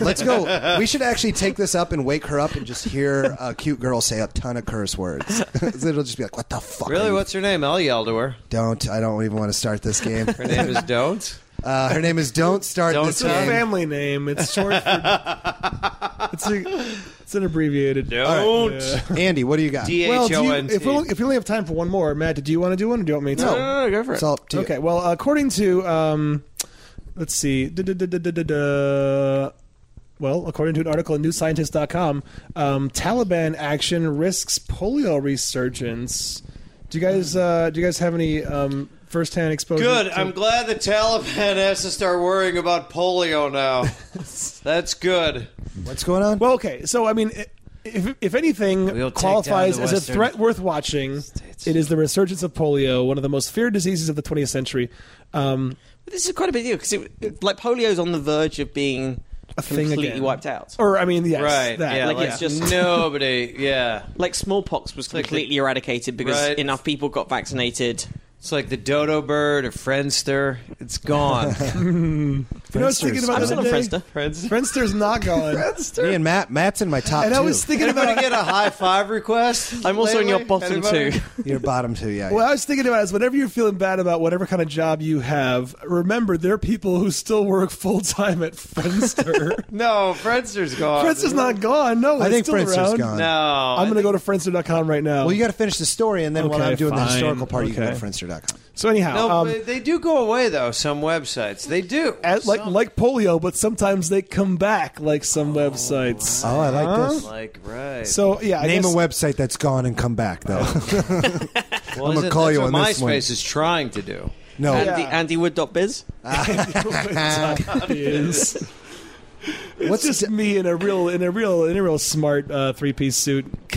Speaker 2: let's go. We should actually take this up and wake her up and just hear a cute girl say a ton of curse words. It'll just be like, what the fuck? are
Speaker 5: Really,
Speaker 2: you-
Speaker 5: what's her name? I'll yell to her.
Speaker 2: Don't. I don't even want to start this game.
Speaker 5: Her name is Don't.
Speaker 2: Uh, her name is Don't Start
Speaker 5: Don't
Speaker 2: This
Speaker 3: It's a
Speaker 5: Start.
Speaker 2: Game.
Speaker 3: family name. It's short for. it's a. It's an abbreviated.
Speaker 5: Don't.
Speaker 3: Yeah.
Speaker 2: Andy, what do you got?
Speaker 5: D
Speaker 3: Well,
Speaker 5: H
Speaker 3: do
Speaker 5: O
Speaker 3: you,
Speaker 5: N
Speaker 3: if, we,
Speaker 5: T.
Speaker 3: if we only have time for one more, Matt, do you want to do one or do you want me to?
Speaker 2: No.
Speaker 4: no, go for
Speaker 2: It's all up to you.
Speaker 3: Okay. Well, according to um, let's see. duh, duh, duh, duh, duh, duh, duh. Well, according to an article in NewScientist.com, um, Taliban action risks polio resurgence. Do you guys uh, do you guys have any um, firsthand exposure?
Speaker 5: Good.
Speaker 3: to-
Speaker 5: I'm glad the Taliban has to start worrying about polio now. That's good.
Speaker 2: What's going on?
Speaker 3: Well, okay. So I mean, i- if if
Speaker 5: We'll
Speaker 3: anything
Speaker 5: take
Speaker 3: qualifies
Speaker 5: down
Speaker 3: as
Speaker 5: the
Speaker 3: a
Speaker 5: Western
Speaker 3: threat worth watching, it is the resurgence of polio, one of the most feared diseases of the 20th century. Um,
Speaker 4: This is quite a big deal because like polio's on the verge of being
Speaker 3: thing
Speaker 4: completely
Speaker 3: again.
Speaker 4: wiped out.
Speaker 3: or I mean, yes,
Speaker 5: Right.
Speaker 3: that.
Speaker 5: yeah.
Speaker 4: like,
Speaker 5: Like,
Speaker 4: it's just-
Speaker 5: nobody. Yeah.
Speaker 4: like smallpox was
Speaker 5: like the-
Speaker 4: completely eradicated because
Speaker 5: Right.
Speaker 4: enough people got vaccinated.
Speaker 5: It's like the dodo bird or Friendster. It's gone.
Speaker 3: You know, I was thinking
Speaker 2: Friendster's
Speaker 3: about
Speaker 4: I'm
Speaker 3: the
Speaker 4: still on
Speaker 3: other day?
Speaker 4: Friendster.
Speaker 5: Friendster.
Speaker 3: Friendster's not gone.
Speaker 2: Me and Matt. Matt's in my top
Speaker 3: and
Speaker 2: two.
Speaker 3: I was thinking
Speaker 5: Anybody
Speaker 3: about
Speaker 5: get a high five request?
Speaker 4: I'm also in
Speaker 5: lately?
Speaker 4: your bottom
Speaker 5: Anybody?
Speaker 4: two.
Speaker 2: Your bottom two, yeah.
Speaker 3: What I was thinking about is whenever you're feeling bad about whatever kind of job you have, remember there are people who still work full time at Friendster.
Speaker 5: No, Friendster's gone.
Speaker 3: Friendster's not gone. No,
Speaker 2: I
Speaker 3: it's
Speaker 2: think
Speaker 3: still
Speaker 2: Friendster's
Speaker 3: around.
Speaker 2: gone.
Speaker 5: No, Oh,
Speaker 3: I'm going to go to Friendster.com right now.
Speaker 2: Well, you got to finish the story, and then while
Speaker 3: Okay,
Speaker 2: I'm doing the
Speaker 3: fine.
Speaker 2: historical part, you can go to
Speaker 3: Okay.
Speaker 2: Friendster.com.
Speaker 3: so anyhow,
Speaker 5: No,
Speaker 3: um,
Speaker 5: but they do go away though. Some websites they do.
Speaker 3: at- like
Speaker 5: Some-
Speaker 3: like polio, but sometimes they come back like some websites.
Speaker 2: Oh, I like this.
Speaker 5: like right.
Speaker 3: So yeah, Uh-huh. I
Speaker 2: Name
Speaker 3: guess,
Speaker 2: a website that's gone and come back, though.
Speaker 5: well,
Speaker 2: I'm gonna
Speaker 5: isn't-
Speaker 2: call
Speaker 5: that's
Speaker 2: you
Speaker 5: what
Speaker 2: on
Speaker 5: MySpace
Speaker 2: this one.
Speaker 5: is trying to do.
Speaker 2: no,
Speaker 4: Andy, AndyWood.biz.
Speaker 3: is.
Speaker 2: What's
Speaker 3: What's just me in a real in a real in a real smart uh, three piece suit?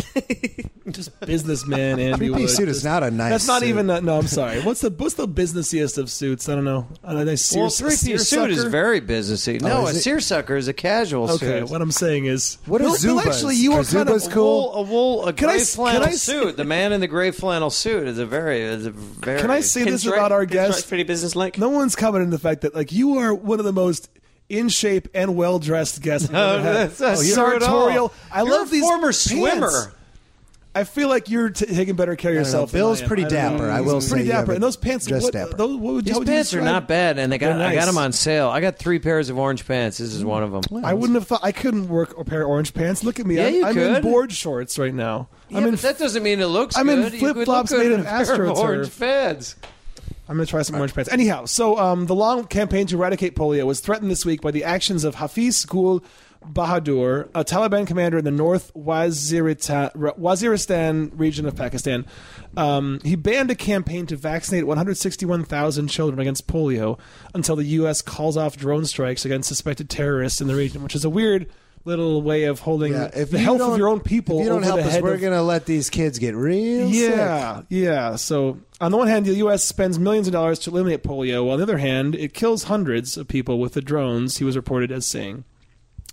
Speaker 3: just businessman Andy Wood.
Speaker 2: three-piece suit is
Speaker 3: Just-
Speaker 2: not a nice.
Speaker 3: That's not
Speaker 2: suit.
Speaker 3: even. A, no, I'm sorry. What's the what's the businessiest of suits? I don't know. I don't know seer,
Speaker 5: well, three piece suit is
Speaker 3: seersucker? Oh,
Speaker 5: very businessy. No,
Speaker 2: is
Speaker 5: a
Speaker 2: it?
Speaker 5: seersucker is a casual
Speaker 3: Okay,
Speaker 5: suit.
Speaker 3: what I'm saying is,
Speaker 2: What are
Speaker 3: Bill- Bill,
Speaker 2: Zubas?
Speaker 3: actually, you are,
Speaker 2: Are
Speaker 3: kind of
Speaker 2: Zubas
Speaker 5: A
Speaker 2: cool?
Speaker 5: wool, a wool, a
Speaker 3: Can I
Speaker 5: gray
Speaker 3: s- can
Speaker 5: flannel
Speaker 3: I s-
Speaker 5: suit. The man in the gray flannel suit is a very, is a very.
Speaker 3: Can I say this
Speaker 4: Pinstripe-
Speaker 3: about our
Speaker 4: Pinstripe's
Speaker 3: guest?
Speaker 4: pretty businesslike.
Speaker 3: No one's commenting the fact that like you are one of the most in shape and well dressed guests. I've ever had.
Speaker 5: Oh,
Speaker 3: Oh,
Speaker 5: That's not true at all.
Speaker 3: sartorial. I
Speaker 5: You're
Speaker 3: love
Speaker 5: a
Speaker 3: these
Speaker 5: former
Speaker 3: pants.
Speaker 5: swimmer.
Speaker 3: I feel like you're t- taking better care of
Speaker 2: I don't know.
Speaker 3: yourself. than
Speaker 2: Bill's
Speaker 3: I am.
Speaker 2: pretty
Speaker 3: I don't know.
Speaker 2: dapper. I
Speaker 3: He's
Speaker 2: will say
Speaker 3: pretty
Speaker 2: you have
Speaker 3: dapper.
Speaker 2: a-
Speaker 3: And those pants,
Speaker 2: just
Speaker 3: what,
Speaker 2: dapper.
Speaker 3: Those, what would
Speaker 5: These
Speaker 3: how would you
Speaker 5: pants are
Speaker 3: describe-
Speaker 5: not bad, and they got
Speaker 3: They're
Speaker 5: I got
Speaker 3: nice.
Speaker 5: them on sale. I got three pairs of orange pants. This is one of them.
Speaker 3: I wouldn't have thought I couldn't work a pair of orange pants. Look at me.
Speaker 5: Yeah,
Speaker 3: I'm,
Speaker 5: you
Speaker 3: I'm in
Speaker 5: could.
Speaker 3: board shorts right now.
Speaker 5: Yeah,
Speaker 3: I'm in.
Speaker 5: but that doesn't mean it looks
Speaker 3: I'm in
Speaker 5: good. You could
Speaker 3: flip-flops
Speaker 5: look good
Speaker 3: made
Speaker 5: in
Speaker 3: of
Speaker 5: a pair
Speaker 3: AstroTurf.
Speaker 5: orange fans.
Speaker 3: I'm going to try some orange pants. Anyhow, so um, the long campaign to eradicate polio was threatened this week by the actions of Hafiz Gul Bahadur, a Taliban commander in the North Wazirita- Waziristan region of Pakistan. Um, he banned a campaign to vaccinate 161,000 children against polio until the U.S. calls off drone strikes against suspected terrorists in the region, which is a weird little way of holding
Speaker 2: Yeah, if
Speaker 3: the
Speaker 2: you
Speaker 3: health of
Speaker 2: don't-
Speaker 3: your own people
Speaker 2: If you don't
Speaker 3: over
Speaker 2: help
Speaker 3: the
Speaker 2: us,
Speaker 3: head
Speaker 2: we're
Speaker 3: of-
Speaker 2: gonna let these kids get real. sick.
Speaker 3: yeah, yeah. So on the one hand, the U.S. spends millions of dollars to eliminate polio, while on the other hand, it kills hundreds of people with the drones. He was reported as saying.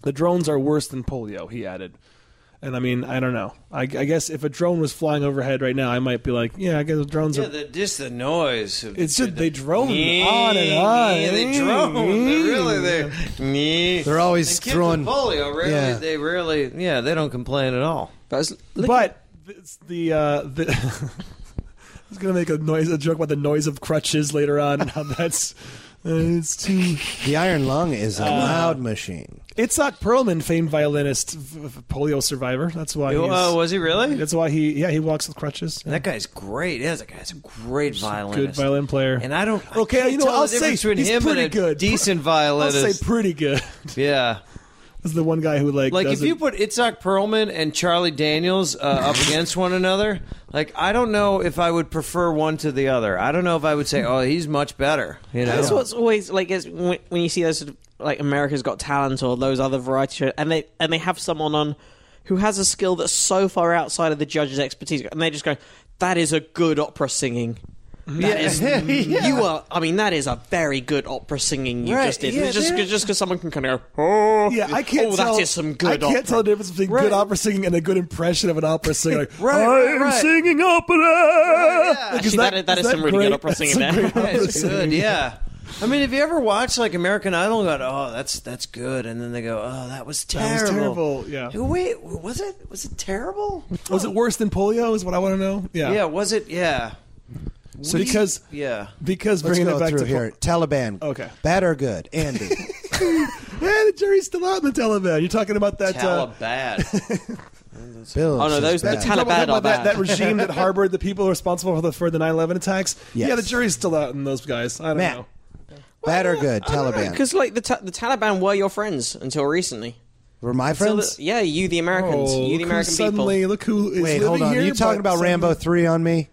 Speaker 3: The drones are worse than polio, he added. And I mean, I don't know. I, I guess if a drone was flying overhead right now, I might be like, yeah, I guess the drones
Speaker 5: Yeah,
Speaker 3: are.
Speaker 5: the, just the noise. Of,
Speaker 3: It's just-
Speaker 5: the-
Speaker 3: they drone
Speaker 5: Yeah,
Speaker 3: on and on.
Speaker 5: Yeah, they drone. They really they. Yeah.
Speaker 2: They're always
Speaker 5: and kids
Speaker 2: throwing-
Speaker 5: With polio, really,
Speaker 2: Yeah.
Speaker 5: they really. Yeah, they don't complain at all.
Speaker 4: But I was looking-
Speaker 3: But it's the. Uh, the I was gonna make a noise, a joke about the noise of crutches later on, and how that's uh, it's too.
Speaker 2: The Iron Lung is a loud machine.
Speaker 3: Itzhak Perlman, famed violinist, v- v- polio survivor. That's why. He's,
Speaker 5: Oh, was he really?
Speaker 3: that's why he. Yeah, he walks with crutches.
Speaker 5: That guy's great. Yeah, that guy's a great violinist.
Speaker 3: Good violin player.
Speaker 5: And I don't. I
Speaker 3: Okay,
Speaker 5: can't
Speaker 3: you know what,
Speaker 5: tell the
Speaker 3: I'll say
Speaker 5: difference between
Speaker 3: he's
Speaker 5: him
Speaker 3: pretty
Speaker 5: and a
Speaker 3: good.
Speaker 5: decent
Speaker 3: I'll
Speaker 5: violinist.
Speaker 3: say pretty good.
Speaker 5: yeah.
Speaker 3: That's the one guy who like.
Speaker 5: Like if
Speaker 3: doesn't-
Speaker 5: you put Itzhak Perlman and Charlie Daniels uh, up against one another, like I don't know if I would prefer one to the other. I don't know if I would say, "Oh, he's much better." You know,
Speaker 4: That's what's always like is when, when you see those sort of, like America's Got Talent or those other variety shows, and they and they have someone on who has a skill that's so far outside of the judge's expertise, and they just go, "That is a good opera singing." That is you are. I mean, that is a very good opera singing you
Speaker 5: Right,
Speaker 4: just did.
Speaker 5: yeah,
Speaker 4: It's just
Speaker 5: there-
Speaker 4: just because someone can kind of go, oh,
Speaker 3: Yeah, I can't.
Speaker 4: Oh,
Speaker 3: tell,
Speaker 4: that is some good.
Speaker 3: I can't
Speaker 4: opera.
Speaker 3: tell the difference between good opera singing and a good impression of an opera singer. Like,
Speaker 5: Right,
Speaker 3: I
Speaker 5: right,
Speaker 3: am
Speaker 5: right.
Speaker 3: singing opera. Like, is
Speaker 4: Actually, that is- that is some really good
Speaker 3: great?
Speaker 4: opera
Speaker 3: That's
Speaker 4: singing
Speaker 3: some
Speaker 4: there.
Speaker 3: great
Speaker 5: Yeah,
Speaker 3: opera
Speaker 5: it's good.
Speaker 3: singing.
Speaker 5: Yeah. I mean, if you ever watch like American Idol, and go, "Oh, that's that's good," and then they go, "Oh, that was
Speaker 3: That was terrible,
Speaker 5: terrible."
Speaker 3: yeah.
Speaker 5: Wait, was it was it terrible?
Speaker 3: Was it worse than polio? Is what I want to know. Yeah.
Speaker 5: Yeah. Was it? Yeah.
Speaker 3: So because
Speaker 5: Yeah.
Speaker 3: because
Speaker 2: Let's
Speaker 3: bringing
Speaker 2: go
Speaker 3: it back
Speaker 2: through
Speaker 3: to pol-
Speaker 2: here. Taliban.
Speaker 3: Okay.
Speaker 2: Bad or good? Andy.
Speaker 3: Yeah, the jury's still out in the Taliban. You're talking about that. Uh,
Speaker 5: Taliban.
Speaker 2: Bill.
Speaker 4: Oh, no,
Speaker 2: says
Speaker 4: those- the
Speaker 2: bad.
Speaker 4: Taliban-
Speaker 3: talking about
Speaker 4: are
Speaker 3: that,
Speaker 4: bad.
Speaker 3: that regime that harbored the people responsible for the for the 9/11 attacks.
Speaker 2: Yes.
Speaker 3: Yeah, the jury's still out in those guys. I don't
Speaker 2: Matt.
Speaker 3: know.
Speaker 2: Bad or good? Taliban.
Speaker 4: Because like the ta- the Taliban were your friends until recently.
Speaker 2: Were my
Speaker 4: Until the-
Speaker 2: friends?
Speaker 4: yeah, you the Americans,
Speaker 3: Oh,
Speaker 4: you
Speaker 3: look who
Speaker 4: the American people.
Speaker 3: suddenly, look who is
Speaker 2: Wait,
Speaker 3: living
Speaker 2: hold on.
Speaker 3: here.
Speaker 2: Are you talking
Speaker 3: but
Speaker 2: about Rambo
Speaker 3: suddenly-
Speaker 2: 3 on me?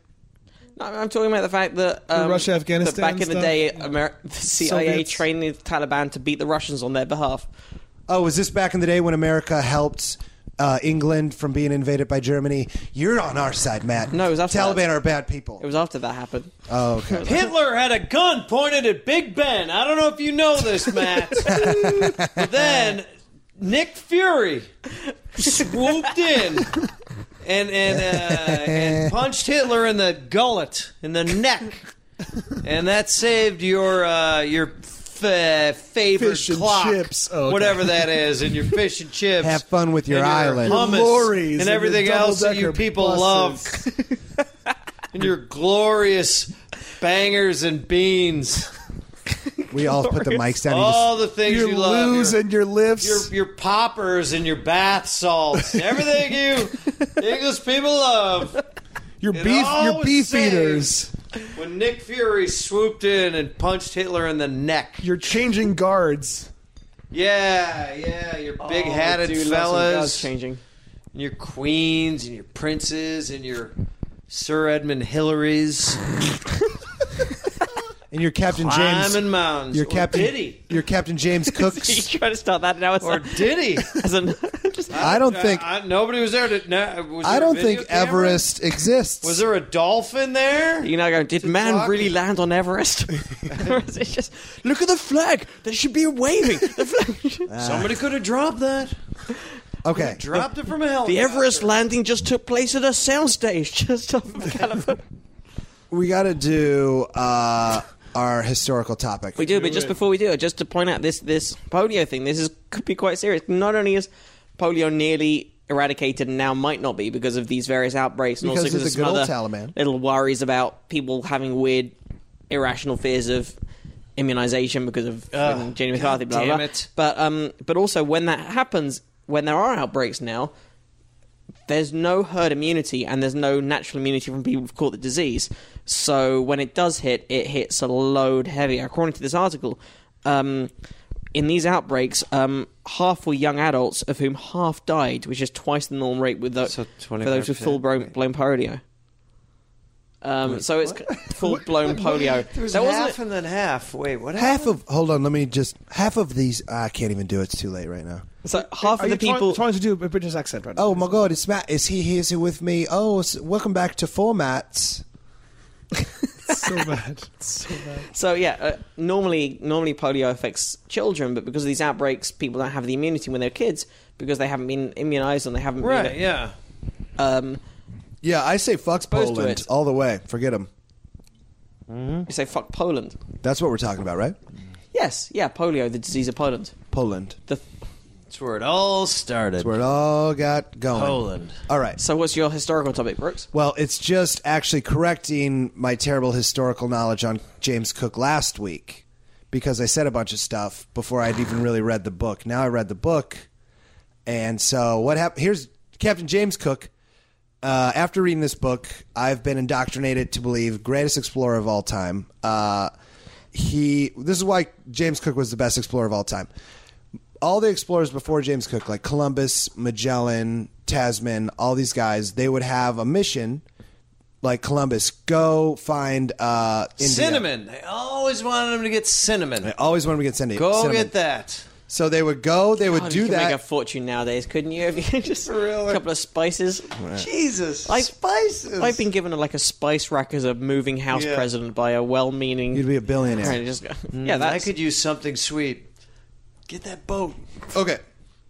Speaker 4: No, I'm talking about the fact that um,
Speaker 3: Russia, Afghanistan
Speaker 4: That back in the
Speaker 3: stuff?
Speaker 4: day, Amer- the CIA
Speaker 3: Soviets.
Speaker 4: trained the Taliban to beat the Russians on their behalf.
Speaker 2: Oh, was this back in the day when America helped uh, England from being invaded by Germany? You're on our side, Matt.
Speaker 4: No, it was after
Speaker 2: Taliban
Speaker 4: that.
Speaker 2: are bad people.
Speaker 4: It was after that happened.
Speaker 2: oh, okay.
Speaker 5: Hitler had a gun pointed at Big Ben. I don't know if you know this, Matt. but then Nick Fury swooped in and and, uh, and punched Hitler in the gullet, in the neck, and that saved your uh, your. F- uh, favorite
Speaker 3: Fish and
Speaker 5: clock,
Speaker 3: chips. Oh, okay.
Speaker 5: whatever that is, and your fish and chips.
Speaker 2: Have fun with your
Speaker 5: and
Speaker 2: island.
Speaker 5: hummus,
Speaker 3: Your lorries and
Speaker 5: and
Speaker 3: your
Speaker 5: everything else that you
Speaker 3: double-decker
Speaker 5: people love
Speaker 3: buses.
Speaker 5: and your glorious bangers and beans.
Speaker 2: We all put the mics down. You just-
Speaker 5: All the things
Speaker 3: Your
Speaker 5: you love.
Speaker 3: loos
Speaker 5: your,
Speaker 3: and your lifts.
Speaker 5: your your poppers and your bath salts. Everything you English people love.
Speaker 3: Your
Speaker 5: It
Speaker 3: beef,
Speaker 5: all
Speaker 3: your
Speaker 5: was
Speaker 3: beef
Speaker 5: saved
Speaker 3: eaters.
Speaker 5: When Nick Fury swooped in and punched Hitler in the neck.
Speaker 3: You're changing guards.
Speaker 5: Yeah, yeah, your big hatted
Speaker 4: Oh, Dude, lots of guys
Speaker 5: fellas, and
Speaker 4: changing.
Speaker 5: your queens and your princes and your Sir Edmund Hillaries.
Speaker 2: and your Captain James.
Speaker 5: Climbing mountains.
Speaker 2: Your
Speaker 5: or
Speaker 2: Captain.
Speaker 5: Did he?
Speaker 2: Your Captain James
Speaker 4: you
Speaker 2: Cooks.
Speaker 4: trying to start that now? As
Speaker 5: Or
Speaker 4: a,
Speaker 5: did he?
Speaker 4: as a, just,
Speaker 2: I don't think.
Speaker 5: Uh, I, I- nobody was there. To, no, was there
Speaker 2: I
Speaker 5: a
Speaker 2: don't
Speaker 5: video
Speaker 2: think
Speaker 5: camera?
Speaker 2: Everest exists.
Speaker 5: Was there a dolphin there?
Speaker 4: you know, going, did man
Speaker 5: talk?
Speaker 4: really land on Everest? Or is it just, look at the flag. There should be a waving. The,
Speaker 2: Ah.
Speaker 4: flag.
Speaker 5: Somebody could have dropped that.
Speaker 2: okay.
Speaker 5: Dropped it from a helicopter.
Speaker 4: the Everest landing just took place at a soundstage just off of California.
Speaker 2: We got to do uh, our historical topic.
Speaker 4: We do, but just before we do, just to point out this this polio thing, this is could be quite serious. Not only is polio nearly eradicated and now might not be because of these various outbreaks, and also
Speaker 2: Because of
Speaker 4: because of
Speaker 2: the
Speaker 4: some
Speaker 2: good old
Speaker 4: other
Speaker 2: Taliban.
Speaker 4: little worries about people having weird, irrational fears of immunization because of fucking Jenny McCarthy, blah blah.
Speaker 5: damn
Speaker 4: blah.
Speaker 5: it.
Speaker 4: But um, but also when that happens, when there are outbreaks now, there's no herd immunity and there's no natural immunity from people who've caught the disease. So when it does hit, it hits a load heavier. According to this article, um, in these outbreaks, um, half were young adults, of whom half died, which is twice the normal rate with the,
Speaker 5: So
Speaker 4: for those with
Speaker 5: 25%,
Speaker 4: full blown, blown polio. Um, so it's full blown polio.
Speaker 5: There was
Speaker 4: That wasn't
Speaker 5: half and then half. Wait, what
Speaker 2: Half
Speaker 5: happened?
Speaker 2: of. Hold on. Let me just. Half of these. I can't even do it. It's too late right now.
Speaker 4: so half
Speaker 3: Are
Speaker 4: of the
Speaker 3: you trying-
Speaker 4: people.
Speaker 3: trying to do a British accent right now?
Speaker 2: Oh my God! It's Matt. Is he here with me? Oh, s welcome back to formats.
Speaker 3: so bad. It's so bad.
Speaker 4: So yeah, uh, normally normally polio affects children, but because of these outbreaks, people don't have the immunity when they're kids because they haven't been immunized and they haven't
Speaker 5: Right,
Speaker 4: been,
Speaker 5: yeah.
Speaker 4: um
Speaker 2: Yeah, I say fuck
Speaker 4: Opposed to
Speaker 2: Poland
Speaker 4: it.
Speaker 2: all the way. Forget them.
Speaker 4: you say fuck Poland.
Speaker 2: That's what we're talking about, right?
Speaker 4: Yes, yeah, polio, the disease of Poland.
Speaker 2: Poland.
Speaker 4: The
Speaker 5: That's where it all started.
Speaker 2: Where it all got going.
Speaker 5: Poland.
Speaker 2: All right.
Speaker 4: so what's your historical topic, Brooks?
Speaker 2: Well, it's just actually correcting my terrible historical knowledge on James Cook last week because I said a bunch of stuff before I'd even really read the book. Now I read the book. And so what happened? Here's Captain James Cook. Uh, after reading this book, I've been indoctrinated to believe greatest explorer of all time. Uh, he. This is why James Cook was the best explorer of all time. All the explorers before James Cook, like Columbus, Magellan, Tasman, all these guys, they would have a mission. Like Columbus, go find uh, India.
Speaker 5: Cinnamon. I always wanted him to get cinnamon.
Speaker 2: I always wanted to get Cindy.
Speaker 5: Go
Speaker 2: cinnamon.
Speaker 5: get that.
Speaker 2: So they would go. They would
Speaker 4: God, Oh, you
Speaker 2: do
Speaker 4: could
Speaker 2: that.
Speaker 4: make a fortune nowadays, couldn't you? If you could just
Speaker 5: Really?
Speaker 4: a couple of spices.
Speaker 5: Jesus.
Speaker 4: I-
Speaker 5: spices.
Speaker 4: I've been given like a spice rack as a moving house
Speaker 5: Yeah.
Speaker 4: president by a well-meaning.
Speaker 2: You'd be a billionaire.
Speaker 4: Right, just, yeah,
Speaker 5: Mm, I
Speaker 4: that's
Speaker 5: could use something sweet. Get that boat.
Speaker 2: Okay.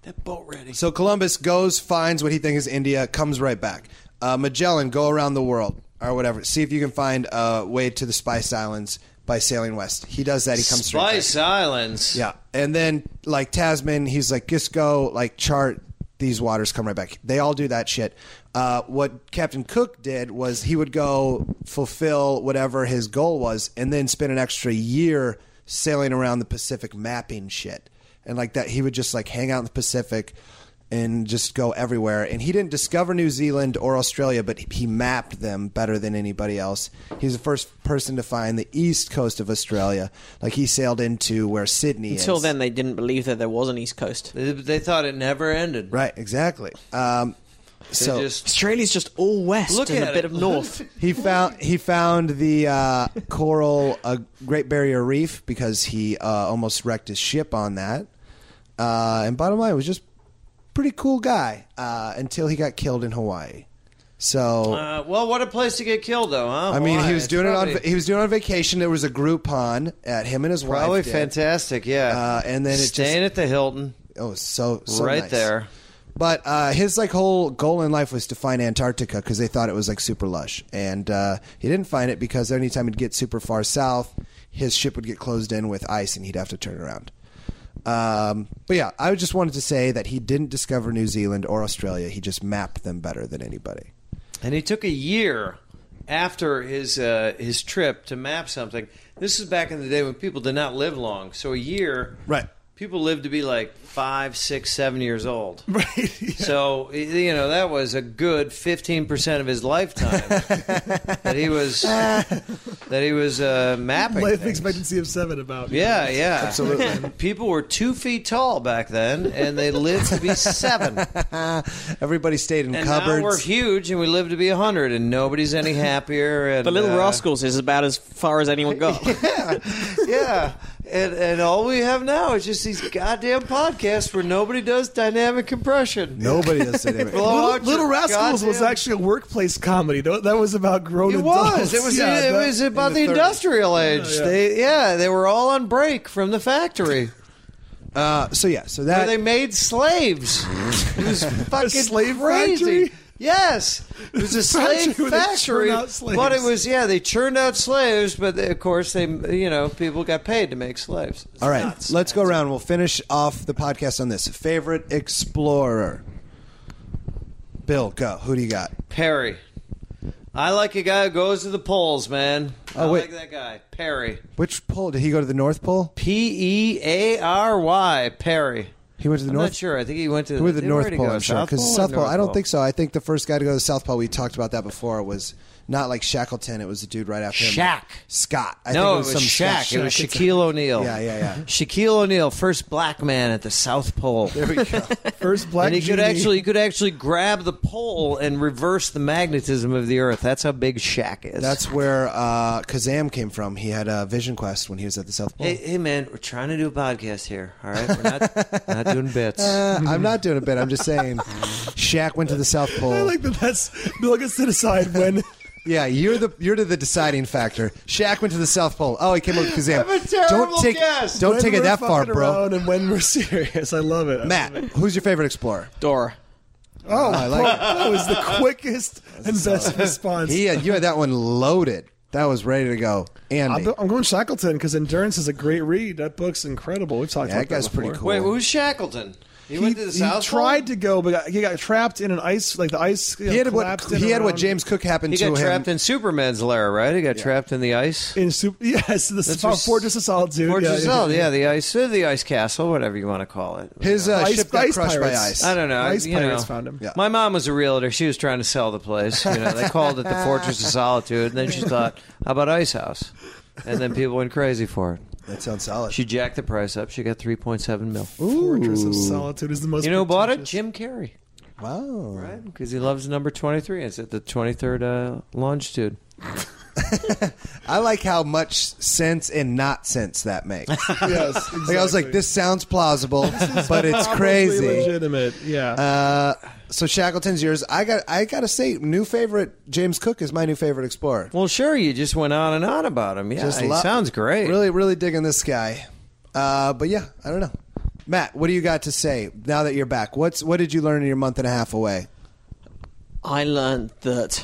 Speaker 5: That boat ready.
Speaker 2: So Columbus goes, finds what he thinks is India, comes right back. Uh, Magellan, go around the world or whatever. See if you can find a way to the Spice Islands by sailing west. He does that. He comes straight back.
Speaker 5: Spice Islands.
Speaker 2: Yeah. And then like Tasman, he's like, just go like chart these waters, come right back. They all do that shit. Uh, what Captain Cook did was he would go fulfill whatever his goal was and then spend an extra year sailing around the Pacific mapping shit. And like that, he would just like hang out in the Pacific and just go everywhere. And he didn't discover New Zealand or Australia, but he mapped them better than anybody else. He's the first person to find the east coast of Australia. Like he sailed into where Sydney is.
Speaker 4: until then they didn't believe that there was an East Coast.
Speaker 5: They, they thought it never ended.
Speaker 2: Right, exactly. Um,
Speaker 5: They
Speaker 2: so
Speaker 5: just
Speaker 4: Australia's just all west
Speaker 5: Look
Speaker 4: and
Speaker 5: at
Speaker 4: a bit
Speaker 5: it.
Speaker 4: of north.
Speaker 2: he found he found the uh, coral uh, Great Barrier Reef because he uh, almost wrecked his ship on that. Uh, and bottom line, was just pretty cool guy uh, until he got killed in Hawaii. So
Speaker 5: Uh, well, what a place to get killed, though, huh?
Speaker 2: I mean,
Speaker 5: Hawaii.
Speaker 2: he was
Speaker 5: It's
Speaker 2: doing it on
Speaker 5: probably-
Speaker 2: he was doing it on vacation. There was a Groupon at him and his
Speaker 5: Probably
Speaker 2: wife. did.
Speaker 5: fantastic, yeah.
Speaker 2: Uh, and then it just-
Speaker 5: staying at the Hilton,
Speaker 2: Oh, so, so
Speaker 5: right
Speaker 2: nice.
Speaker 5: there.
Speaker 2: But uh, his like whole goal in life was to find Antarctica because they thought it was like super lush, and uh, he didn't find it because anytime he'd get super far south, his ship would get closed in with ice, and he'd have to turn around. Um, but yeah, I just wanted to say that he didn't discover New Zealand or Australia; he just mapped them better than anybody.
Speaker 5: And he took a year after his uh, his trip to map something. This is back in the day when people did not live long, so a year,
Speaker 2: Right.
Speaker 5: People lived to be like five, six, seven years old.
Speaker 3: Right. yeah.
Speaker 5: So y- you know that was a good fifteen percent of his lifetime that he was that he was uh, mapping.
Speaker 3: Life
Speaker 5: things.
Speaker 3: expectancy of seven about.
Speaker 5: Yeah, yeah, absolutely. People were two feet tall back then, and they lived to be seven.
Speaker 2: Everybody stayed in
Speaker 5: And
Speaker 2: cupboards.
Speaker 5: now we're huge, and we live to be hundred, and nobody's any happier. And,
Speaker 4: The Little
Speaker 5: uh,
Speaker 4: Rascals is about as far as anyone got.
Speaker 5: yeah. And and all we have now is just these goddamn podcasts where nobody does dynamic compression.
Speaker 2: Nobody does that.
Speaker 5: Blow
Speaker 2: anymore.
Speaker 5: out
Speaker 3: Little, Little
Speaker 5: your
Speaker 3: Rascals was
Speaker 5: goddamn-
Speaker 3: actually a workplace comedy. Tho- That was about grown
Speaker 5: It
Speaker 3: adults.
Speaker 5: was. It was.
Speaker 3: Yeah,
Speaker 5: it,
Speaker 3: that-
Speaker 5: was about
Speaker 2: in
Speaker 5: the,
Speaker 2: the 30s.
Speaker 5: industrial age.
Speaker 3: Yeah, yeah.
Speaker 5: They yeah, they were all on break from the factory.
Speaker 2: Uh, so yeah, so
Speaker 5: where
Speaker 2: that
Speaker 5: they made slaves. It was fucking
Speaker 3: slave
Speaker 5: crazy.
Speaker 3: factory?
Speaker 5: Yes, it was
Speaker 3: Factory
Speaker 5: a slave
Speaker 3: where they churn
Speaker 5: factory,
Speaker 3: out slaves.
Speaker 5: but it was yeah they churned out slaves, but they, of course they you know people got paid to make slaves.
Speaker 2: All right, let's go around. We'll finish off the podcast on this favorite explorer. Bill, go. Who do you got?
Speaker 5: Perry, I like a guy who goes to the polls, man. I
Speaker 2: Oh, wait.
Speaker 5: like that guy, Perry.
Speaker 2: Which pole did he go to? The North Pole?
Speaker 5: P E A R Y, Perry.
Speaker 2: He went to the
Speaker 5: I'm
Speaker 2: North.
Speaker 5: not sure. I think he went to
Speaker 2: He went to the
Speaker 5: did- where'd
Speaker 2: North
Speaker 5: he
Speaker 2: Pole.
Speaker 5: go?
Speaker 2: I'm sure
Speaker 5: South
Speaker 2: because
Speaker 5: Pole
Speaker 2: South
Speaker 5: or
Speaker 2: Pole.
Speaker 5: North
Speaker 2: I don't
Speaker 5: Pole?
Speaker 2: think so. I think the first guy to go to the South Pole. We talked about that before. Was not like Shackleton. It was the dude right after him.
Speaker 5: Shaq.
Speaker 2: Scott. I
Speaker 5: no,
Speaker 2: think it was, some
Speaker 5: Shaq.
Speaker 2: Scott.
Speaker 5: It was Shaquille O'Neal.
Speaker 2: Yeah, yeah, yeah.
Speaker 5: Shaquille O'Neal, first black man at the South Pole.
Speaker 2: There we go.
Speaker 3: First black
Speaker 5: And he could
Speaker 3: genie.
Speaker 5: actually he could actually grab the pole and reverse the magnetism of the Earth. That's how big Shaq is.
Speaker 2: That's where uh, Kazam came from. He had a Vision Quest when he was at the South Pole.
Speaker 5: hey, hey man, we're trying to do a podcast here. All right, we're not not doing bits.
Speaker 2: Uh, I'm not doing a bit. I'm just saying. Shaq went to the South Pole.
Speaker 3: I like that. That's Bill gets set aside when
Speaker 2: Yeah, you're the you're the deciding factor. Shaq went to the South Pole. Oh, he came up to Kazam.
Speaker 5: I'm a terrible
Speaker 2: don't take
Speaker 5: guess.
Speaker 2: don't
Speaker 3: When
Speaker 2: take it
Speaker 3: we're
Speaker 2: that far,
Speaker 3: fucking
Speaker 2: bro.
Speaker 3: around and when we're serious, I love it.
Speaker 2: Matt, who's your favorite explorer?
Speaker 4: Dora.
Speaker 3: Oh,
Speaker 2: I like it.
Speaker 3: that was the quickest and best response.
Speaker 2: He had, you had that one loaded. That was ready to go. And
Speaker 3: I'm, I'm going Shackleton because Endurance is a great read. That book's incredible. We've talked
Speaker 2: Yeah,
Speaker 3: about
Speaker 2: that guy's
Speaker 3: before.
Speaker 2: pretty cool.
Speaker 5: Wait, who's Shackleton? He, went to the
Speaker 3: he
Speaker 5: South.
Speaker 3: tried
Speaker 5: Pole?
Speaker 3: to go, but got- he got trapped in an ice, like the ice.
Speaker 2: he had what he had what James Cook happened
Speaker 5: He
Speaker 2: to
Speaker 5: got
Speaker 2: him.
Speaker 5: trapped in Superman's lair, right? He got trapped in the ice.
Speaker 3: in super, yes, the Sol-
Speaker 5: what s-
Speaker 3: Fortress of Solitude.
Speaker 5: Fortress
Speaker 3: yeah,
Speaker 5: yeah, yeah, the ice, uh, the ice castle, whatever you want to call it.
Speaker 2: His uh,
Speaker 3: Ice-
Speaker 2: ship got
Speaker 3: ice
Speaker 2: crushed by ice.
Speaker 3: pirates.
Speaker 5: I don't know.
Speaker 3: Ice
Speaker 5: you know.
Speaker 3: pirates found him.
Speaker 2: Yeah.
Speaker 5: My mom was a realtor. She was trying to sell the place. You know, they called it the Fortress of Solitude, and then she thought, "How about Ice House?" And then people went crazy for it.
Speaker 2: That sounds solid.
Speaker 5: She jacked the price up. She got three point seven mil.
Speaker 3: Fortress of Solitude is the most.
Speaker 5: You know who bought it?
Speaker 3: pretentious-
Speaker 5: Jim Carrey,
Speaker 2: wow.
Speaker 5: right? Because he loves number twenty three. It's at the twenty third uh, longitude.
Speaker 2: I like how much sense and not sense that makes.
Speaker 3: Yes,
Speaker 2: Like, I was like,
Speaker 3: exactly.
Speaker 2: this sounds plausible, but it's
Speaker 3: Probably
Speaker 2: crazy.
Speaker 3: legitimate. Yeah.
Speaker 2: Uh, so Shackleton's yours. I got. I gotta say, new favorite James Cook is my new favorite explorer.
Speaker 5: Well, sure. You just went on and on about him. Yeah,
Speaker 2: Just
Speaker 5: he
Speaker 2: lo-
Speaker 5: sounds great.
Speaker 2: Really, really digging this guy. Uh, but yeah, I don't know. Matt, what do you got to say now that you're back? What's what did you learn in your month and a half away?
Speaker 4: I learned that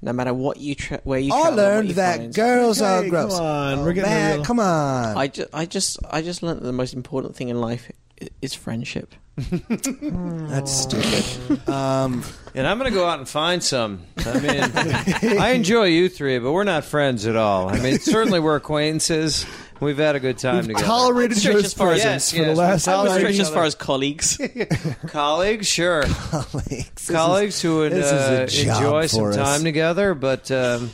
Speaker 4: no matter what you tra- where you
Speaker 2: I
Speaker 4: travel, what
Speaker 2: learned
Speaker 4: you
Speaker 2: that
Speaker 4: find,
Speaker 2: girls
Speaker 3: Okay,
Speaker 2: are
Speaker 3: come
Speaker 2: gross. Oh,
Speaker 3: on, we're getting
Speaker 2: Matt,
Speaker 3: real.
Speaker 2: come on.
Speaker 4: I just, I just, I just learned that the most important thing in life i- is friendship.
Speaker 2: That's stupid. um,
Speaker 5: And I'm going to go out and find some. I mean, I enjoy you three, but we're not friends at all. I mean, certainly we're acquaintances. We've had a good time together.
Speaker 3: Tolerated
Speaker 4: Stretch
Speaker 3: Joe's
Speaker 4: as far as-
Speaker 3: presence
Speaker 5: yes,
Speaker 3: for the
Speaker 5: yes,
Speaker 3: last.
Speaker 5: I'll
Speaker 4: I'll
Speaker 5: like
Speaker 4: stretch
Speaker 5: each
Speaker 4: as far
Speaker 5: other.
Speaker 4: as colleagues.
Speaker 5: Colleagues, sure.
Speaker 2: colleagues,
Speaker 5: Colleagues who would
Speaker 2: this is a
Speaker 5: uh,
Speaker 2: job
Speaker 5: enjoy some
Speaker 2: for us.
Speaker 5: time together, but um,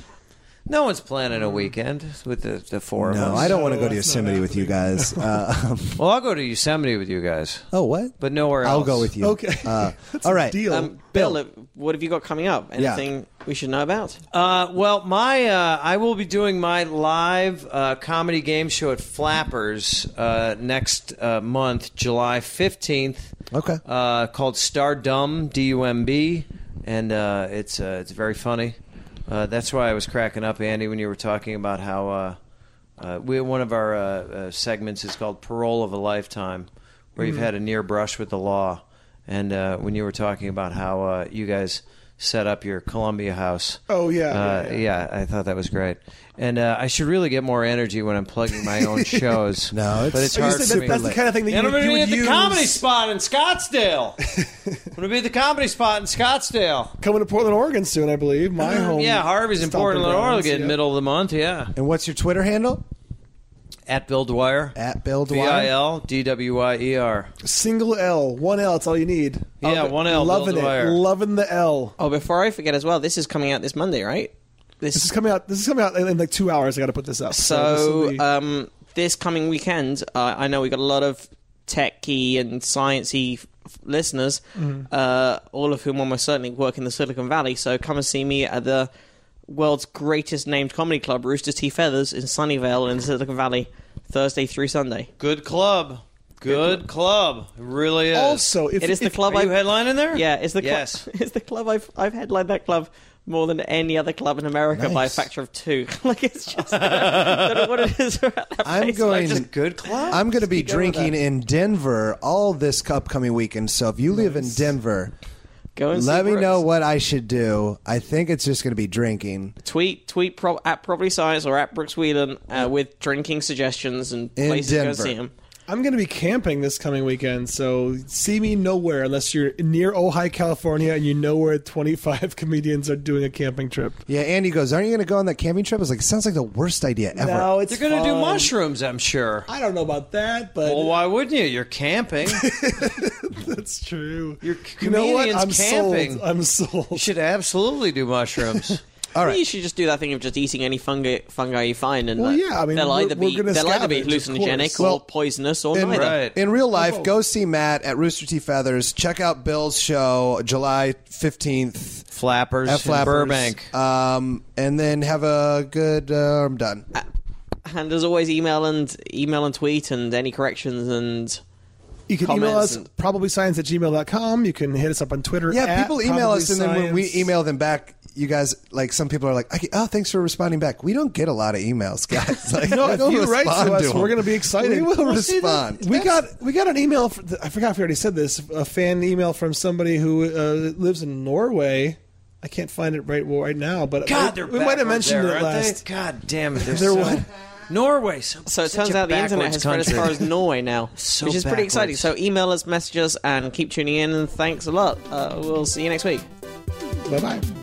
Speaker 5: no one's planning a weekend with the, the four of
Speaker 2: No,
Speaker 5: us.
Speaker 2: I don't want to
Speaker 3: No,
Speaker 2: go to
Speaker 3: that's not
Speaker 2: Yosemite with you guys. Uh,
Speaker 5: Well, I'll go to Yosemite with you guys,
Speaker 2: oh, what?
Speaker 5: but nowhere else.
Speaker 2: I'll go with you.
Speaker 3: Okay.
Speaker 2: Uh, all right.
Speaker 3: deal.
Speaker 4: Um, Bill, what have you got coming up?
Speaker 2: Yeah.
Speaker 4: Anything we should know about?
Speaker 5: Uh, well, my uh, I will be doing my live uh, comedy game show at Flappers uh, next uh, month, July fifteenth.
Speaker 2: Okay.
Speaker 5: Uh, called Stardom D U M B, and uh, it's uh, it's very funny. Uh, that's why I was cracking up, Andy, when you were talking about how uh, uh, we one of our uh, uh, segments is called Parole of a Lifetime, where
Speaker 3: Mm.
Speaker 5: you've had a near brush with the law, and uh, when you were talking about how uh, you guys set up your Columbia house.
Speaker 3: Oh, yeah,
Speaker 5: Uh,
Speaker 3: yeah, yeah.
Speaker 5: yeah, I thought that was great, and uh, I should really get more energy when I'm plugging my own shows.
Speaker 2: No, it's-
Speaker 5: but it's
Speaker 2: I
Speaker 5: hard
Speaker 2: just
Speaker 5: for
Speaker 3: that,
Speaker 5: me.
Speaker 3: that's the kind of thing that you,
Speaker 5: And I'm
Speaker 3: would-
Speaker 5: going to
Speaker 3: you would
Speaker 5: be at the
Speaker 3: use.
Speaker 5: comedy spot in Scottsdale. I'm going to be at the comedy spot in Scottsdale.
Speaker 3: Coming to Portland, Oregon soon, I believe. My home.
Speaker 5: Uh, yeah, Harvey's in
Speaker 3: stomping
Speaker 5: Portland,
Speaker 3: grounds,
Speaker 5: Oregon,
Speaker 3: yeah.
Speaker 5: middle of the month. Yeah,
Speaker 2: And what's your Twitter handle?
Speaker 5: at Bill Dwyer.
Speaker 2: At Bill
Speaker 5: V
Speaker 2: Dwyer.
Speaker 5: i l d w y e r.
Speaker 3: Single L, one L. It's all you need.
Speaker 5: Yeah, one L.
Speaker 3: Loving
Speaker 5: Bill Dwyer.
Speaker 3: it, loving the L.
Speaker 4: Oh, before I forget as well, this is coming out this Monday, right? This,
Speaker 3: This is coming out. This is coming out in, in like two hours. I got to put this up.
Speaker 4: So,
Speaker 3: this will be-
Speaker 5: uh,
Speaker 4: um, this coming weekend, uh, I know we got a lot of techie and sciencey f- listeners, uh, all of whom almost certainly work in the Silicon Valley. So, come and see me at the world's greatest named comedy club, Rooster Tea Feathers, in Sunnyvale in the Silicon Valley, Thursday through Sunday.
Speaker 5: Good club. Good club. It really is.
Speaker 3: also, if,
Speaker 4: it is the
Speaker 3: if-
Speaker 4: club
Speaker 5: Are
Speaker 4: I
Speaker 5: you headlining there?
Speaker 4: Yeah, it's the club.
Speaker 5: Yes.
Speaker 4: It's the club I've I've headlined that club more than any other club in America by a
Speaker 2: Nice.
Speaker 4: factor of two. like it's just I don't know what it is around that
Speaker 2: I'm
Speaker 4: place,
Speaker 2: going-
Speaker 4: but I just-
Speaker 5: Just good club.
Speaker 2: I'm going to be drinking in Denver all this upcoming weekend. So if you live in Denver,
Speaker 4: go and see
Speaker 2: let me
Speaker 4: Brooks.
Speaker 2: know what I should do. I think it's just going to be drinking.
Speaker 4: Tweet tweet pro- at Probably Science or at Brooks Whelan uh, with drinking suggestions and
Speaker 2: In
Speaker 4: places to go
Speaker 2: Denver.
Speaker 4: see him.
Speaker 3: I'm going to be camping this coming weekend, so see me nowhere unless you're near Ojai, California, and you know where 25 comedians are doing a camping trip.
Speaker 2: Yeah, Andy goes, Aren't you going to go on that camping trip? I was like, Sounds like the worst idea ever.
Speaker 3: it's
Speaker 5: You're going to do mushrooms, I'm sure.
Speaker 3: I don't know about that, but
Speaker 5: Well, why wouldn't you? You're camping.
Speaker 3: that's true.
Speaker 5: You're
Speaker 3: you know what? I'm
Speaker 5: comedians camping.
Speaker 3: sold. I'm sold.
Speaker 5: you should absolutely do mushrooms.
Speaker 2: all
Speaker 4: Maybe You
Speaker 2: right.
Speaker 4: should just do that thing of just eating any fungi fungi you find, and
Speaker 3: Well,
Speaker 4: uh,
Speaker 3: yeah, I mean,
Speaker 4: they'll
Speaker 3: we're-
Speaker 4: either
Speaker 3: we're
Speaker 4: be
Speaker 3: gonna
Speaker 4: they'll either be
Speaker 3: scavenge, of
Speaker 4: hallucinogenic
Speaker 3: course.
Speaker 4: or
Speaker 2: Well,
Speaker 4: poisonous or
Speaker 2: in-
Speaker 4: neither.
Speaker 5: Right.
Speaker 2: In real life, go see Matt at Rooster Teeth Feathers. Check out Bill's show July 15th
Speaker 5: Flappers,
Speaker 2: at
Speaker 5: in
Speaker 2: Flappers.
Speaker 5: Burbank.
Speaker 2: Um, and then have a good. Uh, I'm done.
Speaker 4: And as always, email and email and tweet and any corrections and
Speaker 3: You can
Speaker 4: comments
Speaker 3: email us
Speaker 4: and-
Speaker 3: probablyscience at gmail.com. You can hit us up on Twitter.
Speaker 2: Yeah,
Speaker 3: at
Speaker 2: people email us, and then when we
Speaker 3: probablyscience.
Speaker 2: email them back, you guys like some people are like, "Okay, oh, thanks for responding back. We don't get a lot of emails, guys. Like,
Speaker 3: No,
Speaker 2: we
Speaker 3: if
Speaker 2: don't
Speaker 3: you write to
Speaker 2: respond
Speaker 3: us, we're
Speaker 2: 'em.
Speaker 3: gonna be excited.
Speaker 2: We will
Speaker 3: Well, see,
Speaker 2: respond.
Speaker 3: We got we got an email. For I forgot if we already said this. A fan email from somebody who uh, lives in Norway. I can't find it right right now, but
Speaker 5: God,
Speaker 3: we,
Speaker 5: they're
Speaker 3: we might have
Speaker 5: backwards
Speaker 3: mentioned
Speaker 5: there,
Speaker 3: it
Speaker 5: aren't
Speaker 3: last.
Speaker 5: They? God damn it, they're,
Speaker 3: They're
Speaker 5: so
Speaker 3: what?
Speaker 5: Norway. So,
Speaker 4: So it
Speaker 5: such
Speaker 4: turns
Speaker 5: a
Speaker 4: out the internet
Speaker 5: backwards
Speaker 4: has spread as
Speaker 5: country.
Speaker 4: far as Norway now,
Speaker 5: So
Speaker 4: which is pretty exciting.
Speaker 5: backwards.
Speaker 4: So email us, message us, and keep tuning in. And thanks a lot. Uh, we'll see you next week.
Speaker 3: Bye bye.